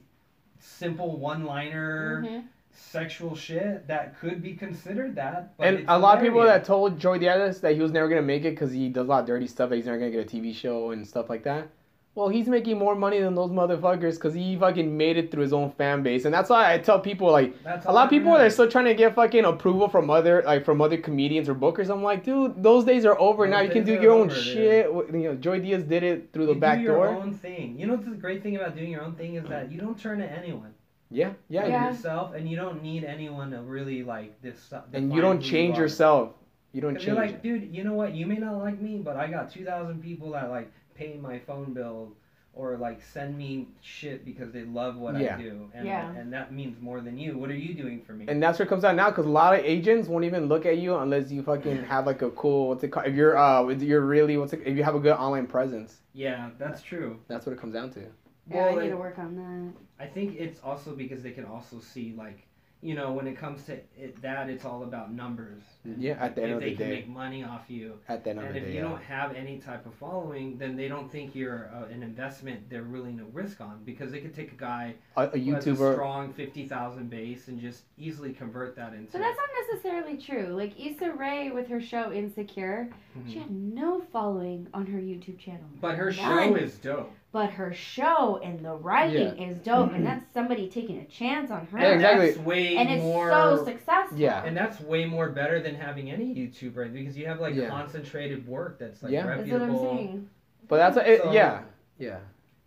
[SPEAKER 3] simple one-liner
[SPEAKER 4] Mhm.
[SPEAKER 3] sexual shit that could be considered that. But
[SPEAKER 2] And
[SPEAKER 3] it's
[SPEAKER 2] a lot of people that
[SPEAKER 3] hilarious.
[SPEAKER 2] told Joy Diaz that he was never gonna make it because he does a lot of dirty stuff. That he's never gonna get a TV show and stuff like that. Well, he's making more money than those motherfuckers because he fucking made it through his own fan base, and that's why I tell people like
[SPEAKER 3] That's
[SPEAKER 2] a lot of people
[SPEAKER 3] that
[SPEAKER 2] are still trying to get fucking approval from other like from other comedians or bookers. I'm like, dude, those days are over.
[SPEAKER 3] Those
[SPEAKER 2] now you can
[SPEAKER 3] days
[SPEAKER 2] do
[SPEAKER 3] are
[SPEAKER 2] your own
[SPEAKER 3] over, dude.
[SPEAKER 2] shit. You know, Joy Diaz did it through the
[SPEAKER 3] you
[SPEAKER 2] back
[SPEAKER 3] do your
[SPEAKER 2] door.
[SPEAKER 3] own thing. You know what's the great thing about doing your own thing is that you don't turn to anyone.
[SPEAKER 2] Yeah, yeah,
[SPEAKER 3] yeah,
[SPEAKER 4] Yeah.
[SPEAKER 3] yourself, and you don't need anyone to really like this. uh,
[SPEAKER 2] and you don't change yourself. You don't
[SPEAKER 3] You're
[SPEAKER 2] change.
[SPEAKER 3] like,
[SPEAKER 2] it.
[SPEAKER 3] dude, you know what? You may not like me, but I got two thousand people that like pay my phone bill or like send me shit because they love what
[SPEAKER 2] Yeah.
[SPEAKER 3] I do, and
[SPEAKER 4] Yeah.
[SPEAKER 3] and that means more than you. What are you doing for me?
[SPEAKER 2] And that's what comes out now, because a lot of agents won't even look at you unless you fucking have like a cool what's it called? If you're uh, if you're really what's it, if you have a good online presence,
[SPEAKER 3] yeah, that's true.
[SPEAKER 2] that's what it comes down to.
[SPEAKER 4] Yeah, I
[SPEAKER 3] Well,
[SPEAKER 4] need
[SPEAKER 3] it-
[SPEAKER 4] to work on that.
[SPEAKER 3] I think it's also because they can also see like you know, when it comes to it, that, it's all about numbers.
[SPEAKER 2] Yeah, at the end
[SPEAKER 3] if
[SPEAKER 2] of
[SPEAKER 3] they
[SPEAKER 2] the
[SPEAKER 3] can
[SPEAKER 2] day.
[SPEAKER 3] make money off you,
[SPEAKER 2] At the end of
[SPEAKER 3] and
[SPEAKER 2] the
[SPEAKER 3] if
[SPEAKER 2] day,
[SPEAKER 3] you
[SPEAKER 2] yeah.
[SPEAKER 3] don't have any type of following, then they don't think you're uh, an investment they're willing to risk on because they could take a guy
[SPEAKER 2] a, a
[SPEAKER 3] who has a
[SPEAKER 2] YouTuber.
[SPEAKER 3] strong fifty thousand base and just easily convert that into.
[SPEAKER 4] So that's not necessarily true. Like Issa Rae with her show Insecure, she
[SPEAKER 2] Mm-hmm.
[SPEAKER 3] Mhm.
[SPEAKER 4] had no following on her YouTube channel.
[SPEAKER 3] But her show
[SPEAKER 4] None.
[SPEAKER 3] is dope.
[SPEAKER 4] But her show and the writing is dope, and that's somebody taking a chance on her.
[SPEAKER 2] Yeah, exactly.
[SPEAKER 3] That's way
[SPEAKER 4] And it's
[SPEAKER 3] more.
[SPEAKER 4] so successful.
[SPEAKER 2] Yeah.
[SPEAKER 3] and that's way more better than having any YouTuber because you have like
[SPEAKER 2] Yeah.
[SPEAKER 3] concentrated work that's like
[SPEAKER 2] Yeah.
[SPEAKER 4] That's what I'm
[SPEAKER 3] reputable.
[SPEAKER 4] saying.
[SPEAKER 2] But that's a, it,
[SPEAKER 3] So-
[SPEAKER 2] yeah, yeah,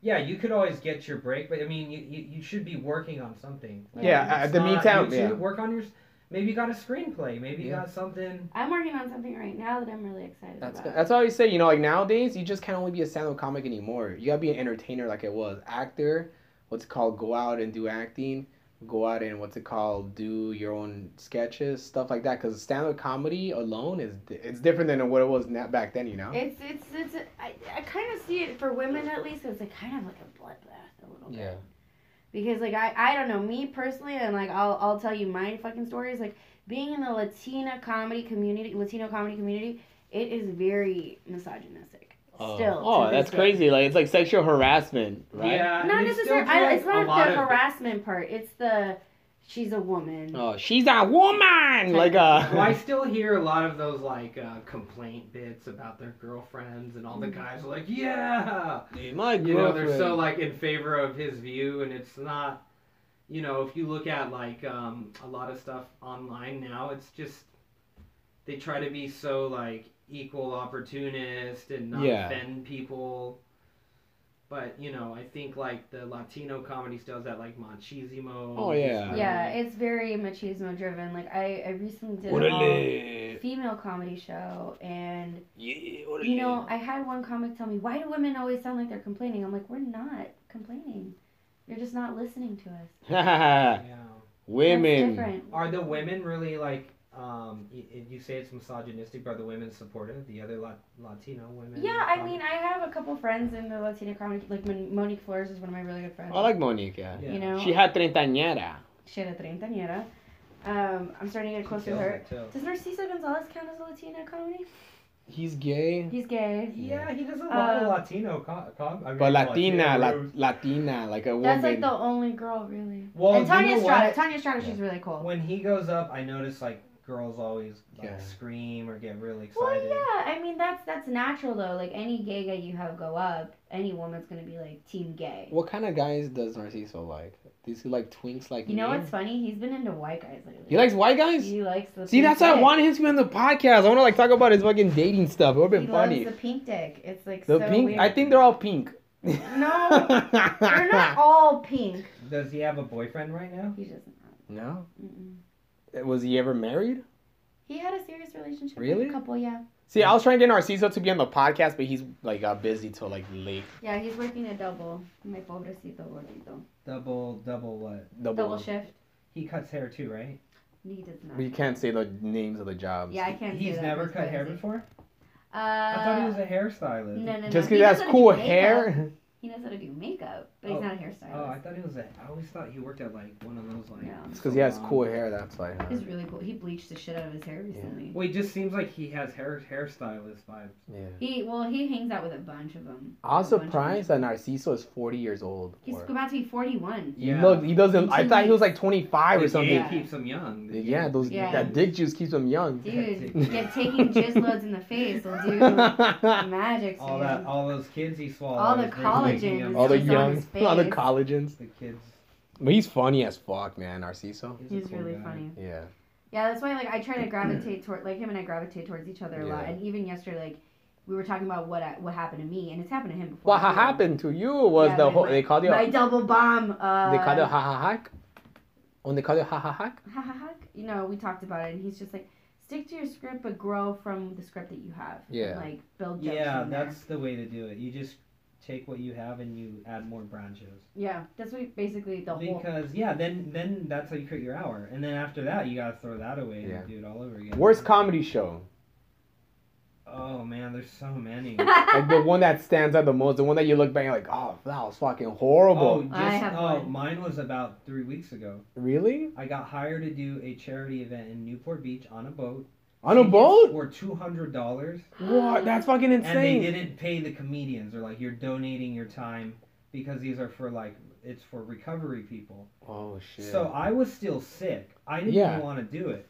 [SPEAKER 3] Yeah, you could always get your break, but I mean, you, you, you should be working on something.
[SPEAKER 2] Yeah,
[SPEAKER 3] if
[SPEAKER 2] at
[SPEAKER 3] it's
[SPEAKER 2] the
[SPEAKER 3] not
[SPEAKER 2] meantime,
[SPEAKER 3] YouTube,
[SPEAKER 2] yeah.
[SPEAKER 3] Work on your. s- Maybe you got a screenplay. Maybe you
[SPEAKER 2] Yeah.
[SPEAKER 3] got something.
[SPEAKER 4] I'm working on something right now that I'm really excited
[SPEAKER 2] that's
[SPEAKER 4] about.
[SPEAKER 2] that's why I say you know like nowadays you just can't only be a stand-up comic anymore. You gotta be an entertainer like it was actor. What's it called? Go out and do acting. Go out and what's it called? Do your own sketches, stuff like that. Because stand-up comedy alone is di- it's different than what it was na- back then. You know.
[SPEAKER 4] It's it's it's I, I kind of see it for women at least. 'cause It's like kind of like a bloodbath a little bit.
[SPEAKER 2] Yeah.
[SPEAKER 4] Because like I I don't know me personally and like I'll I'll tell you my fucking stories like being in the Latina comedy community Latino comedy community it is very misogynistic. Still. to
[SPEAKER 2] oh,
[SPEAKER 4] this
[SPEAKER 2] that's
[SPEAKER 4] day.
[SPEAKER 2] crazy! Like it's like sexual harassment, right?
[SPEAKER 3] Yeah.
[SPEAKER 4] Not
[SPEAKER 3] they still
[SPEAKER 4] necessarily. I,
[SPEAKER 3] drag
[SPEAKER 4] it's
[SPEAKER 3] a
[SPEAKER 4] not
[SPEAKER 3] lot
[SPEAKER 4] the
[SPEAKER 3] of-
[SPEAKER 4] harassment part. It's the she's a woman.
[SPEAKER 2] Oh, she's a woman. Like uh.
[SPEAKER 3] Well, I still hear a lot of those like uh, complaint bits about their girlfriends, and
[SPEAKER 4] Mm.
[SPEAKER 3] all the guys are like, "Yeah,"
[SPEAKER 2] My
[SPEAKER 3] you know, they're
[SPEAKER 2] girlfriend.
[SPEAKER 3] so like in favor of his view, and it's not. You know, if you look at like um, a lot of stuff online now, it's just they try to be so like equal opportunist and not
[SPEAKER 2] Yeah.
[SPEAKER 3] offend people. But you know, I think like the Latino comedy does that, like machismo.
[SPEAKER 2] Oh,
[SPEAKER 3] just
[SPEAKER 2] yeah.
[SPEAKER 3] really-
[SPEAKER 4] Yeah, it's very machismo driven. Like I I recently did a whole
[SPEAKER 1] Orale.
[SPEAKER 4] female comedy show and
[SPEAKER 1] Yeah, orale.
[SPEAKER 4] You know, I had one comic tell me, "Why do women always sound like they're complaining?" I'm like, "We're not complaining. You're just not listening to us."
[SPEAKER 3] yeah.
[SPEAKER 4] That's
[SPEAKER 2] Women.
[SPEAKER 4] different.
[SPEAKER 3] Are the women really like? Um, y- y- you say it's misogynistic, but are the women supportive? The other Lat- Latino women?
[SPEAKER 4] Yeah, I
[SPEAKER 3] Um,
[SPEAKER 4] mean, I have a couple friends in the Latina comedy. Like Mon- Monique Flores is one of my really good friends.
[SPEAKER 2] I like Monique. Yeah.
[SPEAKER 3] Yeah.
[SPEAKER 4] You know,
[SPEAKER 2] She had treintañera.
[SPEAKER 4] she had a treintañera. Um, I'm starting to get
[SPEAKER 3] she
[SPEAKER 4] close to
[SPEAKER 3] kills
[SPEAKER 4] her.
[SPEAKER 3] it, too.
[SPEAKER 4] Does Narciso Gonzalez count as a Latina comedy?
[SPEAKER 2] He's gay.
[SPEAKER 4] He's gay.
[SPEAKER 3] Yeah, he does a lot of
[SPEAKER 4] Um,
[SPEAKER 3] Latino com. com- I mean,
[SPEAKER 2] But Latina, la-
[SPEAKER 3] roots.
[SPEAKER 2] Latina, like a woman.
[SPEAKER 4] That's like the only girl, really.
[SPEAKER 2] Oh,
[SPEAKER 3] well,
[SPEAKER 4] and
[SPEAKER 3] you know
[SPEAKER 4] Tanya Estrada.
[SPEAKER 3] what?
[SPEAKER 4] Tanya Estrada,
[SPEAKER 2] Yeah.
[SPEAKER 4] she's really cool.
[SPEAKER 3] When he goes up, I notice like girls always like,
[SPEAKER 2] Yeah.
[SPEAKER 3] scream or get really
[SPEAKER 4] Well,
[SPEAKER 3] excited.
[SPEAKER 4] yeah, I mean that's that's natural though. Like any gay guy you have go up, any woman's gonna be like team gay.
[SPEAKER 2] What kind of guys does Narciso like? Does he like twinks like
[SPEAKER 4] You know
[SPEAKER 2] me?
[SPEAKER 4] what's funny? He's been into white guys lately.
[SPEAKER 2] He likes white guys.
[SPEAKER 4] He likes the.
[SPEAKER 2] See,
[SPEAKER 4] pink
[SPEAKER 2] that's why I
[SPEAKER 4] dick.
[SPEAKER 2] wanted him to be on the podcast. I want to like talk about his fucking dating stuff. It would have
[SPEAKER 4] He
[SPEAKER 2] been funny.
[SPEAKER 4] loves the pink dick. It's like
[SPEAKER 2] The
[SPEAKER 4] so
[SPEAKER 2] pink.
[SPEAKER 4] Weird.
[SPEAKER 2] I think they're all pink.
[SPEAKER 4] No, they're not all pink.
[SPEAKER 3] Does he have a boyfriend right now?
[SPEAKER 4] He doesn't. have-
[SPEAKER 2] No.
[SPEAKER 4] mm-mm.
[SPEAKER 2] Was he ever married?
[SPEAKER 4] He had a serious relationship. with
[SPEAKER 2] Really?
[SPEAKER 4] a couple, yeah.
[SPEAKER 2] See, I was trying to get Narciso to be on the podcast, but he's like uh, busy till like late.
[SPEAKER 4] Yeah, he's working a double. My pobrecito gordito.
[SPEAKER 3] Double, double what?
[SPEAKER 4] Double shift.
[SPEAKER 3] He cuts hair too, right?
[SPEAKER 4] He does not.
[SPEAKER 2] We can't say the names of the jobs.
[SPEAKER 4] Yeah, I can't.
[SPEAKER 3] He's
[SPEAKER 4] say that.
[SPEAKER 3] never
[SPEAKER 4] That's
[SPEAKER 3] cut hair
[SPEAKER 4] crazy.
[SPEAKER 3] before.
[SPEAKER 4] Uh,
[SPEAKER 3] I thought he was a hairstylist.
[SPEAKER 4] No, no, no.
[SPEAKER 2] Just
[SPEAKER 4] He
[SPEAKER 2] because that's
[SPEAKER 4] knows how to
[SPEAKER 2] cool
[SPEAKER 4] do makeup.
[SPEAKER 2] hair.
[SPEAKER 4] He knows how to do makeup, but
[SPEAKER 3] Oh.
[SPEAKER 4] he's not a hairstylist.
[SPEAKER 3] Oh, I thought he was a. I always thought he worked at like one of those like.
[SPEAKER 4] No.
[SPEAKER 2] It's because he has
[SPEAKER 3] salon.
[SPEAKER 2] cool hair. That's why. huh?
[SPEAKER 4] He's really cool. He bleached the shit out of his hair recently.
[SPEAKER 3] Well, he just seems like he has hair hairstylist vibes.
[SPEAKER 2] Yeah.
[SPEAKER 4] He well, he hangs out with a bunch of them.
[SPEAKER 2] I was
[SPEAKER 4] A bunch of
[SPEAKER 2] surprised that
[SPEAKER 4] them.
[SPEAKER 2] Narciso is 40 years old.
[SPEAKER 4] He's
[SPEAKER 2] or-
[SPEAKER 4] about to be forty-one.
[SPEAKER 2] He look, he doesn't. I thought he was like 25 or
[SPEAKER 3] The
[SPEAKER 2] something.
[SPEAKER 3] gay
[SPEAKER 4] Yeah.
[SPEAKER 2] Yeah,
[SPEAKER 3] keeps him young. The gay-
[SPEAKER 2] those
[SPEAKER 3] the
[SPEAKER 4] Yeah.
[SPEAKER 2] that dick juice keeps him young.
[SPEAKER 4] Dude,
[SPEAKER 3] Hectic.
[SPEAKER 4] get taking jizz loads in the face will do magic.
[SPEAKER 3] all that, all those kids he swallowed.
[SPEAKER 4] All the
[SPEAKER 3] is really making
[SPEAKER 4] collagen
[SPEAKER 3] him-
[SPEAKER 4] is
[SPEAKER 2] all the
[SPEAKER 4] He's on
[SPEAKER 2] young,
[SPEAKER 4] his
[SPEAKER 2] all the
[SPEAKER 4] face.
[SPEAKER 2] collagens.
[SPEAKER 3] The kids.
[SPEAKER 2] But he's funny as fuck, man. Narciso.
[SPEAKER 3] He's, a
[SPEAKER 4] He's
[SPEAKER 3] cool
[SPEAKER 4] really
[SPEAKER 3] guy.
[SPEAKER 4] funny.
[SPEAKER 2] Yeah.
[SPEAKER 4] Yeah, that's why like I try to gravitate toward like him and I gravitate towards each other a lot.
[SPEAKER 2] Yeah.
[SPEAKER 4] And even yesterday, like we were talking about what I, what happened to me, and it's happened to him before.
[SPEAKER 2] What ha-
[SPEAKER 4] too.
[SPEAKER 2] happened to you was
[SPEAKER 4] Yeah,
[SPEAKER 2] the
[SPEAKER 4] my-
[SPEAKER 2] whole.
[SPEAKER 4] my-
[SPEAKER 2] They called you.
[SPEAKER 4] My double bomb. Uh,
[SPEAKER 2] they called you ha ha hack. When Oh, they called you ha ha hack.
[SPEAKER 4] ha ha ha. You know, we talked about it, and he's just like, stick to your script, but grow from the script that you have.
[SPEAKER 2] Yeah.
[SPEAKER 4] Like build. jokes
[SPEAKER 3] Yeah,
[SPEAKER 4] from there.
[SPEAKER 3] that's the way to do it. You just take what you have and you add more branches.
[SPEAKER 4] Yeah, that's what basically the whole.
[SPEAKER 3] Because yeah, then then that's how you create your hour, and then after that you gotta throw that away and
[SPEAKER 2] Yeah.
[SPEAKER 3] do it all over again.
[SPEAKER 2] Worst comedy show.
[SPEAKER 3] Uh, Oh man, there's so many.
[SPEAKER 2] Like the one that stands out the most, the one that you look back and you're like, oh, that was fucking
[SPEAKER 3] Oh,
[SPEAKER 2] horrible.
[SPEAKER 3] just,
[SPEAKER 4] I have
[SPEAKER 3] oh,
[SPEAKER 4] one.
[SPEAKER 3] mine was about three weeks ago.
[SPEAKER 2] Really?
[SPEAKER 3] I got hired to do a charity event in Newport Beach on a boat.
[SPEAKER 2] On a
[SPEAKER 3] Tickets
[SPEAKER 2] boat?
[SPEAKER 3] For two hundred dollars,
[SPEAKER 2] What? That's fucking
[SPEAKER 3] and they
[SPEAKER 2] insane.
[SPEAKER 3] didn't pay the comedians. They're like, you're donating your time because these are for like it's for recovery people.
[SPEAKER 2] Oh shit.
[SPEAKER 3] So I was still sick. I didn't
[SPEAKER 2] Yeah.
[SPEAKER 3] even want to do it.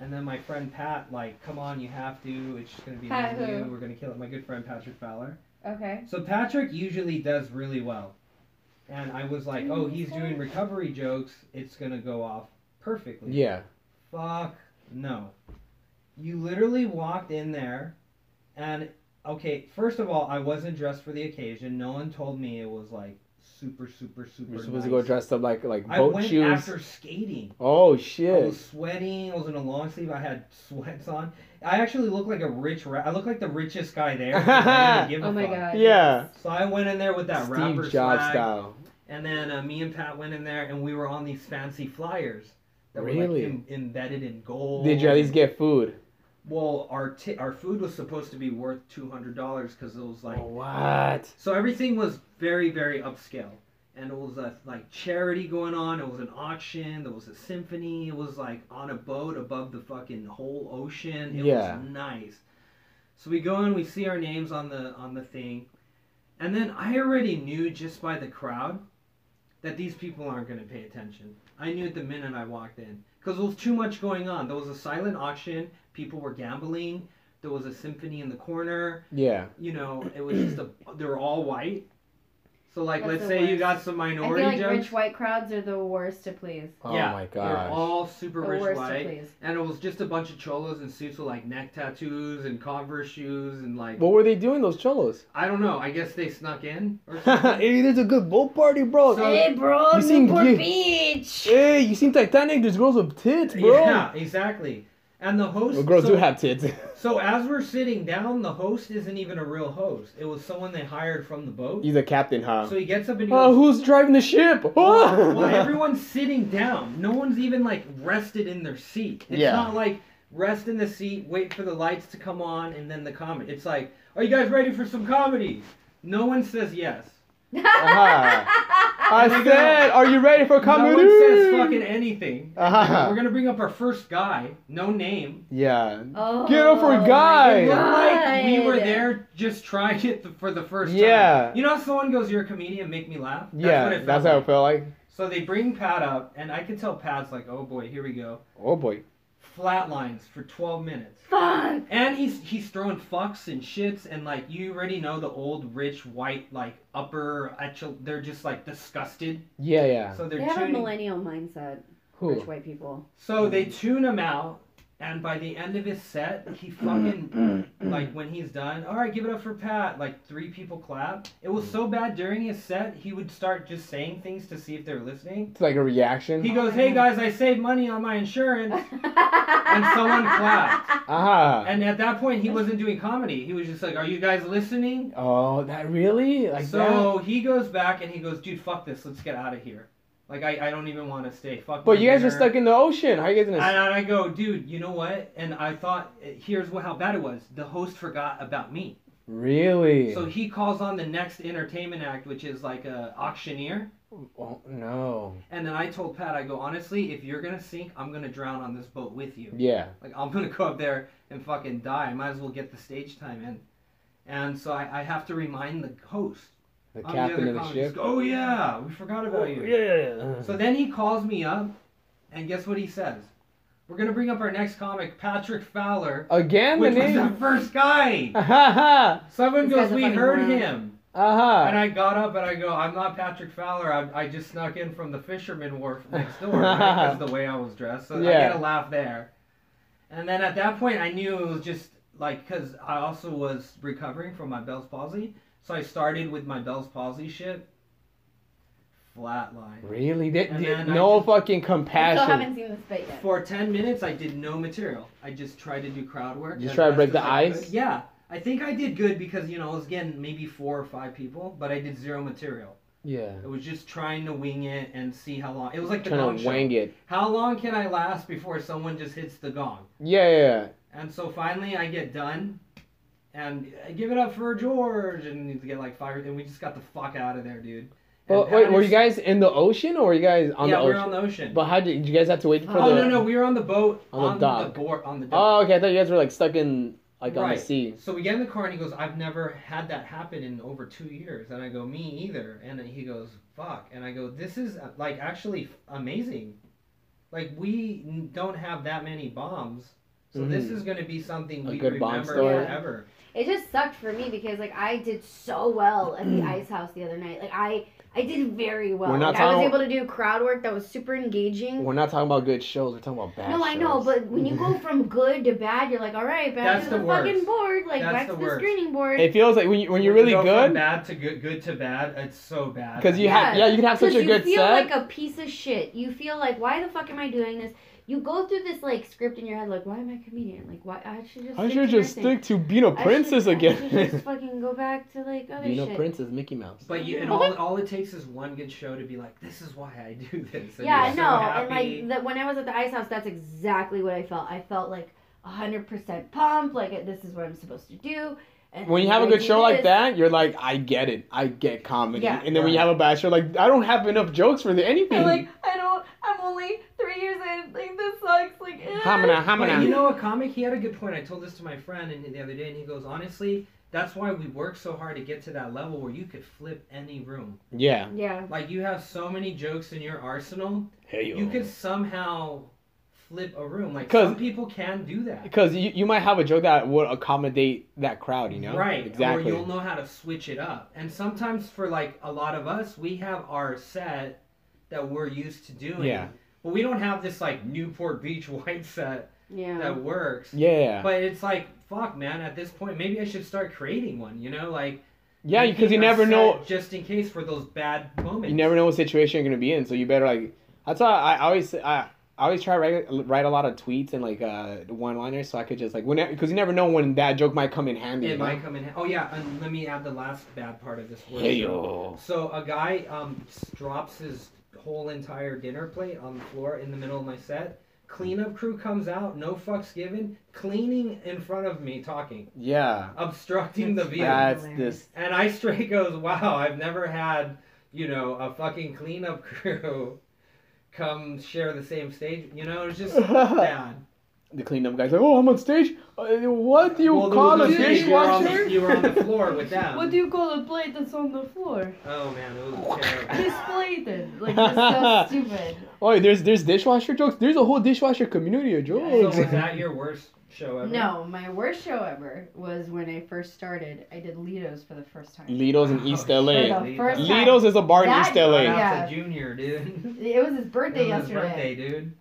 [SPEAKER 3] And then my friend Pat, like, come on, you have to. It's just gonna be
[SPEAKER 4] Pat
[SPEAKER 3] me and
[SPEAKER 4] who?
[SPEAKER 3] you. We're gonna kill it. My good friend Patrick Fowler.
[SPEAKER 4] Okay.
[SPEAKER 3] So Patrick usually does really well. And I was like, oh, he's doing recovery jokes. It's gonna go off perfectly.
[SPEAKER 2] yeah.
[SPEAKER 3] Fuck no. You literally walked in there, and okay, first of all, I wasn't dressed for the occasion. No one told me it was like super, super, super.
[SPEAKER 2] You're supposed to go
[SPEAKER 3] nice.
[SPEAKER 2] dressed up like like
[SPEAKER 3] I
[SPEAKER 2] boat
[SPEAKER 3] went
[SPEAKER 2] shoes.
[SPEAKER 3] after skating.
[SPEAKER 2] oh
[SPEAKER 3] I
[SPEAKER 2] shit.
[SPEAKER 3] was sweating. I was in a long sleeve. I had sweats on. I actually looked like a rich. Ra- I looked like the richest guy there. I didn't give a
[SPEAKER 4] Oh my
[SPEAKER 3] fuck.
[SPEAKER 4] god.
[SPEAKER 2] Yeah.
[SPEAKER 3] So I went in there with that rapper
[SPEAKER 2] Steve Jobs
[SPEAKER 3] swag,
[SPEAKER 2] style.
[SPEAKER 3] and then uh, me and Pat went in there, and we were on these fancy flyers that were
[SPEAKER 2] Really?
[SPEAKER 3] like em- embedded in gold.
[SPEAKER 2] Did you at least get food?
[SPEAKER 3] Well, our ti our food was supposed to be worth two hundred dollars because it was like
[SPEAKER 2] Oh, what?
[SPEAKER 3] so everything was very, very upscale. And it was a like charity going on. It was an auction. There was a symphony. It was like on a boat above the fucking whole ocean. It
[SPEAKER 2] Yeah.
[SPEAKER 3] was nice. So we go in, we see our names on the on the thing, and then I already knew just by the crowd that these people aren't going to pay attention. I knew it the minute I walked in because there was too much going on. There was a silent auction. People were gambling. There was a symphony in the corner
[SPEAKER 2] Yeah.
[SPEAKER 3] you know, it was just a, they were all white. So like,
[SPEAKER 4] That's
[SPEAKER 3] let's
[SPEAKER 4] the
[SPEAKER 3] say you
[SPEAKER 4] worst.
[SPEAKER 3] got some
[SPEAKER 4] I feel
[SPEAKER 3] minority
[SPEAKER 4] like
[SPEAKER 3] jokes.
[SPEAKER 4] rich white crowds are the worst to please.
[SPEAKER 2] Oh
[SPEAKER 3] yeah,
[SPEAKER 2] my
[SPEAKER 3] they're
[SPEAKER 2] gosh.
[SPEAKER 3] all super
[SPEAKER 4] The
[SPEAKER 3] rich
[SPEAKER 4] worst to
[SPEAKER 3] white,
[SPEAKER 4] please.
[SPEAKER 3] and it was just a bunch of cholos in suits with like neck tattoos and Converse shoes and like
[SPEAKER 2] What were they doing, those cholos?
[SPEAKER 3] I don't know. I guess they snuck in or something.
[SPEAKER 2] hey, there's a good boat party, bro.
[SPEAKER 3] So-
[SPEAKER 4] hey, bro,
[SPEAKER 2] You seen
[SPEAKER 4] Newport
[SPEAKER 2] you-
[SPEAKER 4] Beach.
[SPEAKER 2] hey, you seen Titanic? There's girls with tits, bro.
[SPEAKER 3] Yeah, exactly. And the host.
[SPEAKER 2] Well, girls
[SPEAKER 3] so,
[SPEAKER 2] do have tits.
[SPEAKER 3] so as we're sitting down, the host isn't even a real host. It was someone they hired from the boat.
[SPEAKER 2] He's a captain, huh?
[SPEAKER 3] So he gets up and he
[SPEAKER 2] Oh,
[SPEAKER 3] goes,
[SPEAKER 2] who's driving the ship? Uh-huh.
[SPEAKER 3] Well, well, everyone's sitting down. No one's even like rested in their seat. It's
[SPEAKER 2] Yeah.
[SPEAKER 3] not like rest in the seat, wait for the lights to come on, and then the comedy. It's like, are you guys ready for some comedy? No one says yes.
[SPEAKER 2] I
[SPEAKER 3] my
[SPEAKER 2] said,
[SPEAKER 3] God.
[SPEAKER 2] are you ready for comedy?
[SPEAKER 3] No one says fucking anything. We're
[SPEAKER 2] Uh-huh.
[SPEAKER 3] gonna bring up our first guy, no name.
[SPEAKER 2] Yeah.
[SPEAKER 4] Oh,
[SPEAKER 2] Get up for
[SPEAKER 4] my
[SPEAKER 2] guy.
[SPEAKER 3] It looked like we were
[SPEAKER 4] God.
[SPEAKER 3] there just trying it th- for the first time.
[SPEAKER 2] Yeah.
[SPEAKER 3] You know, if someone goes, "You're a comedian, make me laugh." That's
[SPEAKER 2] yeah,
[SPEAKER 3] what it felt
[SPEAKER 2] that's
[SPEAKER 3] like.
[SPEAKER 2] how it felt like.
[SPEAKER 3] So they bring Pat up, and I could tell Pat's like, "Oh boy, here we go."
[SPEAKER 2] Oh boy.
[SPEAKER 3] Flatlines for 12 minutes.
[SPEAKER 4] Fuck.
[SPEAKER 3] And he's he's throwing fucks and shits and like you already know the old rich white like upper etchel they're just like disgusted.
[SPEAKER 2] Yeah, yeah.
[SPEAKER 3] So they're
[SPEAKER 4] They have a
[SPEAKER 3] tuning
[SPEAKER 4] millennial mindset. Rich
[SPEAKER 2] Who?
[SPEAKER 4] white people.
[SPEAKER 3] So they tune him out and by the end of his set he fucking like when he's done, all right, give it up for Pat. Like three people clap. It was so bad during his set, he would start just saying things to see if they're listening.
[SPEAKER 2] It's like a reaction.
[SPEAKER 3] He goes, "Hey guys, I saved money on my insurance." And someone clapped.
[SPEAKER 2] Aha.
[SPEAKER 3] And at that point, he wasn't doing comedy. He was just like, "Are you guys listening?"
[SPEAKER 2] oh, that really? Like
[SPEAKER 3] so he goes back and he goes, dude, fuck this. Let's get out of here. Like, I, I don't even want to stay. Fuck
[SPEAKER 2] that? But
[SPEAKER 3] my
[SPEAKER 2] you guys are
[SPEAKER 3] dinner.
[SPEAKER 2] stuck in the ocean. How are you guys
[SPEAKER 3] And
[SPEAKER 2] gonna?
[SPEAKER 3] I go, dude, you know what? And I thought, eh, here's what, how bad it was. The host forgot about me.
[SPEAKER 2] really?
[SPEAKER 3] So he calls on the next entertainment act, which is like a auctioneer.
[SPEAKER 2] oh, no.
[SPEAKER 3] And then I told Pat, I go, honestly, if you're going to sink, I'm going to drown on this boat with you.
[SPEAKER 2] Yeah.
[SPEAKER 3] Like, I'm going to go up there and fucking die. I might as well get the stage time in. And so I, I have to remind the host.
[SPEAKER 2] The
[SPEAKER 3] I'm
[SPEAKER 2] captain
[SPEAKER 3] other
[SPEAKER 2] of the
[SPEAKER 3] comic. Just
[SPEAKER 2] ship.
[SPEAKER 3] go, oh yeah, we forgot about you. Uh-huh.
[SPEAKER 2] yeah.
[SPEAKER 3] So then he calls me up, and guess what he says? We're gonna bring up our next comic, Patrick Fowler,
[SPEAKER 2] Again, the
[SPEAKER 3] which
[SPEAKER 2] name.
[SPEAKER 3] was the first guy.
[SPEAKER 2] Aha.
[SPEAKER 3] Someone
[SPEAKER 4] This
[SPEAKER 3] goes,
[SPEAKER 4] guy's a
[SPEAKER 3] we
[SPEAKER 4] fucking
[SPEAKER 3] heard
[SPEAKER 4] moron."
[SPEAKER 3] him. And
[SPEAKER 2] Aha.
[SPEAKER 3] I got up and I go, I'm not Patrick Fowler. I, I just snuck in from the Fisherman Wharf next door because the way I was dressed. So I
[SPEAKER 2] Yeah.
[SPEAKER 3] get a laugh there. And then at that point, I knew it was just like because I also was recovering from my Bell's palsy. So I started with my Bell's palsy shit. Flatline.
[SPEAKER 2] Really? They,
[SPEAKER 3] And
[SPEAKER 2] they-
[SPEAKER 3] then I
[SPEAKER 2] no
[SPEAKER 3] just-
[SPEAKER 2] fucking
[SPEAKER 4] I still
[SPEAKER 2] compassion.
[SPEAKER 4] haven't seen this bit yet.
[SPEAKER 3] For 10 minutes, I did no material. I just tried to do crowd work.
[SPEAKER 2] You
[SPEAKER 3] as
[SPEAKER 2] try to
[SPEAKER 3] best
[SPEAKER 2] break the
[SPEAKER 3] as I could.
[SPEAKER 2] ice?
[SPEAKER 3] Yeah. I think I did good because, you know, I was getting maybe four or five people, but I did zero material.
[SPEAKER 2] Yeah.
[SPEAKER 3] It was just trying to wing it and see how long. It was like the
[SPEAKER 2] Trying
[SPEAKER 3] gong
[SPEAKER 2] to
[SPEAKER 3] show.
[SPEAKER 2] wang it.
[SPEAKER 3] How long can I last before someone just hits the gong?
[SPEAKER 2] Yeah, yeah, yeah.
[SPEAKER 3] And so finally I get done, and uh, give it up for George, and you get like fired, and we just got the fuck out of there, dude.
[SPEAKER 2] Well,
[SPEAKER 3] And
[SPEAKER 2] wait, were you
[SPEAKER 3] having-
[SPEAKER 2] guys in the ocean or were you guys on
[SPEAKER 3] yeah,
[SPEAKER 2] the
[SPEAKER 3] we
[SPEAKER 2] ocean?
[SPEAKER 3] were on the ocean.
[SPEAKER 2] But how did, did you guys have to wait for
[SPEAKER 3] oh
[SPEAKER 2] the?
[SPEAKER 3] no, no, we were on the boat
[SPEAKER 2] on the
[SPEAKER 3] on
[SPEAKER 2] dock.
[SPEAKER 3] board on the dock.
[SPEAKER 2] Oh, okay. I thought you guys were like stuck in like on
[SPEAKER 3] Right.
[SPEAKER 2] the sea.
[SPEAKER 3] So we get in the car and he goes, I've never had that happen in over two years. And I go, Me either. And he goes, Fuck. And I go, This is uh, like actually f- amazing. Like we n- don't have that many bombs. So this
[SPEAKER 2] Mhm.
[SPEAKER 3] is going to be something
[SPEAKER 2] A
[SPEAKER 3] we
[SPEAKER 2] good bomb
[SPEAKER 3] remember
[SPEAKER 4] story.
[SPEAKER 3] forever.
[SPEAKER 4] It just sucked for me because like I did so well at the ice house the other night. Like I I did very well.
[SPEAKER 2] We're not
[SPEAKER 4] like, I was
[SPEAKER 2] talking-
[SPEAKER 4] able to do crowd work that was super engaging.
[SPEAKER 2] We're not talking about good shows. We're talking about bad.
[SPEAKER 4] no, I know,
[SPEAKER 2] shows.
[SPEAKER 4] but when you go from good to bad, you're like, all right, back
[SPEAKER 3] That's
[SPEAKER 4] to the,
[SPEAKER 3] the
[SPEAKER 4] fucking
[SPEAKER 3] worst.
[SPEAKER 4] board, like
[SPEAKER 3] That's
[SPEAKER 4] back
[SPEAKER 3] the
[SPEAKER 4] to the
[SPEAKER 3] worst.
[SPEAKER 4] screening board.
[SPEAKER 2] it feels like when you when you're
[SPEAKER 3] You
[SPEAKER 2] really
[SPEAKER 3] go From
[SPEAKER 2] good
[SPEAKER 3] bad to good, good to bad. It's so bad.
[SPEAKER 2] because you have
[SPEAKER 4] Yeah,
[SPEAKER 2] yeah you can have such
[SPEAKER 4] Because
[SPEAKER 2] a good
[SPEAKER 4] you feel
[SPEAKER 2] set.
[SPEAKER 4] like a piece of shit. You feel like, why the fuck am I doing this? You go through this like script in your head, like, why am I a comedian? Like, why I should just.
[SPEAKER 2] I
[SPEAKER 4] stick
[SPEAKER 2] should
[SPEAKER 4] to
[SPEAKER 2] just
[SPEAKER 4] nursing.
[SPEAKER 2] stick to being a
[SPEAKER 4] I should-
[SPEAKER 2] princess
[SPEAKER 4] I should
[SPEAKER 2] again.
[SPEAKER 4] just fucking go back to like other
[SPEAKER 2] being a
[SPEAKER 4] shit.
[SPEAKER 2] princess, Mickey Mouse.
[SPEAKER 3] But you, and all, all it takes is one good show to be like, This is why I do this. And
[SPEAKER 4] yeah,
[SPEAKER 3] you're so
[SPEAKER 4] no, and
[SPEAKER 3] happy.
[SPEAKER 4] like that when I was at the ice house, that's exactly what I felt. I felt like hundred percent pumped, like this is what I'm supposed to do. And
[SPEAKER 2] When you have a
[SPEAKER 4] I
[SPEAKER 2] good
[SPEAKER 4] do
[SPEAKER 2] show like
[SPEAKER 4] this.
[SPEAKER 2] that, you're like, I get it. I get comedy.
[SPEAKER 4] Yeah.
[SPEAKER 2] and then when you have a bad show, like, I don't have enough jokes for the, anything.
[SPEAKER 4] I'm like I don't. I'm only three years in. Like this sucks. Like eh.
[SPEAKER 2] Hamana,
[SPEAKER 3] But
[SPEAKER 2] hamana.
[SPEAKER 3] you know, a comic, he had a good point. I told this to my friend and the other day, and he goes, honestly, that's why we work so hard to get to that level where you could flip any room.
[SPEAKER 2] yeah.
[SPEAKER 4] Yeah.
[SPEAKER 3] Like, you have so many jokes in your arsenal,
[SPEAKER 2] Hey,
[SPEAKER 3] you could somehow flip a room. Like,
[SPEAKER 2] 'Cause-
[SPEAKER 3] some people can do that.
[SPEAKER 2] Because you, you might have a joke that would accommodate that crowd, you know?
[SPEAKER 3] Right.
[SPEAKER 2] Exactly.
[SPEAKER 3] Or you'll know how to switch it up. And sometimes, for like a lot of us, we have our set that we're used to doing.
[SPEAKER 2] Yeah.
[SPEAKER 3] But we don't have this like Newport Beach white set
[SPEAKER 4] Yeah.
[SPEAKER 3] that works.
[SPEAKER 2] Yeah.
[SPEAKER 3] But it's like, fuck, man. At this point, maybe I should start creating one. You know, like
[SPEAKER 2] yeah, because you
[SPEAKER 3] making a
[SPEAKER 2] never
[SPEAKER 3] set
[SPEAKER 2] know.
[SPEAKER 3] just in case for those bad moments.
[SPEAKER 2] You never know what situation you're going to be in. So you better, like, that's why I always, I, I always try to write, write a lot of tweets and, like, uh, one liners so I could just, like, whenever, because you never know when that joke might come in handy.
[SPEAKER 3] It
[SPEAKER 2] you know?
[SPEAKER 3] might come in. ha- Oh yeah, and let me add the last bad part of this word.
[SPEAKER 1] Hey yo.
[SPEAKER 3] So a guy um s- drops his whole entire dinner plate on the floor in the middle of my set. Cleanup crew comes out, no fucks given, cleaning in front of me, talking,
[SPEAKER 2] Yeah.
[SPEAKER 3] obstructing the view.
[SPEAKER 4] bad.
[SPEAKER 2] That's this.
[SPEAKER 3] And I straight goes, wow, I've never had, you know, a fucking cleanup crew come share the same stage. You know, it's just bad.
[SPEAKER 2] The cleanup guy's like, oh, I'm on stage. Uh, what do you
[SPEAKER 3] Well, the-
[SPEAKER 2] call
[SPEAKER 3] the
[SPEAKER 2] a
[SPEAKER 3] thing is you were on the-
[SPEAKER 2] dishwasher?
[SPEAKER 3] You were on the floor with them.
[SPEAKER 4] What do you call a plate that's on the floor?
[SPEAKER 3] Oh man, it was terrible.
[SPEAKER 4] Displated. Like it's so stupid.
[SPEAKER 2] Oh, there's there's dishwasher jokes. There's a whole dishwasher community of
[SPEAKER 3] So
[SPEAKER 2] jokes.
[SPEAKER 3] was that your worst show ever?
[SPEAKER 4] No, my worst show ever was when I first started. I did Litos for the first time.
[SPEAKER 2] Lido's in East
[SPEAKER 3] Oh,
[SPEAKER 4] For
[SPEAKER 2] LA.
[SPEAKER 4] the first time.
[SPEAKER 2] Lido's is a bar in
[SPEAKER 4] That-
[SPEAKER 2] East LA.
[SPEAKER 4] Yeah.
[SPEAKER 3] That's a junior, dude.
[SPEAKER 4] It was his birthday
[SPEAKER 3] It was his birthday,
[SPEAKER 4] yesterday.
[SPEAKER 3] dude.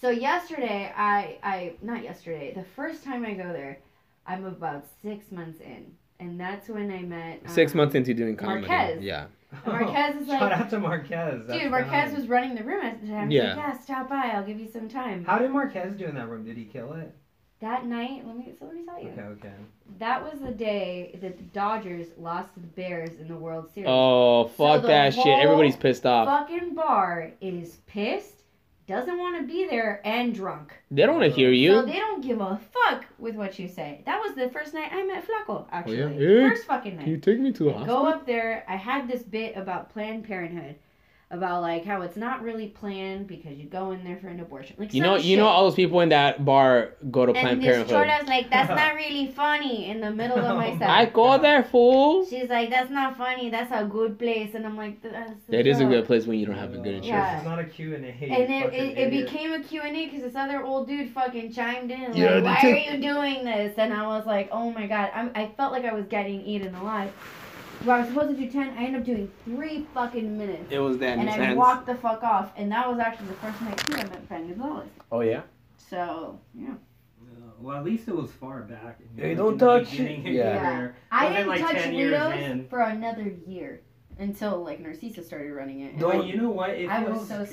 [SPEAKER 4] So yesterday, I I not yesterday. The first time I go there, I'm about six months in, and that's when I met um,
[SPEAKER 2] Six months into doing comedy.
[SPEAKER 4] Marquez.
[SPEAKER 2] Yeah.
[SPEAKER 4] And Marquez is
[SPEAKER 3] Shout
[SPEAKER 4] like,
[SPEAKER 3] out to Marquez. That's
[SPEAKER 4] dude. Marquez
[SPEAKER 3] phenomenal.
[SPEAKER 4] was running the room at the time. He's
[SPEAKER 2] Yeah.
[SPEAKER 4] like, yeah, stop by. I'll give you some time.
[SPEAKER 3] How did Marquez do in that room? Did he kill it?
[SPEAKER 4] that night, let me so let me tell you.
[SPEAKER 3] Okay, okay.
[SPEAKER 4] That was the day that the Dodgers lost to the Bears in the World Series.
[SPEAKER 2] Oh fuck
[SPEAKER 4] the
[SPEAKER 2] that shit!
[SPEAKER 4] whole
[SPEAKER 2] Everybody's pissed off.
[SPEAKER 4] Fucking bar is pissed, doesn't want to be there, and drunk.
[SPEAKER 2] They don't want to hear
[SPEAKER 4] So
[SPEAKER 2] you.
[SPEAKER 4] they don't give a fuck with what you say. That was the first night I met Flaco, actually.
[SPEAKER 2] Oh, yeah? Yeah.
[SPEAKER 4] First fucking night.
[SPEAKER 2] Can you take me to the
[SPEAKER 4] I go
[SPEAKER 2] hospital?
[SPEAKER 4] up there. I had this bit about Planned Parenthood, about like how it's not really planned because you go in there for an abortion. Like
[SPEAKER 2] You
[SPEAKER 4] some
[SPEAKER 2] know, you know,
[SPEAKER 4] shit.
[SPEAKER 2] all those people in that bar go to Planned
[SPEAKER 4] And this
[SPEAKER 2] Parenthood.
[SPEAKER 4] short like, that's not really funny in the middle of my
[SPEAKER 3] Oh,
[SPEAKER 4] set.
[SPEAKER 2] I go there, fool.
[SPEAKER 4] She's like, that's not funny. That's a good place, and I'm like, that's the
[SPEAKER 2] That is a
[SPEAKER 4] joke."
[SPEAKER 2] good place when you don't have a good
[SPEAKER 3] This
[SPEAKER 2] insurance.
[SPEAKER 4] Yeah.
[SPEAKER 3] is not a Q and A.
[SPEAKER 4] And it, it, it became a Q&A because this other old dude fucking chimed in like,
[SPEAKER 1] Yeah, they
[SPEAKER 4] why
[SPEAKER 1] took-
[SPEAKER 4] are you doing this? And I was like, oh my god, I'm, I felt like I was getting eaten alive. Well, I was supposed to do 10, I ended up doing three fucking minutes.
[SPEAKER 2] It was that.
[SPEAKER 4] and I walked the fuck off, and that was actually the first night too I met Fran Gonzalez.
[SPEAKER 2] Oh yeah.
[SPEAKER 4] So yeah,
[SPEAKER 3] Well, at least it was far back. in
[SPEAKER 2] Hey,
[SPEAKER 3] the-
[SPEAKER 2] don't
[SPEAKER 3] in the
[SPEAKER 2] touch
[SPEAKER 3] beginning
[SPEAKER 2] it.
[SPEAKER 3] of your
[SPEAKER 2] Yeah.
[SPEAKER 3] career.
[SPEAKER 4] I
[SPEAKER 3] Wasn't
[SPEAKER 4] didn't
[SPEAKER 3] like
[SPEAKER 4] touch
[SPEAKER 3] 10 years
[SPEAKER 4] Litos
[SPEAKER 3] in.
[SPEAKER 4] for another year until like Narcissa started running it. And
[SPEAKER 3] But
[SPEAKER 4] I-
[SPEAKER 3] you know what? It
[SPEAKER 4] I was
[SPEAKER 3] feels
[SPEAKER 4] so
[SPEAKER 3] good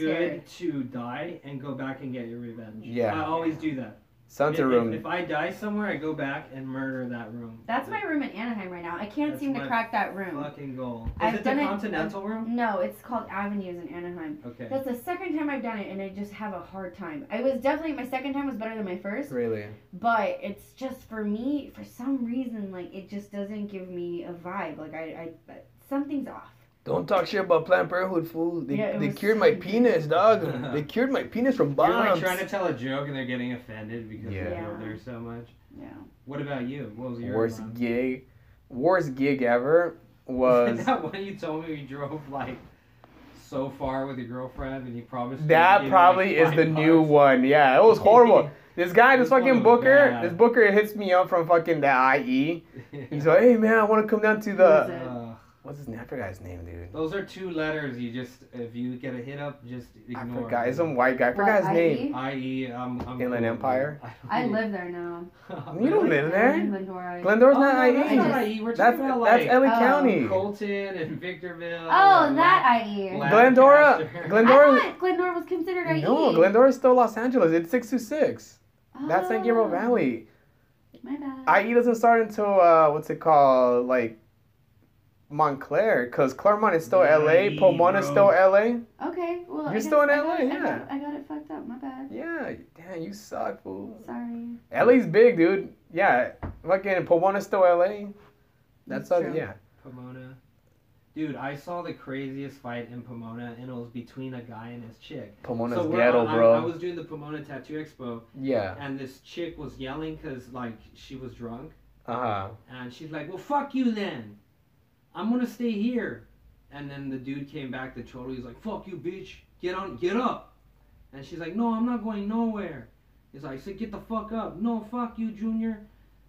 [SPEAKER 4] scared.
[SPEAKER 3] to die and go back and get your revenge.
[SPEAKER 2] Yeah.
[SPEAKER 3] I always do that.
[SPEAKER 2] Sunset
[SPEAKER 3] if,
[SPEAKER 2] room.
[SPEAKER 3] If, if I die somewhere, I go back and murder that room.
[SPEAKER 4] That's my room in Anaheim right now. I can't
[SPEAKER 3] That's
[SPEAKER 4] seem
[SPEAKER 3] my
[SPEAKER 4] to crack that room.
[SPEAKER 3] fucking goal. Is
[SPEAKER 4] I've
[SPEAKER 3] it the
[SPEAKER 4] done it-
[SPEAKER 3] Continental room?
[SPEAKER 4] No, it's called Avenues in Anaheim.
[SPEAKER 3] Okay.
[SPEAKER 4] That's the second time I've done it, and I just have a hard time. I was definitely my second time was better than my first,
[SPEAKER 2] really.
[SPEAKER 4] but it's just for me, for some reason, like it just doesn't give me a vibe. Like I, I something's off.
[SPEAKER 2] Don't talk shit about Planned Parenthood, fool. They,
[SPEAKER 4] Yeah, it
[SPEAKER 2] they
[SPEAKER 4] was-
[SPEAKER 2] cured my penis, dog. they cured my penis from bombs.
[SPEAKER 3] You're like trying to tell a joke and they're getting offended because
[SPEAKER 2] Yeah.
[SPEAKER 3] they
[SPEAKER 4] Yeah.
[SPEAKER 3] go there so much.
[SPEAKER 4] Yeah.
[SPEAKER 3] What about you? What was your
[SPEAKER 2] Worst
[SPEAKER 3] one?
[SPEAKER 2] gig, worst gig ever was
[SPEAKER 3] that one you told me you drove like so far with your girlfriend and you promised.
[SPEAKER 2] that. Probably is the new one. Yeah, it was horrible. This guy, this
[SPEAKER 3] This one
[SPEAKER 2] fucking
[SPEAKER 3] was
[SPEAKER 2] booker,
[SPEAKER 3] bad.
[SPEAKER 2] this booker hits me up from fucking the IE. He's
[SPEAKER 3] one.
[SPEAKER 2] like, hey man, I want to come down to
[SPEAKER 4] was
[SPEAKER 2] the
[SPEAKER 4] it?
[SPEAKER 2] what's his name? I forgot his name, dude.
[SPEAKER 3] Uh, those are two letters. You just if you get a hit up, just
[SPEAKER 2] I
[SPEAKER 3] ignore.
[SPEAKER 2] forgot. It's
[SPEAKER 3] them.
[SPEAKER 2] some white guy. I forgot his
[SPEAKER 4] What, E?
[SPEAKER 2] name.
[SPEAKER 4] IE?
[SPEAKER 3] I.e., I'm, I'm
[SPEAKER 2] Inland
[SPEAKER 3] cool.
[SPEAKER 2] Empire?
[SPEAKER 3] E.
[SPEAKER 4] I live there now.
[SPEAKER 2] You don't live
[SPEAKER 4] I'm in
[SPEAKER 2] there.
[SPEAKER 4] Glendora.
[SPEAKER 2] Glendora's
[SPEAKER 3] Oh,
[SPEAKER 2] not
[SPEAKER 3] no,
[SPEAKER 2] IE.
[SPEAKER 3] that's not IE. We're
[SPEAKER 2] That's
[SPEAKER 3] talking about like
[SPEAKER 2] that's LA
[SPEAKER 4] Oh.
[SPEAKER 2] County.
[SPEAKER 3] Colton and Victorville.
[SPEAKER 4] oh,
[SPEAKER 3] and
[SPEAKER 4] that IE.
[SPEAKER 3] La-
[SPEAKER 2] Glendora-
[SPEAKER 3] Lancaster.
[SPEAKER 2] Glendora-
[SPEAKER 4] I thought Glendora was considered E. IE.
[SPEAKER 2] No, Glendora is still Los Angeles. It's six two six. That's San Gabriel
[SPEAKER 4] Oh,
[SPEAKER 2] Valley.
[SPEAKER 4] My bad.
[SPEAKER 2] IE doesn't start until uh, what's it called, like Montclair, because Claremont is still LA,
[SPEAKER 3] IE,
[SPEAKER 2] Pomona is still
[SPEAKER 3] E, bro.
[SPEAKER 2] LA.
[SPEAKER 4] Okay, well. I
[SPEAKER 2] You're still in
[SPEAKER 4] guess I
[SPEAKER 2] LA,
[SPEAKER 4] got- I
[SPEAKER 2] yeah.
[SPEAKER 4] got- I got it fucked up. My bad.
[SPEAKER 2] Yeah, damn, you suck, fool.
[SPEAKER 4] Sorry.
[SPEAKER 2] LA's big, dude. Yeah, fucking Pomona's still LA. That's
[SPEAKER 4] That's
[SPEAKER 2] how,
[SPEAKER 4] true.
[SPEAKER 2] yeah.
[SPEAKER 3] Pomona. Dude, I saw the craziest fight in Pomona, and it was between a guy and his chick.
[SPEAKER 2] Pomona's
[SPEAKER 3] we're
[SPEAKER 2] ghetto,
[SPEAKER 3] on- I-
[SPEAKER 2] bro.
[SPEAKER 3] I, was doing the Pomona Tattoo Expo,
[SPEAKER 2] yeah.
[SPEAKER 3] and this chick was yelling because like she was drunk,
[SPEAKER 2] Uh huh.
[SPEAKER 3] and she's like, "Well, fuck you then, I'm gonna stay here." And then the dude came back to Cholo. He's like, "Fuck you, bitch, get on, get up." And she's like, "No, I'm not going nowhere." He's like, "So get the fuck up." No, fuck you, Junior.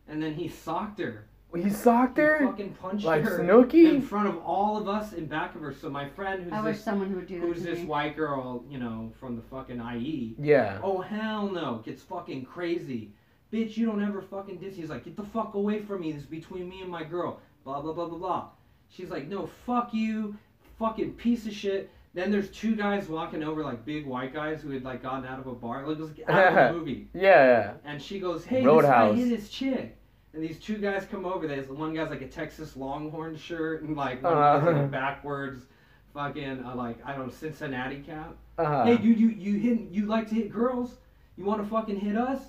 [SPEAKER 3] And then he socked her.
[SPEAKER 2] He socked
[SPEAKER 3] He
[SPEAKER 2] her
[SPEAKER 3] fucking punched
[SPEAKER 2] like
[SPEAKER 3] her in
[SPEAKER 2] Snooki.
[SPEAKER 3] front of all of us in back of her. So my friend, who's
[SPEAKER 4] I wish
[SPEAKER 3] this,
[SPEAKER 4] someone would do that.
[SPEAKER 3] who's
[SPEAKER 4] to
[SPEAKER 3] this
[SPEAKER 4] me.
[SPEAKER 3] white girl, you know, from the fucking IE.
[SPEAKER 2] Yeah.
[SPEAKER 3] Oh hell no, gets fucking crazy. Bitch, you don't ever fucking diss. He's like, get the fuck away from me. This is between me and my girl. Blah blah blah blah blah. She's like, no, fuck you, fucking piece of shit. Then there's two guys walking over, like big white guys who had like gotten out of a bar. Like it was like out of a movie.
[SPEAKER 2] Yeah.
[SPEAKER 3] And she goes, hey,
[SPEAKER 2] Roadhouse.
[SPEAKER 3] this guy hit his chick. And these two guys come over. There's one guy's like a Texas Longhorn shirt and like one guy's like
[SPEAKER 2] Uh-huh.
[SPEAKER 3] a backwards, fucking uh, like I don't know Cincinnati cap.
[SPEAKER 2] Uh huh.
[SPEAKER 3] Hey, dude, you you hit you like to hit girls? You want to fucking hit us?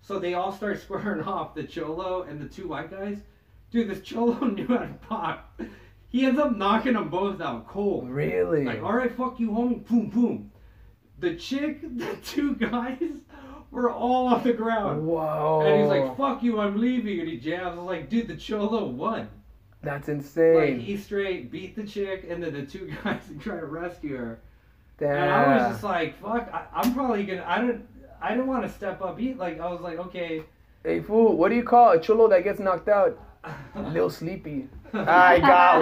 [SPEAKER 3] So they all start squaring off the cholo and the two white guys. Dude, this cholo knew how to pop. He ends up knocking them both out cold.
[SPEAKER 2] Really?
[SPEAKER 3] Like, all right, fuck you, homie. Boom, boom. The chick, the two guys, were all on the ground.
[SPEAKER 2] Whoa.
[SPEAKER 3] And he's
[SPEAKER 2] Oh.
[SPEAKER 3] like, fuck you, I'm leaving. And he jabs. I was like, dude, the cholo won.
[SPEAKER 2] That's
[SPEAKER 3] Like,
[SPEAKER 2] insane.
[SPEAKER 3] he straight beat the chick, and then the two guys try to rescue her.
[SPEAKER 2] Damn.
[SPEAKER 3] And I was just like, fuck, I, I'm probably gonna, I don't, I didn't want to step up. Eat like I was like, okay.
[SPEAKER 2] hey, fool, what do you call a chulo that gets knocked out? Little sleepy. I got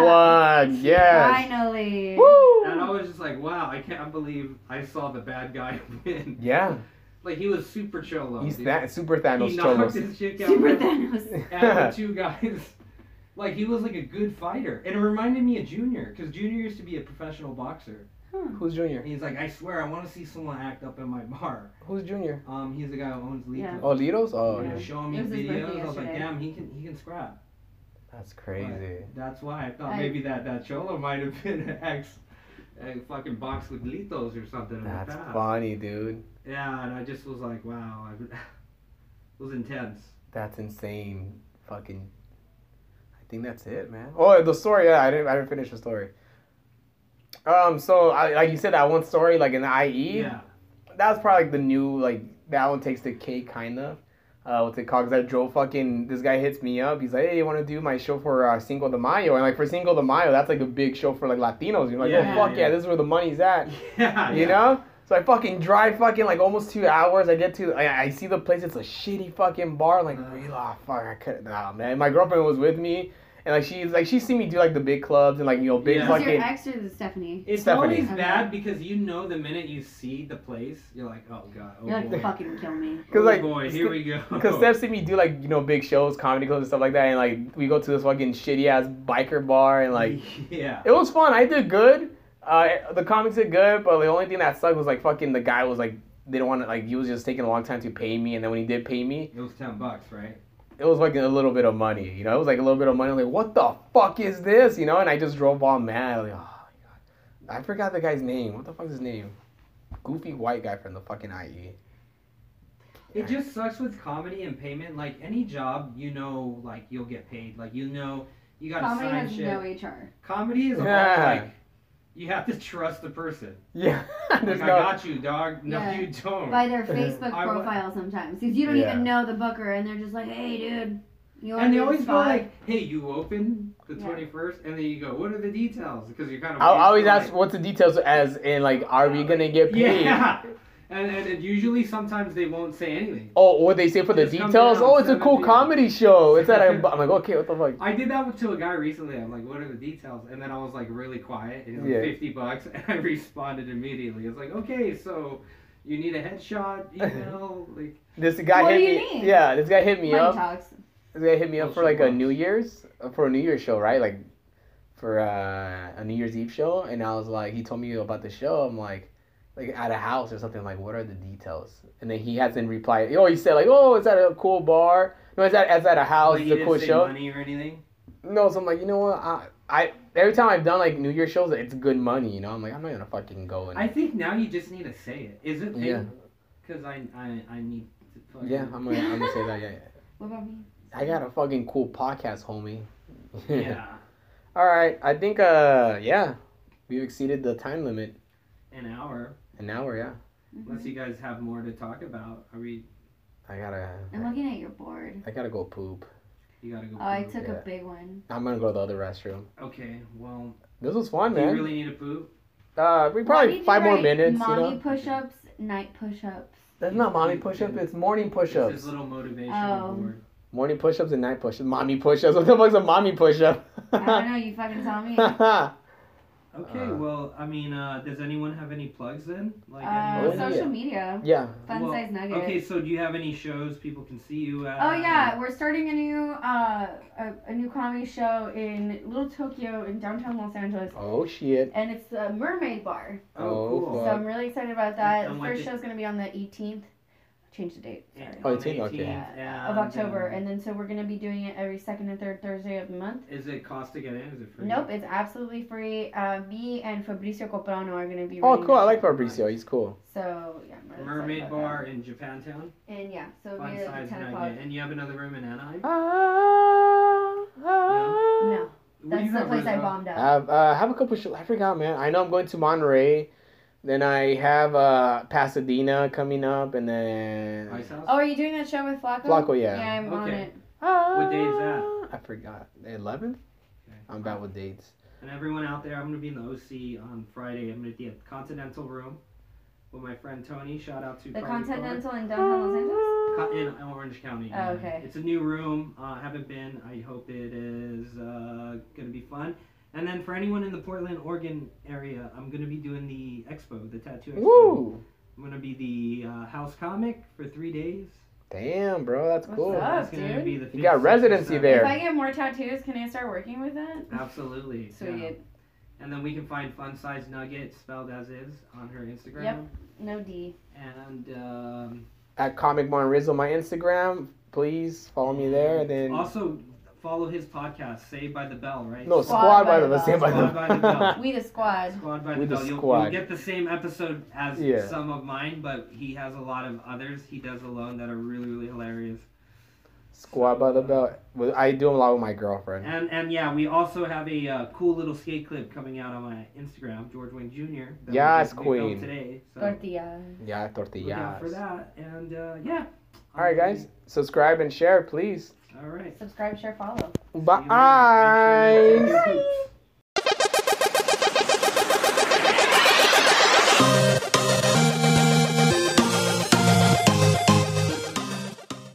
[SPEAKER 2] one. Yes.
[SPEAKER 4] Finally.
[SPEAKER 3] and I
[SPEAKER 2] Woo.
[SPEAKER 3] was just like, wow, I can't believe I saw the bad guy win.
[SPEAKER 2] Yeah.
[SPEAKER 3] Like he was super cholo.
[SPEAKER 2] He's
[SPEAKER 3] dude.
[SPEAKER 2] that super
[SPEAKER 3] He
[SPEAKER 2] Thanos
[SPEAKER 3] knocked
[SPEAKER 2] cholos.
[SPEAKER 3] his chick out.
[SPEAKER 4] Super Thanos.
[SPEAKER 3] And the two guys, like he was like a good fighter, and it reminded me of Junior, because Junior used to be a professional boxer.
[SPEAKER 2] Who's junior?
[SPEAKER 3] And he's like, I swear, I want to see someone act up in my bar.
[SPEAKER 2] Who's junior?
[SPEAKER 3] Um, he's the guy who owns Lito.
[SPEAKER 4] Yeah.
[SPEAKER 2] Oh, Litos? Oh,
[SPEAKER 3] You
[SPEAKER 4] Yeah.
[SPEAKER 3] know,
[SPEAKER 2] yeah.
[SPEAKER 3] showing me
[SPEAKER 4] It was his birthday
[SPEAKER 3] videos. I was like,
[SPEAKER 4] yesterday.
[SPEAKER 3] damn, he can he can scrap.
[SPEAKER 2] That's crazy.
[SPEAKER 3] But That's why I thought
[SPEAKER 4] I-
[SPEAKER 3] maybe that that cholo might have been an ex, a fucking box with litos or something. in the
[SPEAKER 2] That's
[SPEAKER 3] past.
[SPEAKER 2] funny, dude.
[SPEAKER 3] Yeah, and I just was like, wow, I, it was intense.
[SPEAKER 2] That's insane. Fucking. I think that's it, man. Oh, the story. Yeah, I didn't. I didn't finish the story. Um. So, I, like you said, that one story, like in the IE.
[SPEAKER 3] Yeah.
[SPEAKER 2] That was probably like, the new like that one takes the cake, kind of. Uh, what's it called? 'Cause I drove fucking. This guy hits me up. He's like, "Hey, you want to do my show for uh, Cinco de Mayo?" And like for Cinco de Mayo, that's like a big show for like Latinos. You're like,
[SPEAKER 3] Yeah,
[SPEAKER 2] "Oh fuck
[SPEAKER 3] yeah.
[SPEAKER 2] yeah, this is where the money's at."
[SPEAKER 3] Ah, Yeah.
[SPEAKER 2] You know? So I fucking drive fucking like almost two hours. I get to, I, I see the place. It's a shitty fucking bar. I'm like,
[SPEAKER 3] Uh.
[SPEAKER 2] real, oh, fuck, I couldn't, nah, man. My girlfriend was with me. And like, she's like, she seen me do like the big clubs and like, you know, big
[SPEAKER 3] Yeah.
[SPEAKER 4] Is your
[SPEAKER 2] fucking.
[SPEAKER 4] ex or is it Stephanie?
[SPEAKER 3] It's
[SPEAKER 2] Stephanie.
[SPEAKER 3] always bad because you know the minute you see the place, you're like, oh god, oh
[SPEAKER 4] You're like,
[SPEAKER 3] boy,
[SPEAKER 4] fucking kill me.
[SPEAKER 2] Cause
[SPEAKER 3] oh
[SPEAKER 2] like,
[SPEAKER 3] boy, here we go.
[SPEAKER 2] Cause Steph seen me do like, you know, big shows, comedy clubs and stuff like that. And like, we go to this fucking shitty ass biker bar and like,
[SPEAKER 3] yeah,
[SPEAKER 2] it was fun. I did good. Uh, the comics did good, but the only thing that sucked was like fucking the guy was like they don't want to like he was just taking a long time to pay me, and then when he did pay me,
[SPEAKER 3] It was ten bucks, right?
[SPEAKER 2] it was like a little bit of money. You know, it was like a little bit of money. I'm like, what the fuck is this? You know, and I just drove all mad. Like, oh my god, I forgot the guy's name. What the fuck is his name? Goofy white guy from the fucking E. IE.
[SPEAKER 3] It just sucks with comedy and payment. Like any job, you know, like you'll get paid. Like you know, you gotta
[SPEAKER 4] Comedy
[SPEAKER 3] sign
[SPEAKER 4] has
[SPEAKER 3] shit.
[SPEAKER 4] no HR.
[SPEAKER 3] Comedy is all
[SPEAKER 2] Yeah.
[SPEAKER 3] like you have to trust the person.
[SPEAKER 2] Yeah,
[SPEAKER 3] Like
[SPEAKER 2] there's
[SPEAKER 3] I
[SPEAKER 2] no.
[SPEAKER 3] got you, dog. No,
[SPEAKER 4] Yeah.
[SPEAKER 3] you don't.
[SPEAKER 4] By their Facebook
[SPEAKER 3] I wa-
[SPEAKER 4] profile sometimes. Because you don't
[SPEAKER 2] Yeah.
[SPEAKER 4] even know the booker and they're just like, hey, dude. You wanna
[SPEAKER 3] and they
[SPEAKER 4] do this
[SPEAKER 3] always go
[SPEAKER 4] spot?"
[SPEAKER 3] like, "Hey, you open the
[SPEAKER 4] Yeah.
[SPEAKER 3] twenty first, and then you go, "What are the details?" Because you're kind of.
[SPEAKER 2] I I always ask what's the details, as in like, are we gonna get paid?
[SPEAKER 3] Yeah, and, and and usually sometimes they won't say anything.
[SPEAKER 2] Oh, what they say for the
[SPEAKER 3] Just come
[SPEAKER 2] details?
[SPEAKER 3] down,
[SPEAKER 2] Oh, it's a
[SPEAKER 3] send
[SPEAKER 2] cool
[SPEAKER 3] it to you.
[SPEAKER 2] comedy show. It's that I'm, I'm like, okay, what the fuck?
[SPEAKER 3] I did that to a guy recently. I'm like, "What are the details?" And then I was like really quiet, and it was
[SPEAKER 2] Yeah.
[SPEAKER 3] fifty bucks, and I responded immediately. It's like, "Okay, so you need a headshot, email, like."
[SPEAKER 2] This guy
[SPEAKER 4] What do
[SPEAKER 2] hit
[SPEAKER 4] you
[SPEAKER 2] me.
[SPEAKER 4] need?
[SPEAKER 2] Yeah, this guy hit me
[SPEAKER 4] Mine
[SPEAKER 2] up.
[SPEAKER 4] talks.
[SPEAKER 2] This guy hit me up
[SPEAKER 3] Oh,
[SPEAKER 2] for
[SPEAKER 3] she
[SPEAKER 2] like a
[SPEAKER 3] was.
[SPEAKER 2] New Year's uh, for a New Year's show, right? Like for uh, a New Year's Eve show, and I was like, he told me about the show. I'm like, like at a house or something. like, what are the details? And then he hasn't replied. Oh, he said like, oh, it's at a cool bar. No, it's at it's at a house.
[SPEAKER 3] like, he
[SPEAKER 2] it's a
[SPEAKER 3] didn't
[SPEAKER 2] cool
[SPEAKER 3] say
[SPEAKER 2] show.
[SPEAKER 3] Money or anything?
[SPEAKER 2] No, so I'm like, you know what? I, I every time I've done like New Year's shows, it's good money. You know, I'm like, I'm not gonna fucking go and.
[SPEAKER 3] I think now you just need to say it. Is it?
[SPEAKER 2] Yeah.
[SPEAKER 3] Because I, I I need. To fucking-
[SPEAKER 2] yeah, I'm gonna, I'm gonna say that. Yeah, yeah.
[SPEAKER 4] What about me?
[SPEAKER 2] I got a fucking cool podcast, homie.
[SPEAKER 3] yeah.
[SPEAKER 2] All right, I think uh yeah, we've exceeded the time limit.
[SPEAKER 3] An hour.
[SPEAKER 2] An hour, yeah.
[SPEAKER 4] Mm-hmm.
[SPEAKER 3] Unless you guys have more to talk about, are we?
[SPEAKER 2] I gotta,
[SPEAKER 4] I'm looking at your board.
[SPEAKER 2] I gotta go poop.
[SPEAKER 3] You gotta go.
[SPEAKER 4] Oh, I
[SPEAKER 3] poop.
[SPEAKER 4] took
[SPEAKER 2] Yeah.
[SPEAKER 4] a big one.
[SPEAKER 2] I'm gonna go to the other restroom.
[SPEAKER 3] Okay, well,
[SPEAKER 2] This was fun,
[SPEAKER 3] do you
[SPEAKER 2] man.
[SPEAKER 3] really need to poop?
[SPEAKER 2] uh, we
[SPEAKER 4] Why did
[SPEAKER 2] probably
[SPEAKER 4] you
[SPEAKER 2] five more
[SPEAKER 4] write
[SPEAKER 2] minutes. You
[SPEAKER 4] Mommy
[SPEAKER 2] know,
[SPEAKER 4] push ups, night push ups.
[SPEAKER 2] that's not mommy push-up. It's morning
[SPEAKER 3] It's
[SPEAKER 2] push-ups.
[SPEAKER 3] his little motivation
[SPEAKER 4] Oh.
[SPEAKER 3] board.
[SPEAKER 2] Morning push-ups and night push-ups. Mommy push-ups. What the fuck's a mommy push-up?
[SPEAKER 4] I don't know, you fucking tell me.
[SPEAKER 3] Okay,
[SPEAKER 2] Uh.
[SPEAKER 3] well, I mean, uh, does anyone have any plugs then? Like,
[SPEAKER 4] Uh,
[SPEAKER 3] anyone?
[SPEAKER 2] so-
[SPEAKER 4] social media.
[SPEAKER 2] yeah.
[SPEAKER 4] Fun
[SPEAKER 3] Well,
[SPEAKER 4] size nugget.
[SPEAKER 3] okay, so do you have any shows people can see you at?
[SPEAKER 4] Oh yeah,
[SPEAKER 3] Um,
[SPEAKER 4] we're starting a new uh a, a new comedy show in Little Tokyo in downtown Los Angeles,
[SPEAKER 2] Oh shit.
[SPEAKER 4] and it's the Mermaid Bar.
[SPEAKER 3] Oh,
[SPEAKER 2] Oh,
[SPEAKER 3] cool.
[SPEAKER 4] So I'm really excited about that.
[SPEAKER 3] And
[SPEAKER 4] The
[SPEAKER 3] what
[SPEAKER 4] first
[SPEAKER 3] did-
[SPEAKER 4] show's gonna be on the 18th. Change the date. Sorry.
[SPEAKER 3] And
[SPEAKER 2] Oh,
[SPEAKER 3] on
[SPEAKER 2] it's in-
[SPEAKER 3] the
[SPEAKER 2] okay.
[SPEAKER 3] 18th,
[SPEAKER 4] Uh,
[SPEAKER 3] and,
[SPEAKER 4] of October,
[SPEAKER 3] um,
[SPEAKER 4] and then so we're gonna be doing it every second and third Thursday of the month.
[SPEAKER 3] Is it cost to get in? Is it free?
[SPEAKER 4] Nope, it's absolutely free. Uh, me and Fabrizio Coprano are gonna be.
[SPEAKER 2] Oh
[SPEAKER 4] running
[SPEAKER 2] cool.
[SPEAKER 4] that
[SPEAKER 2] I like
[SPEAKER 4] show.
[SPEAKER 2] Fabrizio. He's cool.
[SPEAKER 4] So yeah, I'm really excited
[SPEAKER 3] Mermaid
[SPEAKER 4] about that.
[SPEAKER 3] Bar in Japantown.
[SPEAKER 4] And yeah, so it'll
[SPEAKER 3] Fun
[SPEAKER 4] be at
[SPEAKER 3] size
[SPEAKER 4] ten
[SPEAKER 3] nugget.
[SPEAKER 4] o'clock.
[SPEAKER 3] And you have another room in Anaheim?
[SPEAKER 4] No,
[SPEAKER 3] What do
[SPEAKER 4] that's
[SPEAKER 3] you
[SPEAKER 4] the
[SPEAKER 3] have,
[SPEAKER 4] place I
[SPEAKER 3] Rizzo?
[SPEAKER 4] bombed
[SPEAKER 2] I
[SPEAKER 4] out.
[SPEAKER 2] have, uh, I have a couple shows. I forgot, man. I know I'm going to Monterey. Then I have uh, Pasadena coming up, and then
[SPEAKER 3] Ice House?
[SPEAKER 4] Oh, are you doing that show with Flacco?
[SPEAKER 2] Flacco, yeah.
[SPEAKER 4] Yeah, I'm on
[SPEAKER 3] Okay.
[SPEAKER 4] it.
[SPEAKER 2] What
[SPEAKER 3] day is that?
[SPEAKER 2] Ah, I forgot. The 11th.
[SPEAKER 3] Okay.
[SPEAKER 2] I'm bad with dates.
[SPEAKER 3] And everyone out there, I'm gonna be in the OC on Friday. I'm gonna be at the Continental Room with my friend Tony. Shout out to
[SPEAKER 4] The
[SPEAKER 3] Carly Clark.
[SPEAKER 4] Continental in downtown Los Angeles.
[SPEAKER 3] Co- in uh, Orange County.
[SPEAKER 4] Oh, okay.
[SPEAKER 3] It's a new room. Uh, haven't been. I hope it is uh, gonna be fun. And then for anyone in the Portland, Oregon area, I'm gonna be doing the expo, the tattoo expo.
[SPEAKER 2] Woo!
[SPEAKER 3] I'm gonna be the uh, house comic for three days.
[SPEAKER 2] Damn, bro, that's
[SPEAKER 4] What's
[SPEAKER 2] cool.
[SPEAKER 4] up?
[SPEAKER 3] That's gonna
[SPEAKER 4] dude.
[SPEAKER 3] be the fifth,
[SPEAKER 2] got
[SPEAKER 3] sixth, and
[SPEAKER 2] residency
[SPEAKER 3] seventh.
[SPEAKER 2] there.
[SPEAKER 4] If I get more tattoos, can I start working with that?
[SPEAKER 3] Absolutely.
[SPEAKER 4] Sweet.
[SPEAKER 3] yeah. And then we can find Fun Size Nugget spelled as is on her Instagram.
[SPEAKER 4] Yep. No D.
[SPEAKER 3] And um,
[SPEAKER 2] At Comic Mon Rizzo, my Instagram. Please follow me there. And then
[SPEAKER 3] also follow his podcast, Saved by the Bell, right?
[SPEAKER 2] no
[SPEAKER 4] Squad
[SPEAKER 2] squad
[SPEAKER 4] by
[SPEAKER 2] by
[SPEAKER 4] the
[SPEAKER 2] the
[SPEAKER 4] Bell.
[SPEAKER 2] same by
[SPEAKER 3] Squad by the
[SPEAKER 2] the.
[SPEAKER 3] Bell.
[SPEAKER 4] We the squad.
[SPEAKER 3] Squad by the
[SPEAKER 2] With the
[SPEAKER 3] Bell. You'll,
[SPEAKER 2] squad.
[SPEAKER 3] you'll get the same episode as
[SPEAKER 2] Yeah.
[SPEAKER 3] some of mine, but he has a lot of others he does alone that are really, really hilarious.
[SPEAKER 2] Squad by the Bell. Well, I do a lot with my girlfriend.
[SPEAKER 3] And and yeah, we also have a uh, cool little skate clip coming out on my Instagram, George Wayne Jr. that we
[SPEAKER 2] Yes,
[SPEAKER 3] just- we filmed
[SPEAKER 2] queen.
[SPEAKER 3] Today, so
[SPEAKER 4] Tortilla.
[SPEAKER 2] Yeah,
[SPEAKER 3] look out
[SPEAKER 2] tortillas.
[SPEAKER 3] for that. And uh, yeah.
[SPEAKER 2] All right, guys, subscribe and share, please.
[SPEAKER 3] All right.
[SPEAKER 4] Subscribe, share, follow.
[SPEAKER 3] é See you later. Make sure you take
[SPEAKER 2] Bye.
[SPEAKER 3] your poops.